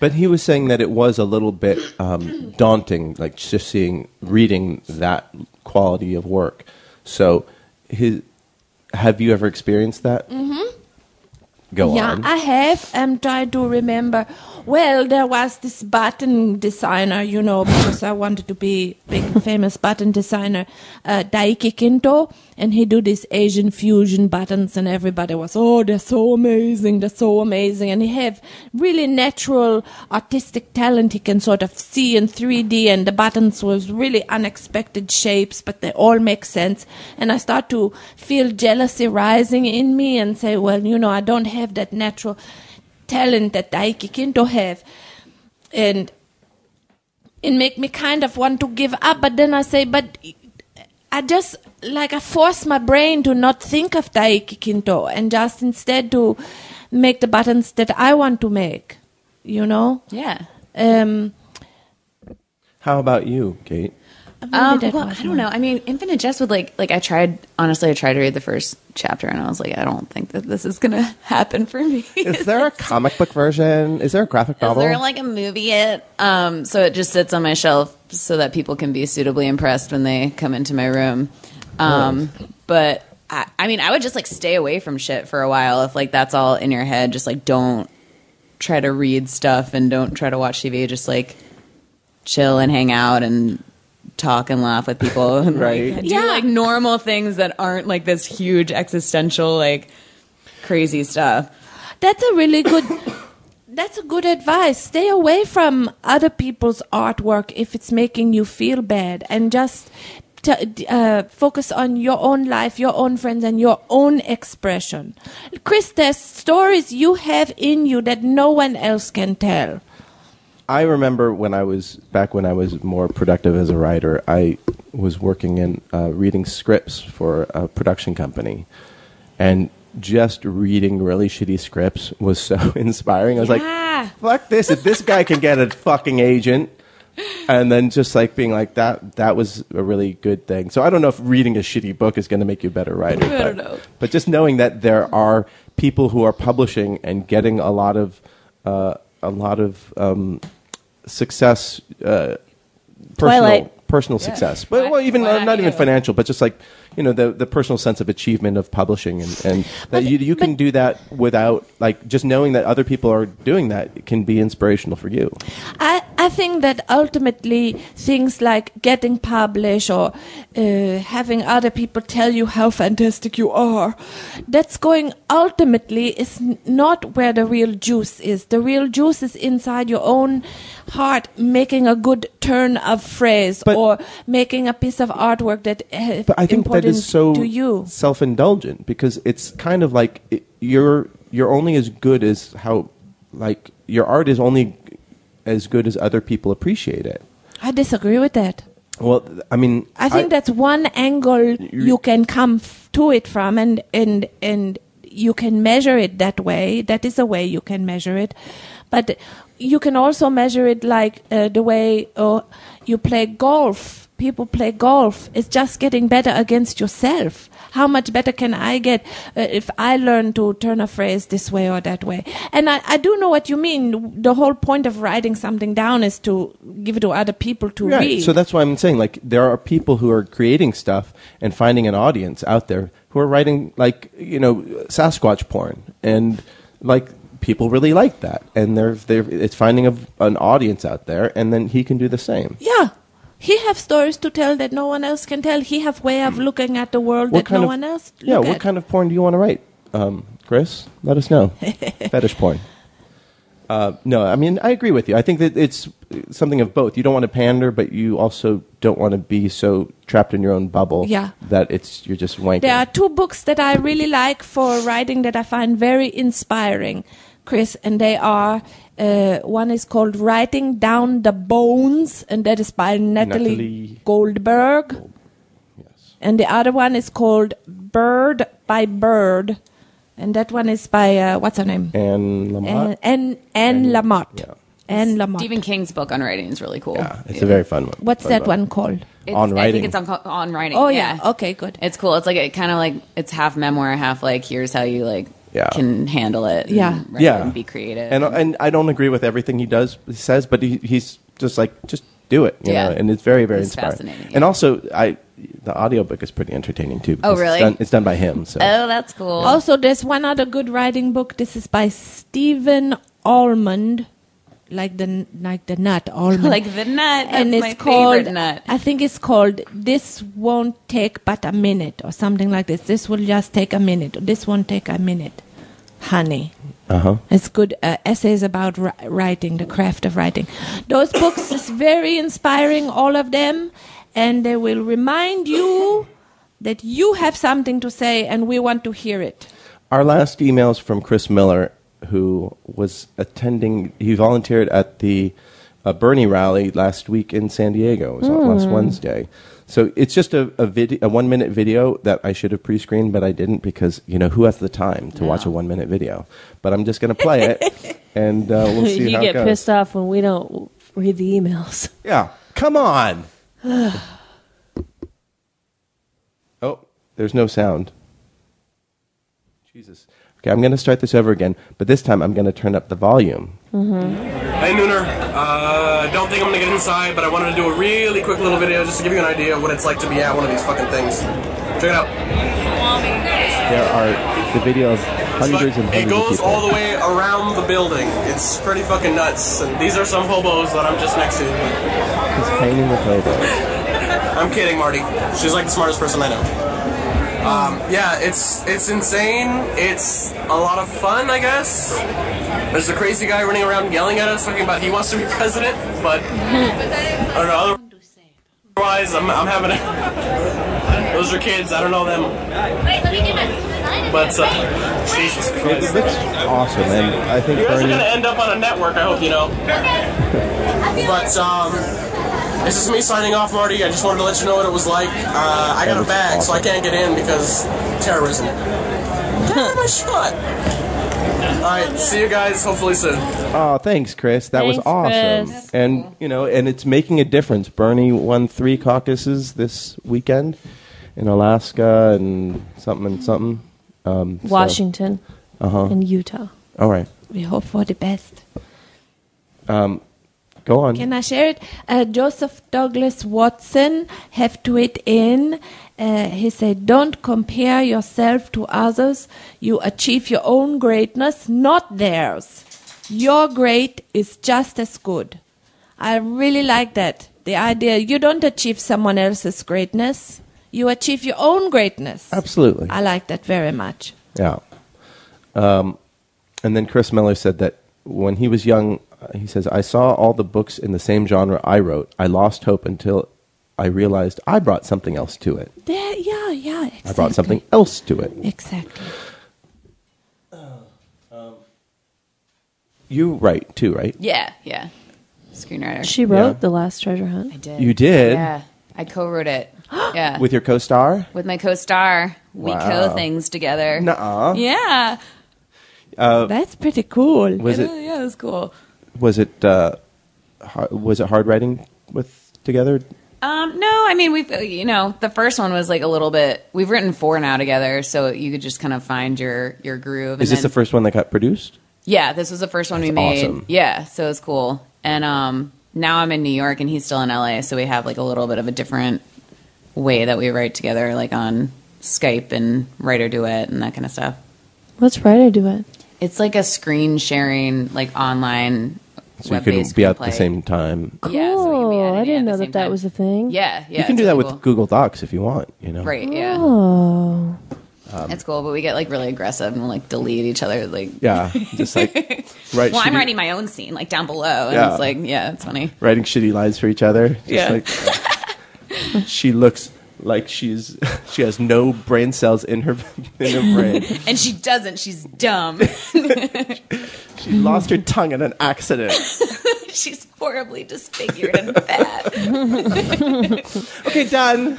Speaker 4: But he was saying that it was a little bit um, daunting, like just seeing reading that quality of work. So, his, have you ever experienced that? Mm-hmm. Go
Speaker 6: yeah,
Speaker 4: on.
Speaker 6: I have. I'm trying to remember. Well, there was this button designer, you know, because I wanted to be big famous button designer, uh, Daiki Kinto, and he do these Asian fusion buttons, and everybody was, oh, they're so amazing, they're so amazing, and he have really natural artistic talent. He can sort of see in 3D, and the buttons was really unexpected shapes, but they all make sense. And I start to feel jealousy rising in me, and say, well, you know, I don't have that natural talent that Daiki Kinto have. And it make me kind of want to give up, but then I say, but I just like I force my brain to not think of Daiki Kinto and just instead to make the buttons that I want to make. You know?
Speaker 5: Yeah.
Speaker 6: Um,
Speaker 4: How about you, Kate?
Speaker 6: maybe
Speaker 5: Um,
Speaker 6: that
Speaker 5: well, I
Speaker 6: was
Speaker 5: don't know. I mean, Infinite Jest would like like I tried honestly. I tried to read the first chapter, and I was like, I don't think that this is gonna happen for me.
Speaker 4: Is there a comic book version? Is there a graphic
Speaker 5: Is
Speaker 4: novel?
Speaker 5: there like a movie yet? Um, so it just sits on my shelf so that people can be suitably impressed when they come into my room. Um, But I, I mean, I would just like stay away from shit for a while if like that's all in your head. Just like don't try to read stuff and don't try to watch TV. Just like chill and hang out and talk and laugh with people. And,
Speaker 4: Right.
Speaker 5: Like, do like normal things that aren't like this huge existential like crazy stuff.
Speaker 6: That's a really good. That's a good advice. Stay away from other people's artwork if it's making you feel bad, and just t- d- uh, focus on your own life, your own friends, and your own expression. Chris, there's stories you have in you that no one else can tell.
Speaker 4: I remember when I was back when I was more productive as a writer. I was working in uh, reading scripts for a production company, and just reading really shitty scripts was so inspiring. I was
Speaker 6: Yeah.
Speaker 4: like, "Fuck this! If this guy can get a fucking agent." And then just like being like that, that was a really good thing. So I don't know if reading a shitty book is going to make you a better writer. I
Speaker 5: don't know.
Speaker 4: But just knowing that there are people who are publishing and getting a lot of uh, a lot of um, success, uh, personal
Speaker 2: Twilight.
Speaker 4: personal success, but well, even uh,
Speaker 5: Why
Speaker 4: not even
Speaker 5: you?
Speaker 4: financial, but just like you know the the personal sense of achievement of publishing and, and that you you can do that without like just knowing that other people are doing that can be inspirational for you.
Speaker 6: I, I think that ultimately things like getting published or uh, having other people tell you how fantastic you are, that's going ultimately is n- not where the real juice is. The real juice is inside your own heart, making a good turn of phrase
Speaker 4: But-
Speaker 6: or making a piece of artwork that uh,
Speaker 4: But I think that
Speaker 6: important
Speaker 4: is so
Speaker 6: to you.
Speaker 4: self-indulgent because it's kind of like it, you're you're only as good as how like your art is only as good as other people appreciate it.
Speaker 6: I disagree with that.
Speaker 4: Well, I mean,
Speaker 6: I think that's one angle you can come f- to it from, and and and you can measure it that way. That is a way you can measure it, but you can also measure it like uh, the way uh, you play golf. People play golf. It's just getting better against yourself. How much better can I get uh, if I learn to turn a phrase this way or that way? And I, I do know what you mean. The whole point of writing something down is to give it to other people to read.
Speaker 4: So that's why I'm saying like there are people who are creating stuff and finding an audience out there who are writing like you know Sasquatch porn and like people really like that and they're they're it's finding a, an audience out there and then he can do the same.
Speaker 6: Yeah. He have stories to tell that no one else can tell. He have way of
Speaker 4: Mm.
Speaker 6: looking at the world that no one else
Speaker 4: Yeah,
Speaker 6: look
Speaker 4: what
Speaker 6: at.
Speaker 4: kind of porn do you want to write, um, Chris? Let us know. Fetish porn. Uh, no, I mean I agree with you. I think that it's something of both. You don't want to pander, but you also don't want to be so trapped in your own bubble
Speaker 6: Yeah.
Speaker 4: that it's you're just wanking.
Speaker 6: There are two books that I really like for writing that I find very inspiring, Chris, and they are uh, one is called Writing Down the Bones, and that is by Natalie,
Speaker 4: Natalie-
Speaker 6: Goldberg. And the other one is called Bird by Bird, and that one is by uh, what's her name?
Speaker 4: and Lamont.
Speaker 6: Anne, Anne, Anne Lamott.
Speaker 4: yeah.
Speaker 6: and Lamont.
Speaker 5: Stephen King's book on writing is really cool.
Speaker 4: Yeah, it's a very fun one.
Speaker 6: What's
Speaker 4: fun
Speaker 6: that
Speaker 4: book.
Speaker 6: one called?
Speaker 5: It's,
Speaker 4: On
Speaker 5: I
Speaker 4: writing.
Speaker 5: think it's on, co- on writing.
Speaker 6: Oh yeah. Okay, good.
Speaker 5: It's cool. It's like it kind of like it's half memoir, half like here's how you like
Speaker 4: Yeah.
Speaker 5: can handle it. and
Speaker 6: Yeah.
Speaker 5: write
Speaker 4: yeah,
Speaker 5: and be creative.
Speaker 4: And uh, and I don't agree with everything he does he says, but he, he's just like just do it, you
Speaker 5: Yeah.
Speaker 4: know. And it's very very
Speaker 5: It's
Speaker 4: inspiring.
Speaker 5: fascinating, yeah. Oh,
Speaker 4: And also, I the audiobook is pretty entertaining too. because
Speaker 5: really?
Speaker 4: It's done, it's done by him. So
Speaker 5: oh, that's cool.
Speaker 6: Also, there's one other good writing book. This is by Stephen Almond, like the like the nut almond,
Speaker 5: like the nut. That's
Speaker 6: and it's
Speaker 5: my
Speaker 6: called
Speaker 5: favorite nut.
Speaker 6: I think it's called "This Won't Take But a Minute" or something like this. This will just take a minute. or This won't take a minute, honey.
Speaker 4: uh huh.
Speaker 6: It's good uh, essays about ri- writing, the craft of writing. Those books is very inspiring, all of them, and they will remind you that you have something to say and we want to hear it.
Speaker 4: Our last email is from Chris Miller, who was attending. He volunteered at the uh, Bernie rally last week in San Diego. It was on
Speaker 2: Hmm.
Speaker 4: last Wednesday. So it's just a, a, vid- a one minute video that I should have pre screened, but I didn't because, you know, who has the time to watch a one minute video? But I'm just going to play it and uh, we'll see
Speaker 2: you
Speaker 4: how
Speaker 2: get
Speaker 4: it goes.
Speaker 2: pissed off when we don't read the emails.
Speaker 4: Yeah. Come on. oh, there's no sound. Jesus. Okay, I'm going to start this over again, but this time I'm going to turn up the volume.
Speaker 9: Hey Nooner, uh, don't think I'm gonna get inside, but I wanted to do a really quick little video just to give you an idea of what it's like to be at one of these fucking things. Check it out.
Speaker 4: There are the video of hundreds and hundreds
Speaker 9: It
Speaker 4: of
Speaker 9: goes
Speaker 4: people.
Speaker 9: all the way around the building. It's pretty fucking nuts. And these are some hobos that I'm just next to.
Speaker 4: He's painting the photo.
Speaker 9: I'm kidding, Marty. She's like the smartest person I know. Um, yeah, it's it's insane. It's a lot of fun, I guess. There's a crazy guy running around yelling at us, talking about he wants to be president, but I don't know. Otherwise, I'm, I'm having a. Those are kids. I don't know them, but uh, Jesus
Speaker 4: It
Speaker 9: Christ.
Speaker 4: looks awesome, and I think
Speaker 9: You guys are gonna
Speaker 4: Bernie.
Speaker 9: end up on a network. I hope you know. But um, this is me signing off, Marty. I just wanted to let you know what it was like. Uh, I got a bag, so I can't get in because terrorism. Damn, I shot. All right, see you guys. Hopefully soon.
Speaker 4: Oh, thanks, Chris. That was
Speaker 2: Thanks,
Speaker 4: awesome.
Speaker 2: Chris. That's
Speaker 4: And you know, and it's making a difference. Bernie won three caucuses this weekend in Alaska and something and something. Um, so-
Speaker 2: Washington
Speaker 4: uh-huh.
Speaker 2: and Utah.
Speaker 4: All right.
Speaker 6: We hope for the best.
Speaker 4: Go on.
Speaker 6: Can I share it? Uh, Joseph Douglas Watson have tweet in. Uh, he said, "Don't compare yourself to others. You achieve your own greatness, not theirs. Your great is just as good." I really like that. The idea you don't achieve someone else's greatness. You achieve your own greatness.
Speaker 4: Absolutely.
Speaker 6: I like that very much.
Speaker 4: yeah. Um, and then Chris Miller said that when he was young, uh, he says, I saw all the books in the same genre I wrote. I lost hope until I realized I brought something else to it.
Speaker 6: There, yeah, yeah. Exactly.
Speaker 4: I brought something else to it.
Speaker 6: Exactly.
Speaker 4: You write too, right?
Speaker 5: yeah, yeah. Screenwriter.
Speaker 2: She wrote
Speaker 4: Yeah.
Speaker 2: The Last Treasure Hunt.
Speaker 5: I did.
Speaker 4: You did?
Speaker 5: Yeah, I co-wrote it. yeah, with,
Speaker 4: With your co star?
Speaker 5: my co-star, we
Speaker 4: Wow.
Speaker 5: co things together.
Speaker 4: Nuh
Speaker 5: Yeah,
Speaker 6: That's pretty cool.
Speaker 4: Uh, Was
Speaker 5: yeah,
Speaker 4: it,
Speaker 5: yeah, it was cool.
Speaker 4: was it, uh, har was it hard writing with together?
Speaker 5: Um, no, I mean we've you know the first one was like a little bit. We've written four now together, so you could just kind of find your your groove.
Speaker 4: Is
Speaker 5: and
Speaker 4: this
Speaker 5: then-
Speaker 4: the first one that got produced?
Speaker 5: Yeah, this was the first one we
Speaker 4: That's
Speaker 5: made.
Speaker 4: awesome.
Speaker 5: Yeah, so it was cool. And um, now I'm in New York and he's still in LA, so we have like a little bit of a different way that we write together, like on Skype and writer duet and that kind of stuff.
Speaker 2: Let's write or do it.
Speaker 5: It's like a screen sharing, like online.
Speaker 4: So you could be at the same time.
Speaker 5: Cool.
Speaker 2: Cool. I didn't know that that was a thing.
Speaker 5: Yeah, yeah.
Speaker 4: you can
Speaker 5: it's
Speaker 4: do that
Speaker 5: really
Speaker 4: with
Speaker 5: cool.
Speaker 4: Google Docs if you want, you know?
Speaker 5: Right. Yeah.
Speaker 2: Oh.
Speaker 5: it's cool, but we get like really aggressive and like delete each other. Like,
Speaker 4: Yeah, just like right.
Speaker 5: well, I'm
Speaker 4: shitty-
Speaker 5: writing my own scene like down below, and
Speaker 4: Yeah.
Speaker 5: it's like, yeah, it's funny.
Speaker 4: writing shitty lines for each other. Just
Speaker 5: Yeah.
Speaker 4: Like, she looks like she's she has no brain cells in her in her brain.
Speaker 5: And she doesn't. She's dumb.
Speaker 4: She lost her tongue in an accident.
Speaker 5: She's horribly disfigured and fat.
Speaker 4: Okay, done.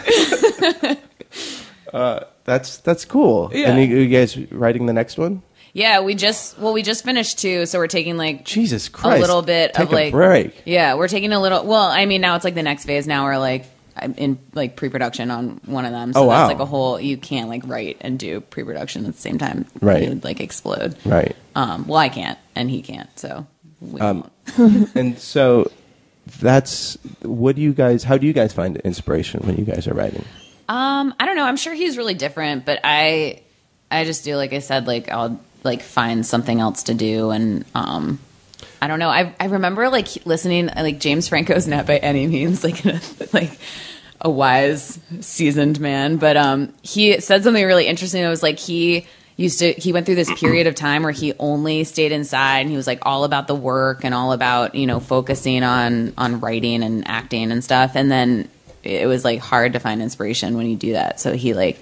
Speaker 4: uh, that's that's cool.
Speaker 5: Yeah.
Speaker 4: And you, you guys writing the next one?
Speaker 5: Yeah, we just well, we just finished two, so we're taking like
Speaker 4: Jesus Christ.
Speaker 5: a little bit
Speaker 4: Take
Speaker 5: of
Speaker 4: a
Speaker 5: like
Speaker 4: break.
Speaker 5: Yeah, we're taking a little. Well, I mean, now it's like the next phase. Now we're like I'm in like pre-production on one of them. So
Speaker 4: Oh, wow.
Speaker 5: that's like a whole. You can't like write and do pre-production at the same time.
Speaker 4: Right.
Speaker 5: You'd like explode.
Speaker 4: Right.
Speaker 5: Um. Well, I can't, and he can't. So. We
Speaker 4: Um,
Speaker 5: won't.
Speaker 4: and so that's what do you guys how do you guys find inspiration when you guys are writing
Speaker 5: Um, I don't know. I'm sure he's really different, but I, I just do like I said. Like I'll like find something else to do, and um, I don't know. I I remember like listening like James Franco's not by any means like a, like a wise seasoned man, but um, he said something really interesting. It was like he used to he went through this period of time where he only stayed inside and he was like all about the work and all about you know focusing on on writing and acting and stuff and then it was like hard to find inspiration when you do that so he like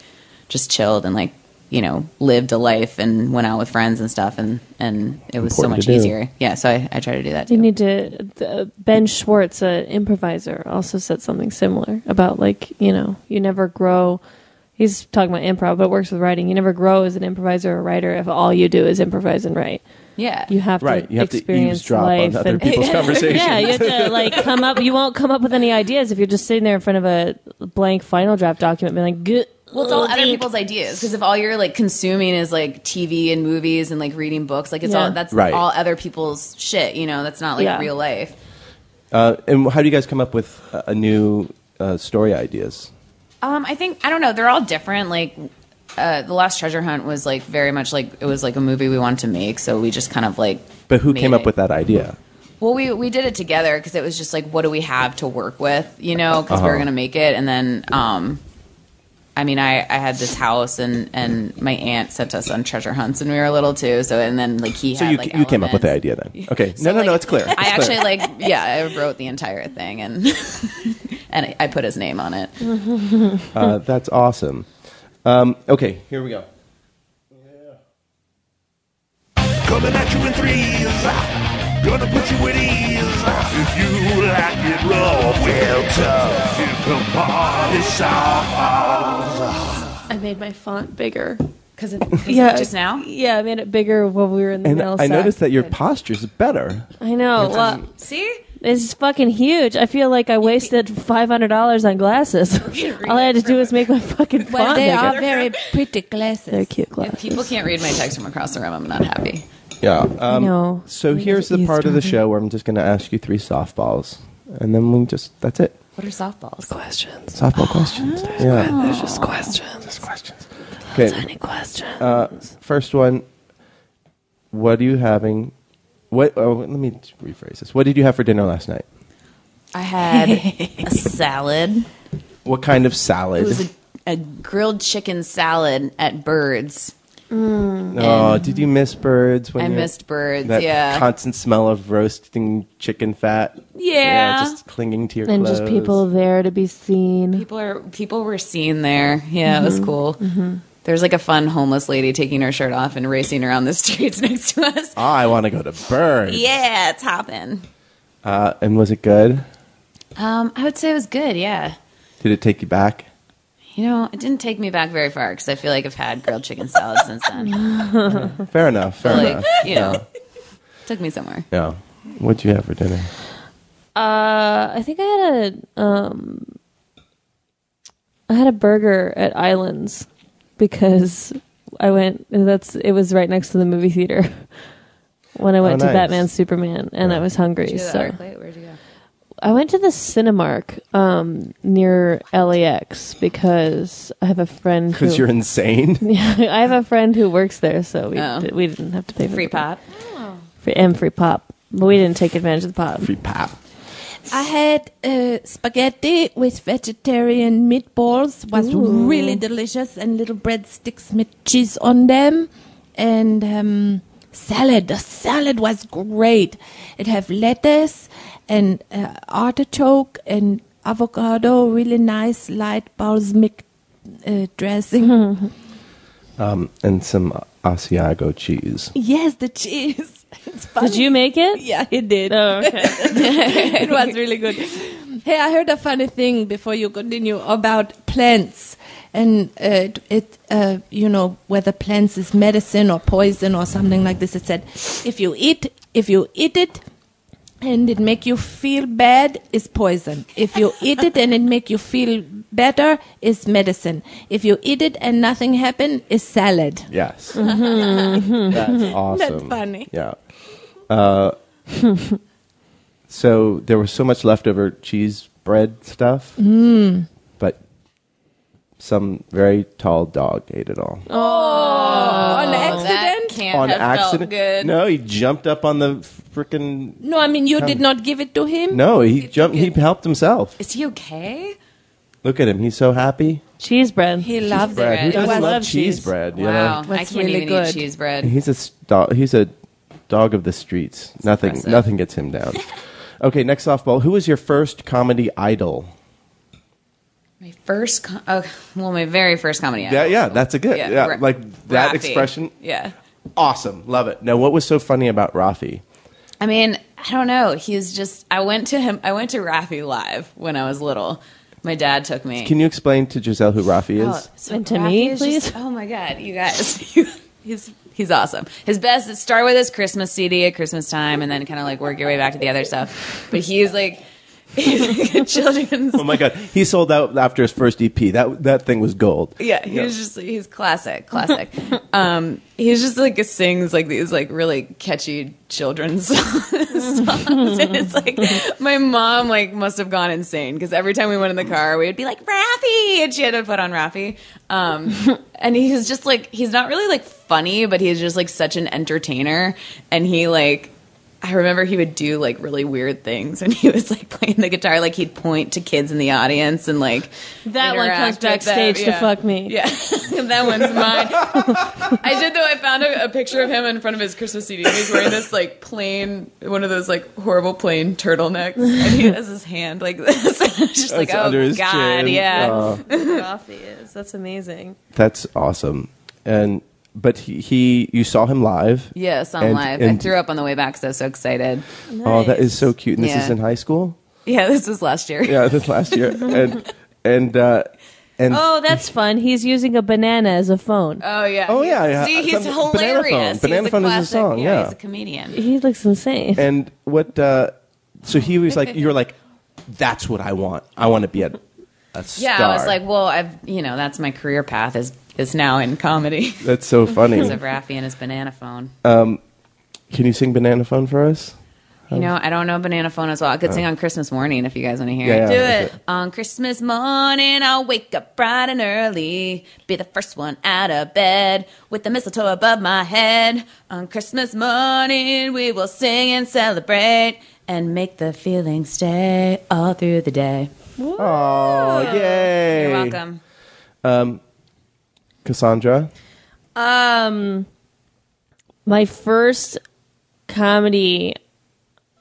Speaker 5: just chilled and like you know lived a life and went out with friends and stuff and and it was so
Speaker 4: Important to
Speaker 5: much
Speaker 4: do.
Speaker 5: easier yeah so i, I try to do that
Speaker 2: You
Speaker 5: too.
Speaker 2: need to. Uh, ben Schwartz, an improviser, also said something similar about like you know you never grow. He's talking about improv, but works with writing. You never grow as an improviser or writer if all you do is improvise and write.
Speaker 5: yeah
Speaker 2: You have
Speaker 4: right
Speaker 2: to
Speaker 4: you have to
Speaker 2: experience
Speaker 4: eavesdrop
Speaker 2: life
Speaker 4: on other
Speaker 2: and
Speaker 4: people's conversations
Speaker 2: Yeah, you have to like come up. You won't come up with any ideas if you're just sitting there in front of a blank final draft document, being like, "Good."
Speaker 5: well it's all other people's ideas because if all you're like consuming is like tv and movies and like reading books like it's
Speaker 2: Yeah.
Speaker 5: all that's
Speaker 4: Right.
Speaker 5: all other people's shit you know that's not like
Speaker 2: Yeah.
Speaker 5: real life
Speaker 4: uh, and how do you guys come up with uh, a new uh, story ideas
Speaker 5: Um, I think I don't know. They're all different. Like uh, the last treasure hunt was like very much like it was like a movie we wanted to make, so we just kind of like.
Speaker 4: but who came
Speaker 5: made
Speaker 4: up
Speaker 5: it.
Speaker 4: with that idea
Speaker 5: Well, we we did it together because it was just like, what do we have to work with, you know? Because
Speaker 4: Uh-huh.
Speaker 5: we were gonna make it, and then, um, I mean, I I had this house, and and my aunt sent us on treasure hunts, and we were little too. So and then like he
Speaker 4: so
Speaker 5: had
Speaker 4: you,
Speaker 5: like
Speaker 4: you came up with the
Speaker 5: elements.
Speaker 4: idea then okay
Speaker 5: So,
Speaker 4: no no no
Speaker 5: like,
Speaker 4: it's clear
Speaker 5: I
Speaker 4: It's clear.
Speaker 5: actually like yeah, I wrote the entire thing, and and I, I put his name on it.
Speaker 4: Uh, that's awesome. Um, okay, here we go.
Speaker 3: Coming at you in threes. Gonna put you at ease. If you like it rough, well tough. If the party soft.
Speaker 2: I made my font bigger.
Speaker 5: Because yeah, just now.
Speaker 2: Yeah, I made it bigger while we were in the
Speaker 4: And
Speaker 2: mail
Speaker 4: I
Speaker 2: sack.
Speaker 4: noticed that your posture's better.
Speaker 2: I know. Well,
Speaker 5: See,
Speaker 2: It's fucking huge. I feel like I wasted five hundred dollars on glasses. All I had to do was make my fucking font
Speaker 6: Well, they
Speaker 2: bigger.
Speaker 6: are very pretty glasses.
Speaker 2: They're cute
Speaker 5: If
Speaker 2: glasses.
Speaker 5: people can't read my text from across the room, I'm not happy.
Speaker 4: Yeah. Um,
Speaker 2: No.
Speaker 4: So here's the part of the show where I'm just going to ask you three softballs, and then we just that's it.
Speaker 5: What are softballs?
Speaker 2: questions.
Speaker 5: Oh,
Speaker 4: Softball questions. Yeah.
Speaker 2: There's just questions. Just
Speaker 4: Questions. Okay.
Speaker 2: Any questions?
Speaker 4: First one. What are you having? What? Oh, let me rephrase this. What did you have for dinner last night?
Speaker 5: I had a salad.
Speaker 4: What kind of
Speaker 5: It
Speaker 4: salad?
Speaker 5: was a, a grilled chicken salad at Birds.
Speaker 4: oh, did you miss birds? When
Speaker 5: I
Speaker 4: you-
Speaker 5: missed Birds.
Speaker 4: That
Speaker 5: yeah.
Speaker 4: constant smell of roasting chicken fat.
Speaker 5: Yeah.
Speaker 4: just clinging to your
Speaker 2: and
Speaker 4: clothes.
Speaker 2: just people there to be seen.
Speaker 5: people are people were seen there. Yeah, it was cool. There's like a fun homeless lady taking her shirt off and racing around the streets next to us.
Speaker 4: Ah, I want to go to Burn.
Speaker 5: Yeah, it's hopping.
Speaker 4: Uh, and was it good?
Speaker 5: Um, I would say it was good. Yeah.
Speaker 4: Did it take you back?
Speaker 5: You know, it didn't take me back very far because I feel like I've had grilled chicken salad since then.
Speaker 4: Fair enough. Fair
Speaker 5: Like,
Speaker 4: enough.
Speaker 5: you know, took me somewhere.
Speaker 4: Yeah. What'd you have for dinner?
Speaker 2: Uh, I think I had a um, I had a burger at Islands because I went. That's it was right next to the movie theater when I went
Speaker 4: Oh,
Speaker 2: to
Speaker 4: nice.
Speaker 2: Batman Superman, and I was hungry. so.
Speaker 5: Where'd you go?
Speaker 2: I went to the Cinemark um, near LAX because I have a friend. who-
Speaker 4: Because you're insane.
Speaker 2: I have a friend who works there, so we
Speaker 5: Oh.
Speaker 2: did, we didn't have to pay for
Speaker 5: Free
Speaker 2: the pop
Speaker 5: pop.
Speaker 2: free, and free pop, but we didn't take advantage of the pop.
Speaker 4: Free pop.
Speaker 8: I had uh, spaghetti with vegetarian meatballs. Was really delicious and little breadsticks with cheese on them, and um, salad. The salad was great. It have lettuce and uh, artichoke and avocado. Really nice light balsamic uh,
Speaker 2: Hmm.
Speaker 8: dressing.
Speaker 4: And some Asiago cheese.
Speaker 8: yes, the cheese. It's funny.
Speaker 2: Did you make it?
Speaker 8: Yeah, it did.
Speaker 2: Oh, okay.
Speaker 8: it was really good. Hey, I heard a funny thing before you continue about plants. and uh, it- it uh, you know whether plants is medicine or poison or something like this. It said if you eat if you eat it and it make you feel bad is poison if you eat it and it make you feel better is medicine if you eat it and nothing happen is salad
Speaker 4: Yes. That's awesome.
Speaker 8: funny.
Speaker 4: Yeah. Uh, so there was so much leftover cheese bread stuff, but some very tall dog ate it all.
Speaker 8: on
Speaker 5: Oh, That
Speaker 8: accident
Speaker 5: can't
Speaker 4: on
Speaker 5: have
Speaker 4: accident.
Speaker 5: felt good.
Speaker 4: No, he jumped up on the freaking.
Speaker 8: no i mean you did not give it to him
Speaker 4: No, he jumped. He helped himself.
Speaker 5: Is he okay?
Speaker 4: Look at him. He's so happy.
Speaker 2: Cheese bread.
Speaker 8: he loved it
Speaker 4: Bread. Who
Speaker 5: bread.
Speaker 4: doesn't
Speaker 2: Well, I
Speaker 4: love
Speaker 2: love
Speaker 4: cheese,
Speaker 2: cheese.
Speaker 4: bread? You
Speaker 5: Wow,
Speaker 4: know,
Speaker 5: I
Speaker 8: That's
Speaker 5: can't
Speaker 8: really
Speaker 5: even
Speaker 8: good.
Speaker 5: eat cheese bread.
Speaker 4: he's a s- dog. He's a dog of the streets. nothing,
Speaker 5: impressive.
Speaker 4: nothing gets him down. okay, next softball. Who was your first comedy idol?
Speaker 5: My first, com- oh, well, my very first comedy. act.
Speaker 4: Yeah, yeah, that's a good. Yeah,
Speaker 5: Ra-
Speaker 4: like that
Speaker 5: Rafi.
Speaker 4: expression.
Speaker 5: Yeah.
Speaker 4: Awesome, love it. Now, what was so funny about Rafi?
Speaker 5: I mean, I don't know. He's just. I went to him. I went to Rafi live when I was little. My dad took me.
Speaker 4: Can you explain to Giselle who Rafi
Speaker 5: Oh,
Speaker 4: is?
Speaker 5: so
Speaker 2: And to
Speaker 5: Rafi
Speaker 2: me,
Speaker 5: is
Speaker 2: please?
Speaker 5: just- oh my god, you guys, he's he's awesome. His best is start with his Christmas CD at Christmas time, and then kind of like work your way back to the other stuff. But he's like, he's like a children's.
Speaker 4: Oh my god, he sold out after his first EP. That that thing was gold.
Speaker 5: Yeah, he was just he's classic, classic. um, he's just like sings like these like really catchy children's songs, and it's like my mom like must have gone insane because every time we went in the car, we would be like Raffy, and she had to put on Raffy. Um, and he's just like he's not really like funny, but he's just like such an entertainer, and he like. I remember he would do like really weird things when he was like playing the guitar. Like he'd point to kids in the audience and like
Speaker 2: That one
Speaker 5: interact
Speaker 2: comes
Speaker 5: with them.
Speaker 2: backstage to
Speaker 5: Yeah.
Speaker 2: fuck me.
Speaker 5: Yeah, that one's mine. I did though. I found a, a picture of him in front of his Christmas CD. He's wearing this like plain, one of those like horrible plain turtlenecks, and he has his hand like this. It's just like,
Speaker 4: It's
Speaker 5: oh
Speaker 4: under his
Speaker 5: god,
Speaker 4: chin.
Speaker 5: yeah.
Speaker 4: Oh.
Speaker 2: Coffee is. That's amazing.
Speaker 4: That's awesome. And but he, he you saw him live.
Speaker 5: Yeah, it's on
Speaker 4: And-
Speaker 5: live.
Speaker 4: and-
Speaker 5: I threw up on the way back because I was so excited.
Speaker 4: Oh, that is so cute. And this
Speaker 5: Yeah.
Speaker 4: is in high school.
Speaker 5: Yeah, this was last year.
Speaker 4: Yeah, this last year. and and uh, and
Speaker 2: Oh, that's fun. He's using a banana as a phone.
Speaker 5: Oh yeah.
Speaker 4: Oh, yeah, yeah.
Speaker 5: See, he's
Speaker 4: Some- Banana
Speaker 5: hilarious.
Speaker 4: Phone.
Speaker 5: He's
Speaker 4: Banana
Speaker 5: a
Speaker 4: Phone is a
Speaker 5: classic-
Speaker 4: song, yeah.
Speaker 5: he's a comedian.
Speaker 2: he looks insane.
Speaker 4: and what? Uh, so he was like, you were like, that's what I want. I want to be a a star.
Speaker 5: Yeah, I was like, well, I've you know that's my career path is is now in comedy.
Speaker 4: that's so
Speaker 5: Because
Speaker 4: funny.
Speaker 5: of Raffi and his banana phone.
Speaker 4: Can you sing Banana Phone for us? Um,
Speaker 5: You know, I don't know banana phone as well. I could sing on Christmas morning if you guys want to hear
Speaker 4: Uh, Yeah, yeah,
Speaker 5: it.
Speaker 4: Do that's it.
Speaker 5: On Christmas morning, I'll wake up bright and early, be the first one out of bed with the mistletoe above my head. On Christmas morning, we will sing and celebrate and make the feeling stay all through the day.
Speaker 4: Oh, yay!
Speaker 5: You're welcome.
Speaker 4: Cassandra.
Speaker 2: Um, my first comedy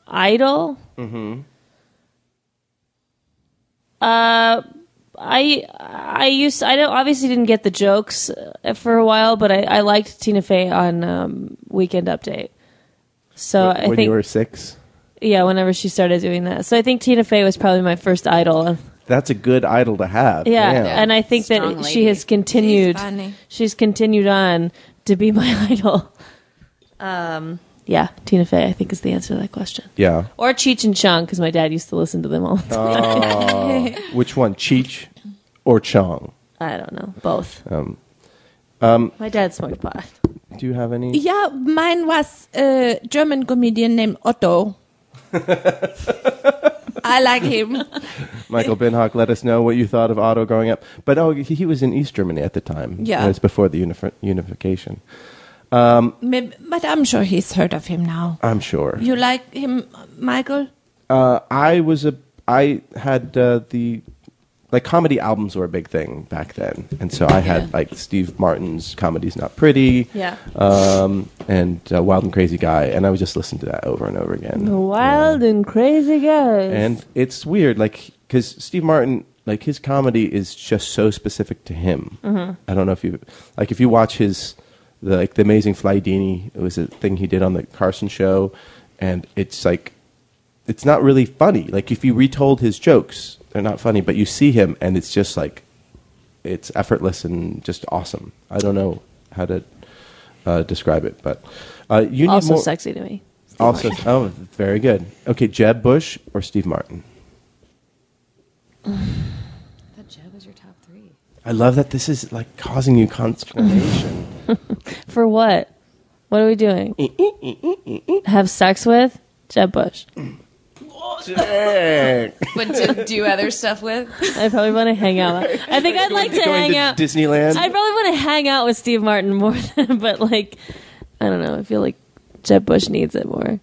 Speaker 2: idol. Mm-hmm. Uh, I I used I don't obviously didn't get the jokes uh, for a while, but I, I liked Tina Fey on um, Weekend Update. So Uh, I
Speaker 4: when
Speaker 2: think
Speaker 4: you were six,
Speaker 2: yeah, whenever she started doing that, so I think Tina Fey was probably my first idol.
Speaker 4: that's a good idol to have.
Speaker 2: Yeah,
Speaker 4: Damn.
Speaker 2: and I think
Speaker 5: Strong
Speaker 2: that
Speaker 5: lady.
Speaker 2: she has continued.
Speaker 8: She's funny.
Speaker 2: she's continued on to be my idol. Um, yeah, Tina Fey, I think is the answer to that question.
Speaker 4: yeah.
Speaker 2: Or Cheech and Chong, because my dad used to listen to them all. the time.
Speaker 4: Oh. Which one, Cheech or Chong?
Speaker 2: I don't know, both.
Speaker 4: Um,
Speaker 2: my dad smoked pot.
Speaker 4: Do you have any?
Speaker 8: yeah mine was a german comedian named otto i like him
Speaker 4: Michael Binhock, let us know what you thought of Otto growing up. But oh, he, he was in East Germany at the time.
Speaker 8: Yeah.
Speaker 4: it was before the unif- unification.
Speaker 8: Maybe, but i'm sure he's heard of him now
Speaker 4: I'm sure.
Speaker 8: you like him michael
Speaker 4: Uh, I was a. I had uh, the like comedy albums were a big thing back then, and so I had like Steve Martin's "Comedy's Not Pretty,"
Speaker 2: Yeah.
Speaker 8: Uh,
Speaker 4: um, and uh, "Wild and Crazy Guy," and I would just listen to that over and over again.
Speaker 2: Wild and crazy guys.
Speaker 4: and it's weird like because steve martin like his comedy is just so specific to him
Speaker 2: Mm-hmm.
Speaker 4: i don't know if you like if you watch his the, like the amazing flydini it was a thing he did on the carson show and it's like it's not really funny like if you retold his jokes they're not funny but you see him and it's just like it's effortless and just awesome. I don't know how to uh, describe it, but uh, you need
Speaker 2: Also
Speaker 4: more.
Speaker 2: sexy to me.
Speaker 4: Also, oh, very good. Okay, Jeb Bush or Steve Martin.
Speaker 5: That Jeb was your top three.
Speaker 4: I love that this is like causing you consternation.
Speaker 2: For what? What are we doing? Have sex with Jeb Bush.
Speaker 5: But to do other stuff with?
Speaker 2: I probably want to hang out. I think I'd like to
Speaker 4: Going
Speaker 2: hang
Speaker 4: to
Speaker 2: out.
Speaker 4: Disneyland.
Speaker 2: I probably want to hang out with Steve Martin more than, but like, I don't know. I feel like Jeb Bush needs it more.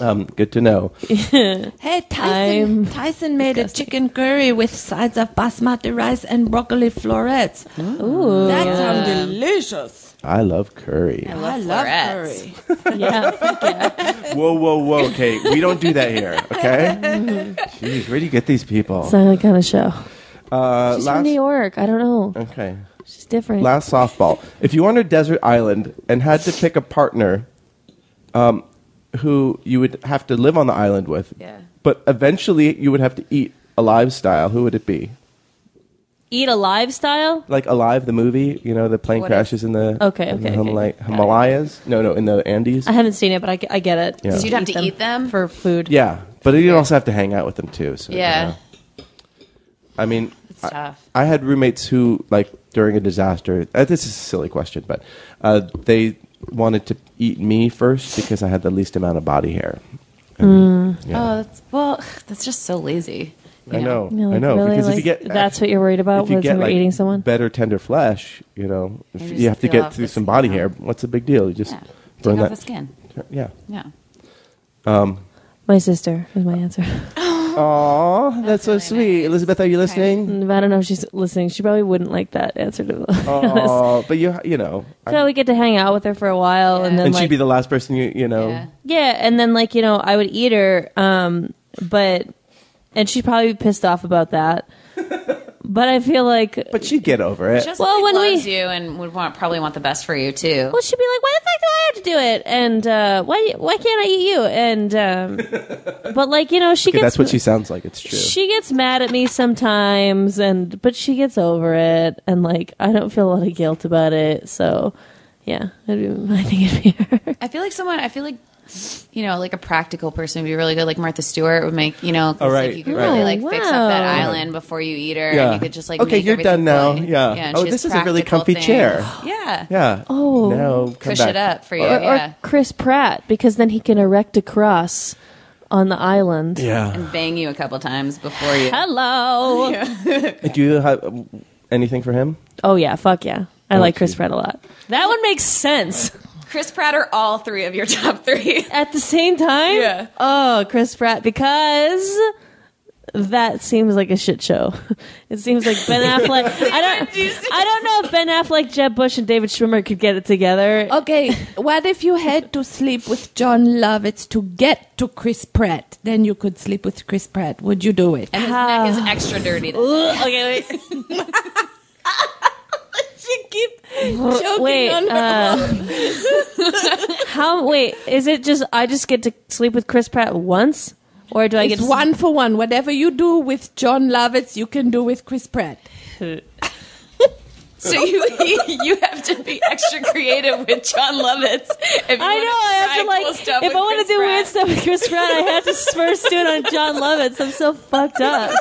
Speaker 4: um, good to know.
Speaker 8: Hey, Tyson, Tyson made a chicken curry with sides of basmati rice and broccoli florets. Ooh. That sounds delicious.
Speaker 4: I love curry.
Speaker 5: I love,
Speaker 8: I love
Speaker 5: florets.
Speaker 8: curry.
Speaker 2: Yeah,
Speaker 4: Whoa, whoa, whoa, Kate. We don't do that here, okay? Jeez, where do you get these people?
Speaker 2: it's not that kind of show.
Speaker 4: Uh,
Speaker 2: She's from New York. I don't know.
Speaker 4: Okay.
Speaker 2: She's different.
Speaker 4: Uh, Last softball. If you were on a desert island and had to pick a partner um, who you would have to live on the island with,
Speaker 5: Yeah.
Speaker 4: but eventually you would have to eat alive style, who would it be?
Speaker 2: Eat a lifestyle.
Speaker 4: Like Alive, the movie, you know, the plane
Speaker 5: What
Speaker 4: crashes in the,
Speaker 2: Okay,
Speaker 4: in the
Speaker 2: okay,
Speaker 4: Himala-
Speaker 2: okay.
Speaker 4: Himalayas. No, no, in the Andes.
Speaker 2: I haven't seen it, but I, ge- I get it.
Speaker 4: Yeah. So
Speaker 5: you'd have to eat them?
Speaker 2: for food.
Speaker 4: Yeah, but you also have to hang out with them too. So you
Speaker 5: Yeah.
Speaker 4: know. I mean,
Speaker 5: It's
Speaker 4: I-
Speaker 5: tough.
Speaker 4: I had roommates who, like, during a disaster. Uh, this is a silly question, but uh, they wanted to eat me first because I had the least amount of body hair. And, yeah.
Speaker 5: Oh, that's, well, that's just so lazy.
Speaker 4: I know,
Speaker 2: You're like,
Speaker 4: I know.
Speaker 2: really?
Speaker 4: because if
Speaker 2: Like,
Speaker 4: you get
Speaker 2: that's what you're worried about
Speaker 4: if you
Speaker 2: was
Speaker 4: get
Speaker 2: when we're
Speaker 4: like,
Speaker 2: eating someone.
Speaker 4: better tender flesh, you know, if
Speaker 5: You
Speaker 4: you
Speaker 5: just
Speaker 4: have to
Speaker 5: peel
Speaker 4: get
Speaker 5: off
Speaker 4: through
Speaker 5: the
Speaker 4: some
Speaker 5: skin
Speaker 4: body
Speaker 5: off.
Speaker 4: hair. What's the big deal? You just
Speaker 5: Yeah.
Speaker 4: burn
Speaker 5: Take off
Speaker 4: that
Speaker 5: the skin.
Speaker 4: Yeah.
Speaker 5: Yeah.
Speaker 4: Um,
Speaker 2: My sister was my answer.
Speaker 4: Aw, that's, so sweet, Elizabeth. Are you listening?
Speaker 2: I don't know if she's listening. She probably wouldn't like that answer to the.
Speaker 4: Oh, Aw, but you, you know, I-
Speaker 2: So we get to hang out with her for a while, and
Speaker 5: Yeah.
Speaker 2: then
Speaker 4: and
Speaker 2: like,
Speaker 4: she'd be the last person you you know.
Speaker 5: Yeah.
Speaker 2: yeah, and then like you know, I would eat her, um, but and she'd probably be pissed off about that. but I feel like,
Speaker 4: But she'd get over it.
Speaker 5: Just
Speaker 2: Well,
Speaker 5: like
Speaker 2: when we-
Speaker 5: loves you and would want probably want the best for you too.
Speaker 2: well, she'd be like, "Why the fuck do I have to do it? And uh, why why can't I eat you?" And um, but like you know, she
Speaker 4: Okay,
Speaker 2: gets
Speaker 4: that's what she sounds like. It's true.
Speaker 2: she gets mad at me sometimes, and but she gets over it, and like I don't feel a lot of guilt about it. So yeah, it'd be, I think it'd be her.
Speaker 5: I feel like someone. I feel like you know, like a practical person would be really good. Like Martha Stewart would make you know, 'cause,
Speaker 4: Oh, right,
Speaker 5: like you could
Speaker 4: right.
Speaker 5: really like
Speaker 2: Oh,
Speaker 5: fix up that
Speaker 2: wow.
Speaker 5: island before you eat her,
Speaker 4: Yeah.
Speaker 5: and you could just like
Speaker 4: Okay,
Speaker 5: make
Speaker 4: you're done
Speaker 5: everything
Speaker 4: now.
Speaker 5: really-
Speaker 4: Yeah.
Speaker 5: and
Speaker 4: Oh,
Speaker 5: she
Speaker 4: this
Speaker 5: has
Speaker 4: is a really
Speaker 5: practical
Speaker 4: comfy
Speaker 5: things.
Speaker 4: chair.
Speaker 5: Yeah.
Speaker 4: yeah.
Speaker 2: Oh.
Speaker 4: no, come
Speaker 5: Push
Speaker 4: back.
Speaker 5: it up for you.
Speaker 2: or,
Speaker 5: Oh, yeah.
Speaker 2: or Chris Pratt because then he can erect a cross on the island.
Speaker 4: Yeah.
Speaker 5: and bang you a couple times before you.
Speaker 2: Hello.
Speaker 4: Do you have um, anything for him?
Speaker 2: Oh yeah, fuck yeah. I like Chris
Speaker 4: gee.
Speaker 2: Pratt a lot. That one makes sense
Speaker 5: Chris Pratt are all three of your top three.
Speaker 2: at the same time.
Speaker 5: Yeah.
Speaker 2: Oh, Chris Pratt because that seems like a shit show. It seems like Ben Affleck. I don't. I don't know if Ben Affleck, Jeb Bush, and David Schwimmer could get it together.
Speaker 8: Okay, what if you had to sleep with John Lovitz to get to Chris Pratt? Then you could sleep with Chris Pratt. Would you do it?
Speaker 5: And his
Speaker 2: Ah.
Speaker 5: neck is extra dirty. then.
Speaker 2: Ugh, okay, wait.
Speaker 8: She keep choking
Speaker 2: wait,
Speaker 8: on her.
Speaker 2: uh, how? Wait, is it just I just get to sleep with Chris Pratt once, or do I get
Speaker 8: It's
Speaker 2: to
Speaker 8: one for one. Whatever you do with John Lovitz, you can do with Chris Pratt.
Speaker 5: So you you have to be extra creative with John Lovitz.
Speaker 2: I
Speaker 5: If you
Speaker 2: know. I have to like. if I want to do weird stuff with Chris Pratt, I have to first do it on John Lovitz. I'm so fucked up.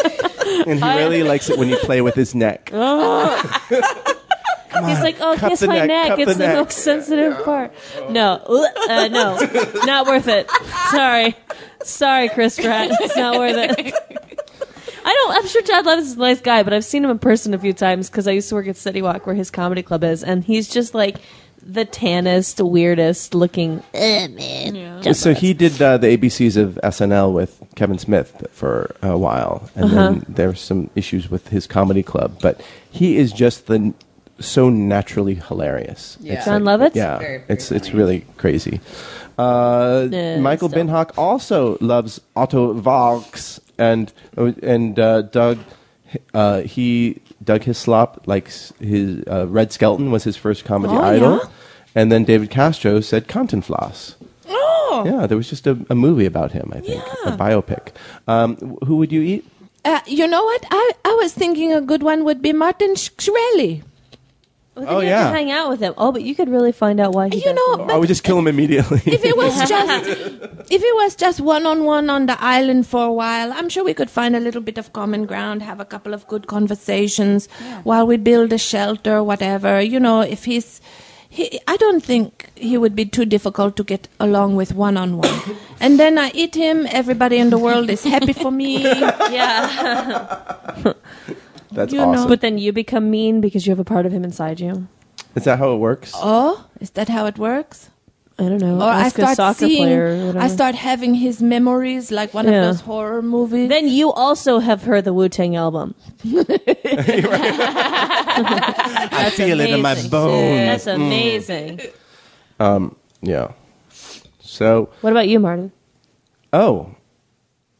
Speaker 4: And he really likes it when you play with his neck.
Speaker 2: He's like, "Oh,
Speaker 4: Cup
Speaker 2: kiss
Speaker 4: the
Speaker 2: my
Speaker 4: neck,
Speaker 2: neck.
Speaker 4: cup
Speaker 2: It's
Speaker 4: the
Speaker 2: the,
Speaker 4: neck."
Speaker 2: most sensitive part." No, uh, no, not worth it. Sorry, sorry, Chris Pratt. It's not worth it. I don't. I'm sure John Lovitz is a nice guy, but I've seen him in person a few times because I used to work at City Walk, where his comedy club is, and he's just like the tannest, weirdest looking. eh, man. John
Speaker 4: So
Speaker 2: Lovitz.
Speaker 4: he did uh, the ABCs of SNL with Kevin Smith for a while, and then there were some issues with his comedy club. But he is just the n- so naturally hilarious. Yeah.
Speaker 2: John Lovitz?
Speaker 4: Yeah,
Speaker 5: Very, very
Speaker 4: it's it's
Speaker 5: funny.
Speaker 4: really crazy. Uh,
Speaker 2: Yeah,
Speaker 4: Michael
Speaker 2: still.
Speaker 4: Binhock also loves Otto Walks and and uh, Doug. Uh, he Doug Hislop likes his uh, Red Skelton was his first comedy
Speaker 2: Oh,
Speaker 4: idol,
Speaker 2: yeah.
Speaker 4: and then David Castro said Cantinflas.
Speaker 6: cool.
Speaker 4: Yeah, there was just a, a movie about him, I think, a biopic. Um, wh- who would you eat?
Speaker 6: Uh, you know what? I, I was thinking a good one would be Martin Sh- Shkreli.
Speaker 2: Well,
Speaker 4: Oh,
Speaker 2: then you
Speaker 4: yeah.
Speaker 2: have to hang out with him. Oh, but you could really find out why he.
Speaker 6: You know,
Speaker 4: I
Speaker 6: but
Speaker 4: would just kill him immediately.
Speaker 6: if it was just if it was just one on one on the island for a while, I'm sure we could find a little bit of common ground, have a couple of good conversations while we build a shelter, whatever. You know, if he's he, I don't think he would be too difficult to get along with one on one. And then I eat him. Everybody in the world is happy for me.
Speaker 2: yeah.
Speaker 4: That's
Speaker 6: you know.
Speaker 4: awesome.
Speaker 2: but then you become mean because you have a part of him inside you.
Speaker 4: Is that how it works?
Speaker 6: Oh, is that how it works?
Speaker 2: I don't know.
Speaker 6: or I
Speaker 2: ask a
Speaker 6: start
Speaker 2: soccer
Speaker 6: seeing,
Speaker 2: player. Or whatever.
Speaker 6: I start having his memories like one
Speaker 2: Yeah.
Speaker 6: of those horror movies.
Speaker 2: Then you also have heard the Wu Tang album.
Speaker 4: I feel it in my
Speaker 2: Amazing.
Speaker 4: bones. Mm.
Speaker 2: That's amazing.
Speaker 4: Yeah. So,
Speaker 2: What about you, Martin?
Speaker 4: oh,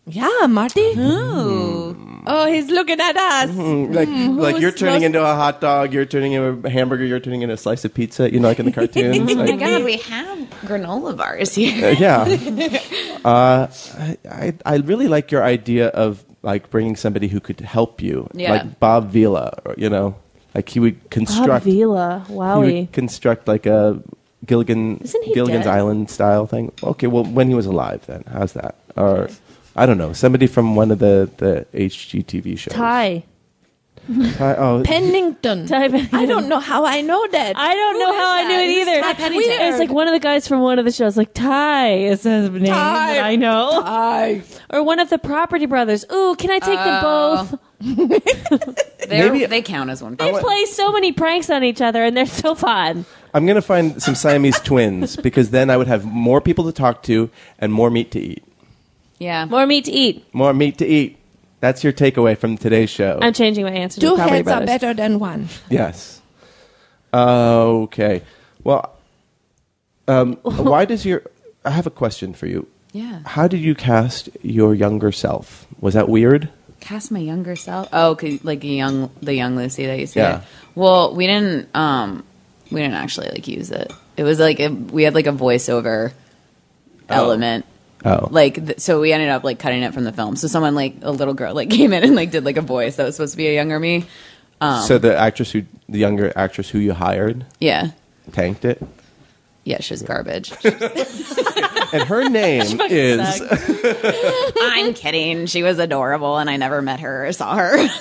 Speaker 6: yeah, Marty.
Speaker 2: Hmm.
Speaker 6: Oh, he's looking at us.
Speaker 4: like like
Speaker 2: Mm-hmm.
Speaker 6: who's
Speaker 4: you're turning
Speaker 6: most-
Speaker 4: into a hot dog, you're turning into a hamburger, you're turning into a slice of pizza. You know, like in the cartoons.
Speaker 5: Oh my
Speaker 4: like,
Speaker 5: god, we have granola bars here.
Speaker 4: Uh, yeah. Uh, I, I I really like your idea of like bringing somebody who could help you,
Speaker 5: Yeah.
Speaker 4: like Bob Vila. Or, you know, like he would
Speaker 2: Bob
Speaker 4: construct.
Speaker 2: Vila.
Speaker 4: he
Speaker 2: Wowie.
Speaker 4: would construct like a Gilligan
Speaker 2: Isn't he
Speaker 4: Gilligan's
Speaker 2: dead?
Speaker 4: Island style thing. Okay, well, when he was alive, then how's that? Or I don't know, somebody from one of the the HGTV shows.
Speaker 2: Ty.
Speaker 4: Ty- oh,
Speaker 6: Pennington.
Speaker 2: Type it
Speaker 6: I
Speaker 2: in.
Speaker 6: don't know how I know that.
Speaker 2: I don't know how I knew it either.
Speaker 6: It's like
Speaker 2: It's
Speaker 6: weird.
Speaker 2: like one of the guys from one of the shows, like Ty, is his name that I know,
Speaker 6: I,
Speaker 2: or one of the Property Brothers. Ooh, can I take
Speaker 6: Oh.
Speaker 2: them both?
Speaker 5: They're,
Speaker 4: Uh, Maybe-
Speaker 5: they count as one.
Speaker 2: They play so many pranks on each other, and they're so fun.
Speaker 4: I'm gonna find some Siamese twins because then I would have more people to talk to and more meat to eat.
Speaker 5: Yeah.
Speaker 2: More meat to eat.
Speaker 4: More meat to eat. That's your takeaway from today's show.
Speaker 2: I'm changing my answer.
Speaker 6: two
Speaker 2: to Property
Speaker 6: heads are
Speaker 2: Brothers.
Speaker 6: better than one.
Speaker 4: yes. Okay. Well, um, why does your? I have a question for you.
Speaker 5: Yeah.
Speaker 4: How did you cast your younger self? Was that weird?
Speaker 5: Cast my younger self. Oh, 'cause, like a young, the young Lucy that you see.
Speaker 4: Yeah.
Speaker 5: Well, we didn't. Um, we didn't actually like use it. It was like a, we had like a voiceover element.
Speaker 4: Oh.
Speaker 5: Like th- so, we ended up like cutting it from the film. So someone like a little girl like came in and like did like a voice that was supposed to be a younger me.
Speaker 4: so
Speaker 5: um,
Speaker 4: the actress who, the younger actress who you hired,
Speaker 5: Yeah.
Speaker 4: tanked it,
Speaker 5: Yeah, she's garbage.
Speaker 4: and her name is
Speaker 5: I'm kidding. She was adorable, and I never met her or saw her.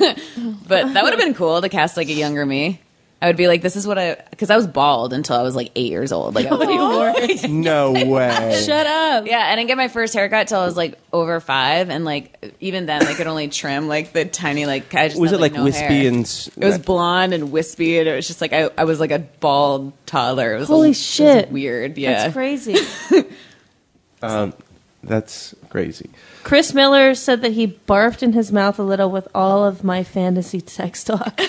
Speaker 5: but that would have been cool to cast like a younger me. I would be like, this is what I, because I was bald until I was like eight years old. Like, I
Speaker 2: Oh,
Speaker 5: was,
Speaker 4: no way.
Speaker 2: Shut up.
Speaker 5: yeah, I didn't get my first haircut till I was like over five, and like even then, I could only trim like the tiny like. I just
Speaker 4: Was it
Speaker 5: had,
Speaker 4: like
Speaker 5: no
Speaker 4: wispy
Speaker 5: hair.
Speaker 4: and s-
Speaker 5: It was blonde and wispy, and it was just like I, I was like a bald toddler. It was
Speaker 2: Holy
Speaker 5: it was
Speaker 2: shit.
Speaker 5: weird. Yeah,
Speaker 2: That's crazy.
Speaker 4: That's crazy.
Speaker 2: Chris Miller said that he barfed in his mouth a little with all of my fantasy sex talk.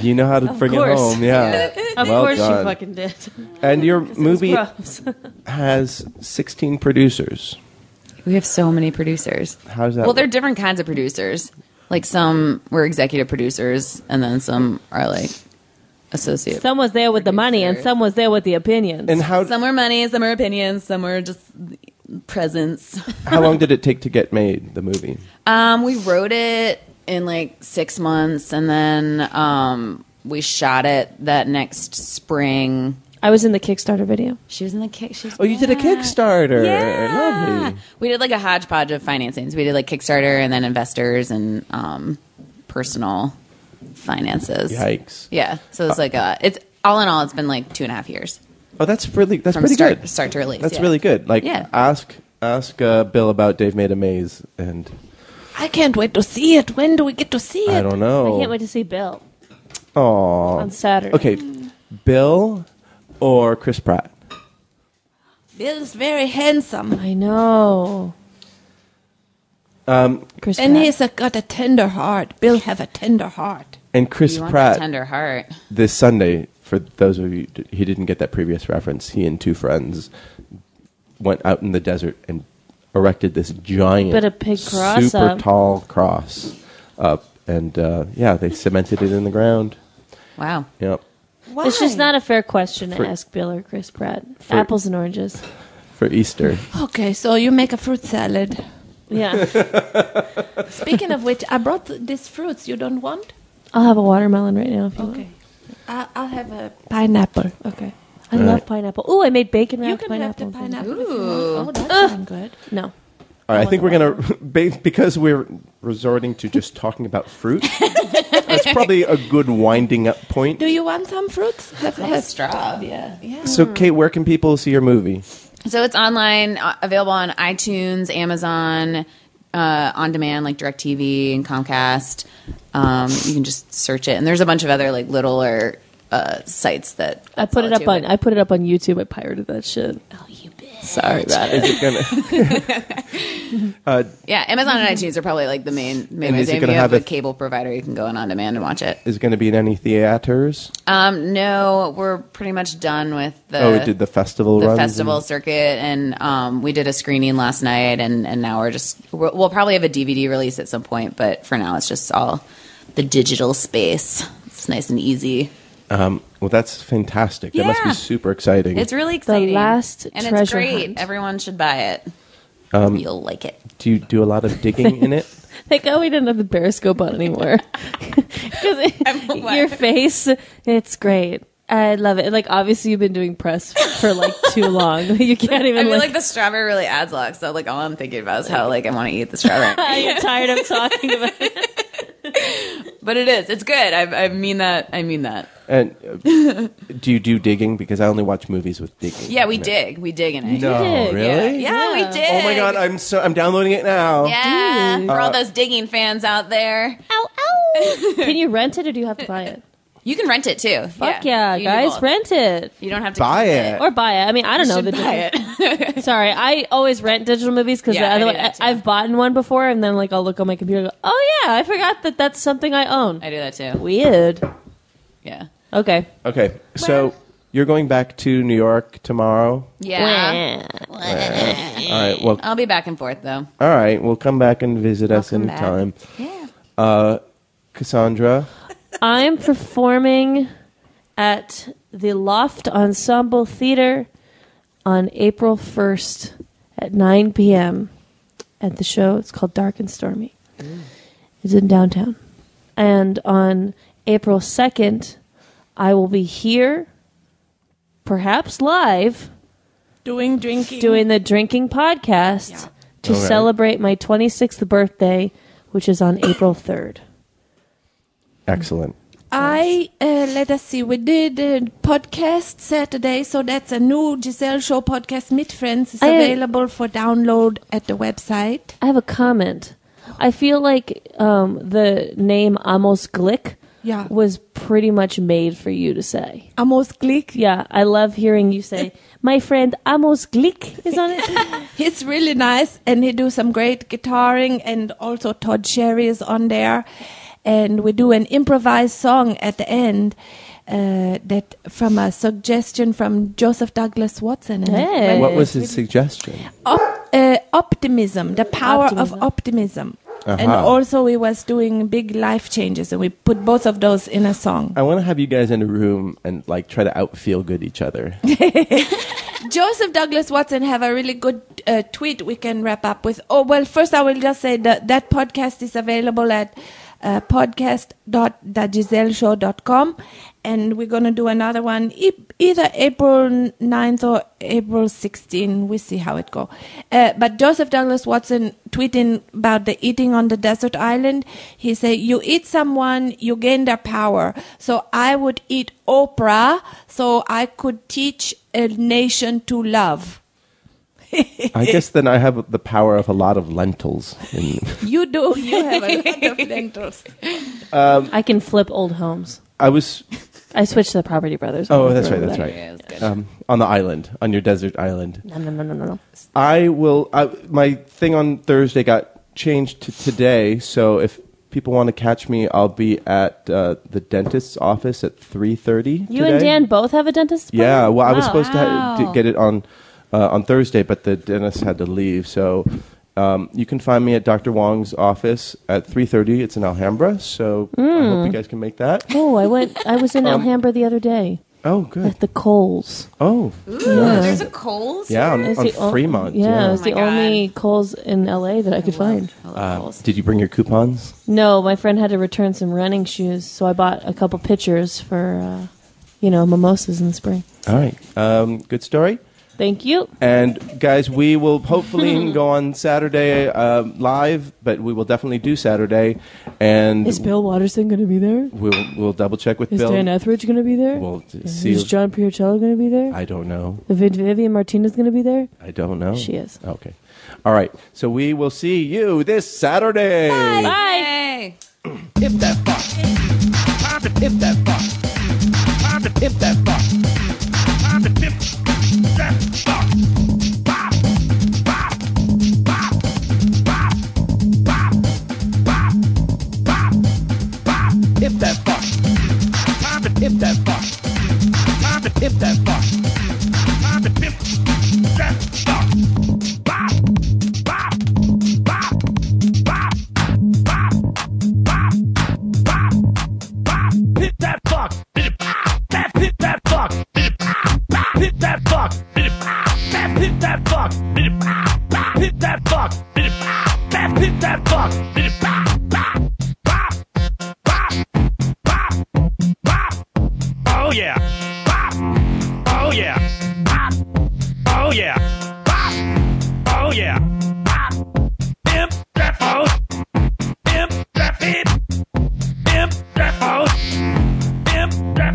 Speaker 4: You know how to bring it
Speaker 2: course.
Speaker 4: home, yeah.
Speaker 2: Of
Speaker 4: Well
Speaker 2: course,
Speaker 4: done.
Speaker 2: you fucking did.
Speaker 4: And your movie
Speaker 2: Gross.
Speaker 4: has 16 producers.
Speaker 5: We have so many producers.
Speaker 4: How's that?
Speaker 5: Well, they're
Speaker 4: work?
Speaker 5: different kinds of producers. Like some were executive producers, and then some are like associate. Some,
Speaker 2: Some was there with the money, and some was there with the opinions.
Speaker 4: and how
Speaker 5: were money, some were opinions, some were just presence.
Speaker 4: how long did it take to get made the movie?
Speaker 5: Um, we wrote it in like six months, and then um, we shot it that next spring.
Speaker 2: I was in the Kickstarter video.
Speaker 5: She was in the kick. She was
Speaker 4: Oh, you did a Kickstarter.
Speaker 5: Yeah.
Speaker 4: Lovely.
Speaker 5: We did like a hodgepodge of financings. We did like Kickstarter and then investors and um, personal finances.
Speaker 4: Yikes.
Speaker 5: Yeah. So it's like uh it's all in all, it's been like two and a half years
Speaker 4: Oh, that's really that's
Speaker 5: from
Speaker 4: pretty
Speaker 5: start
Speaker 4: good.
Speaker 5: start to release.
Speaker 4: That's
Speaker 5: yeah.
Speaker 4: really good. Like
Speaker 5: Yeah.
Speaker 4: ask ask uh, Bill about Dave Made a Maze and
Speaker 6: I can't wait to see it. When do we get to see
Speaker 4: I
Speaker 6: it?
Speaker 4: don't know.
Speaker 2: I can't wait to see Bill
Speaker 4: Oh. Aw.
Speaker 2: on Saturday.
Speaker 4: Okay. Bill or Chris Pratt?
Speaker 6: Bill's very handsome,
Speaker 2: I know. Um, Chris
Speaker 6: and
Speaker 2: Pratt.
Speaker 6: he's a, got a tender heart. Bill have a tender heart.
Speaker 4: And Chris
Speaker 5: You want
Speaker 4: Pratt
Speaker 5: the tender heart.
Speaker 4: this Sunday, for those of you who didn't get that previous reference, he and two friends went out in the desert and erected this giant,
Speaker 2: But a big cross
Speaker 4: super
Speaker 2: up.
Speaker 4: tall cross up, and uh, yeah, they cemented it in the ground.
Speaker 5: Wow.
Speaker 4: Yep.
Speaker 6: Why?
Speaker 2: It's just not a fair question to
Speaker 4: For-
Speaker 2: ask Bill or Chris Pratt.
Speaker 4: For-
Speaker 2: Apples and oranges.
Speaker 4: for Easter.
Speaker 6: Okay, so you make a fruit salad.
Speaker 2: Yeah.
Speaker 6: Speaking of which, I brought these fruits you don't want.
Speaker 2: I'll have a watermelon right now if you want.
Speaker 6: I- I'll have a pineapple. Okay.
Speaker 2: I love pineapple. Ooh, I made bacon
Speaker 6: You
Speaker 2: wrapped
Speaker 6: can have
Speaker 2: pineapple.
Speaker 6: the
Speaker 2: things.
Speaker 6: pineapple. if you want. Oh, that sounds good.
Speaker 2: No.
Speaker 4: All right, I think we're gonna ba- because we're resorting to just talking about fruit. that's probably a good winding up point.
Speaker 6: Do you want some fruits? Have- have-
Speaker 5: Straw, yeah. Hmm.
Speaker 4: So, Kate, where can people see your movie?
Speaker 5: So it's online, uh, available on iTunes, Amazon, uh, on demand like DirecTV and Comcast. Um, you can just search it, and there's a bunch of other like littler uh, sites that
Speaker 2: I put it up on
Speaker 5: I
Speaker 2: I put it up on YouTube. I pirated that shit. Oh, you bitch. Sorry about it.
Speaker 4: Is it gonna? uh,
Speaker 5: yeah, Amazon and iTunes are probably like the main main
Speaker 4: And is
Speaker 5: ones.
Speaker 4: it
Speaker 5: If you
Speaker 4: gonna
Speaker 5: have
Speaker 4: have
Speaker 5: a
Speaker 4: a-
Speaker 5: cable provider, you can go on on demand and watch it.
Speaker 4: is it going to be in any theaters?
Speaker 5: Um, no, we're pretty much done with the.
Speaker 4: oh, it did the festival
Speaker 5: Uh, the
Speaker 4: runs. and-
Speaker 5: festival circuit, and um, we did a screening last night, and, and now we're just we'll we'll probably have a DVD release at some point, but for now it's just all the digital space. It's nice and easy.
Speaker 4: Um, well, that's fantastic. That must be
Speaker 5: Yeah.
Speaker 4: super exciting.
Speaker 5: It's really exciting.
Speaker 2: last
Speaker 5: and it's
Speaker 2: treasure
Speaker 5: great.
Speaker 2: hunt.
Speaker 5: Everyone should buy it.
Speaker 4: Um,
Speaker 5: You'll like it.
Speaker 4: do you do a lot of digging in it?
Speaker 2: Thank God we didn't have the periscope on anymore. Because your face, it's great. I love it. Like obviously you've been doing press for like too long. You can't
Speaker 5: I
Speaker 2: even.
Speaker 5: feel
Speaker 2: like,
Speaker 5: like the strawberry really adds a lot. So like all I'm thinking about is how like I want to eat the strawberry,
Speaker 2: I'm tired of talking about. It.
Speaker 5: but it is. It's good. I, I mean that. I mean that.
Speaker 4: And uh, do you do digging? Because I only watch movies with digging.
Speaker 5: Yeah, we
Speaker 4: No.
Speaker 5: dig. We dig in it.
Speaker 4: No,
Speaker 2: did.
Speaker 4: really?
Speaker 5: Yeah, we dig.
Speaker 4: Oh my god, Uh, I'm so I'm downloading it now.
Speaker 5: Yeah, for all those digging fans out there.
Speaker 2: Ow, ow. Can you rent it or do you have to buy it?
Speaker 5: You can rent it too.
Speaker 2: Fuck yeah,
Speaker 5: You can do
Speaker 2: guys,
Speaker 5: both.
Speaker 2: rent it
Speaker 5: You don't have to
Speaker 4: Buy
Speaker 5: keep
Speaker 4: it.
Speaker 2: or buy it. I mean, I don't know the
Speaker 5: Should buy
Speaker 2: difference.
Speaker 5: it.
Speaker 2: Sorry, I always rent digital movies because
Speaker 5: Yeah, I do
Speaker 2: otherwise
Speaker 5: that too.
Speaker 2: I, have bought one before and then like I'll look on my computer. and go, Oh yeah, I forgot that that's something I own.
Speaker 5: I do that too.
Speaker 2: Weird.
Speaker 5: Yeah.
Speaker 2: Okay.
Speaker 4: Okay, so you're going back to New York tomorrow.
Speaker 5: Yeah.
Speaker 4: All right. Well,
Speaker 5: I'll be back and forth though.
Speaker 4: all right. Well, come back and visit us
Speaker 5: Welcome back.
Speaker 4: anytime.
Speaker 5: Yeah.
Speaker 4: Uh, Cassandra.
Speaker 2: I'm performing at the Loft Ensemble Theater on April 1st at 9 p.m. at the show. It's called Dark and Stormy. It's in downtown. And on April 2nd, I will be here, perhaps live,
Speaker 6: Doing drinking.
Speaker 2: doing the drinking podcast to
Speaker 4: All right.
Speaker 2: celebrate my 26th birthday, which is on April 3rd.
Speaker 4: Excellent.
Speaker 6: I uh, let us see. We did a podcast Saturday, so that's a new Giselle Show podcast. Meet friends is
Speaker 2: I-
Speaker 6: available for download at the website.
Speaker 2: I have a comment. I feel like um, the name Amos Glick
Speaker 6: Yeah.
Speaker 2: was pretty much made for you to say.
Speaker 6: Amos Glick.
Speaker 2: Yeah, I love hearing you say, my friend Amos Glick is on it.
Speaker 6: He's really nice, and he do some great guitaring, and also Todd Sherry is on there, and we do an improvised song at the end. Uh, that from a suggestion from Joseph Douglas Watson. And
Speaker 2: Hey.
Speaker 4: What was his suggestion?
Speaker 6: op- uh, optimism, the power
Speaker 2: Optimism.
Speaker 6: of optimism. And also, we was doing big life changes, and we put both of those in a song.
Speaker 4: I want to have you guys in a room and like try to out feel good each other.
Speaker 6: Joseph Douglas Watson have a really good uh, tweet we can wrap up with. Oh well, first I will just say that that podcast is available at uh, podcast.thegiselleshow.com, and we're gonna do another one e- either April 9th or April 16. We see how it go. Uh, but Joseph Douglas Watson tweeting about the eating on the desert island, he said, "You eat someone, you gain their power." So I would eat Oprah, so I could teach a nation to love.
Speaker 4: I
Speaker 2: Eh.
Speaker 4: guess then I have the power of a lot of lentils. And,
Speaker 6: You do. You have a lot of lentils.
Speaker 2: I can flip old homes.
Speaker 4: I was
Speaker 2: I switched to the Property Brothers.
Speaker 4: Oh, that's right. That's
Speaker 5: Yeah,
Speaker 4: right.
Speaker 5: it's good.
Speaker 4: Um, on the island, on your desert island.
Speaker 2: No, no, no, no, no, no.
Speaker 4: I will. I, my thing on Thursday got changed to today, so if people want to catch me, I'll be at uh, the dentist's office at three thirty.
Speaker 2: You and Dan both have a dentist appointment?
Speaker 4: Yeah. Well, I was
Speaker 2: Oh, Wow.
Speaker 4: supposed to, ha- to
Speaker 5: Wow.
Speaker 4: get it on uh, on Thursday, but the dentist had to leave. So um, you can find me at Dr. Wong's office at three thirty.
Speaker 2: Hmm.
Speaker 4: It's in Alhambra, so I hope you guys can make that. Um,
Speaker 2: Oh, I went. I was in Alhambra the other day.
Speaker 4: Oh, good.
Speaker 2: at the Coles.
Speaker 4: Oh,
Speaker 5: Ooh, there's a Coles.
Speaker 4: yeah, on,
Speaker 2: It's
Speaker 4: on
Speaker 2: the o-
Speaker 4: Fremont.
Speaker 2: Yeah, it was
Speaker 5: Oh
Speaker 2: the
Speaker 5: my God.
Speaker 2: only Coles in LA that I could find.
Speaker 4: Uh, did you bring your coupons?
Speaker 2: No, my friend had to return some running shoes, so I bought a couple pitchers for, uh, you know, mimosas in the spring.
Speaker 4: All right. Um, good story.
Speaker 2: Thank you.
Speaker 4: And guys, we will hopefully go on Saturday uh, live, but we will definitely do Saturday, and
Speaker 2: Is Bill Watterson going to be there?
Speaker 4: we'll we'll double check with
Speaker 2: Is
Speaker 4: Bill.
Speaker 2: Dan Etheridge going to be there?
Speaker 4: We'll t-
Speaker 2: Is
Speaker 4: see. if-
Speaker 2: John Piercello going to be there?
Speaker 4: I don't know.
Speaker 2: Is Viv- Vivian Martinez going to be there?
Speaker 4: I don't know.
Speaker 2: She is.
Speaker 4: Okay. All right. So we will see you this Saturday.
Speaker 2: Bye.
Speaker 5: Yay.
Speaker 7: If that fuck. If that fuck. If that fuck. If that fuck. If that fuck. If that fuck. Hit that fuck. That hit that fuck. Hit that fuck. That hit that fuck. That hit that fuck. That hit that fuck. Oh yeah. Oh yeah. Oh yeah. Oh yeah. Imp that phone. Imp that beat. Imp that phone. Imp that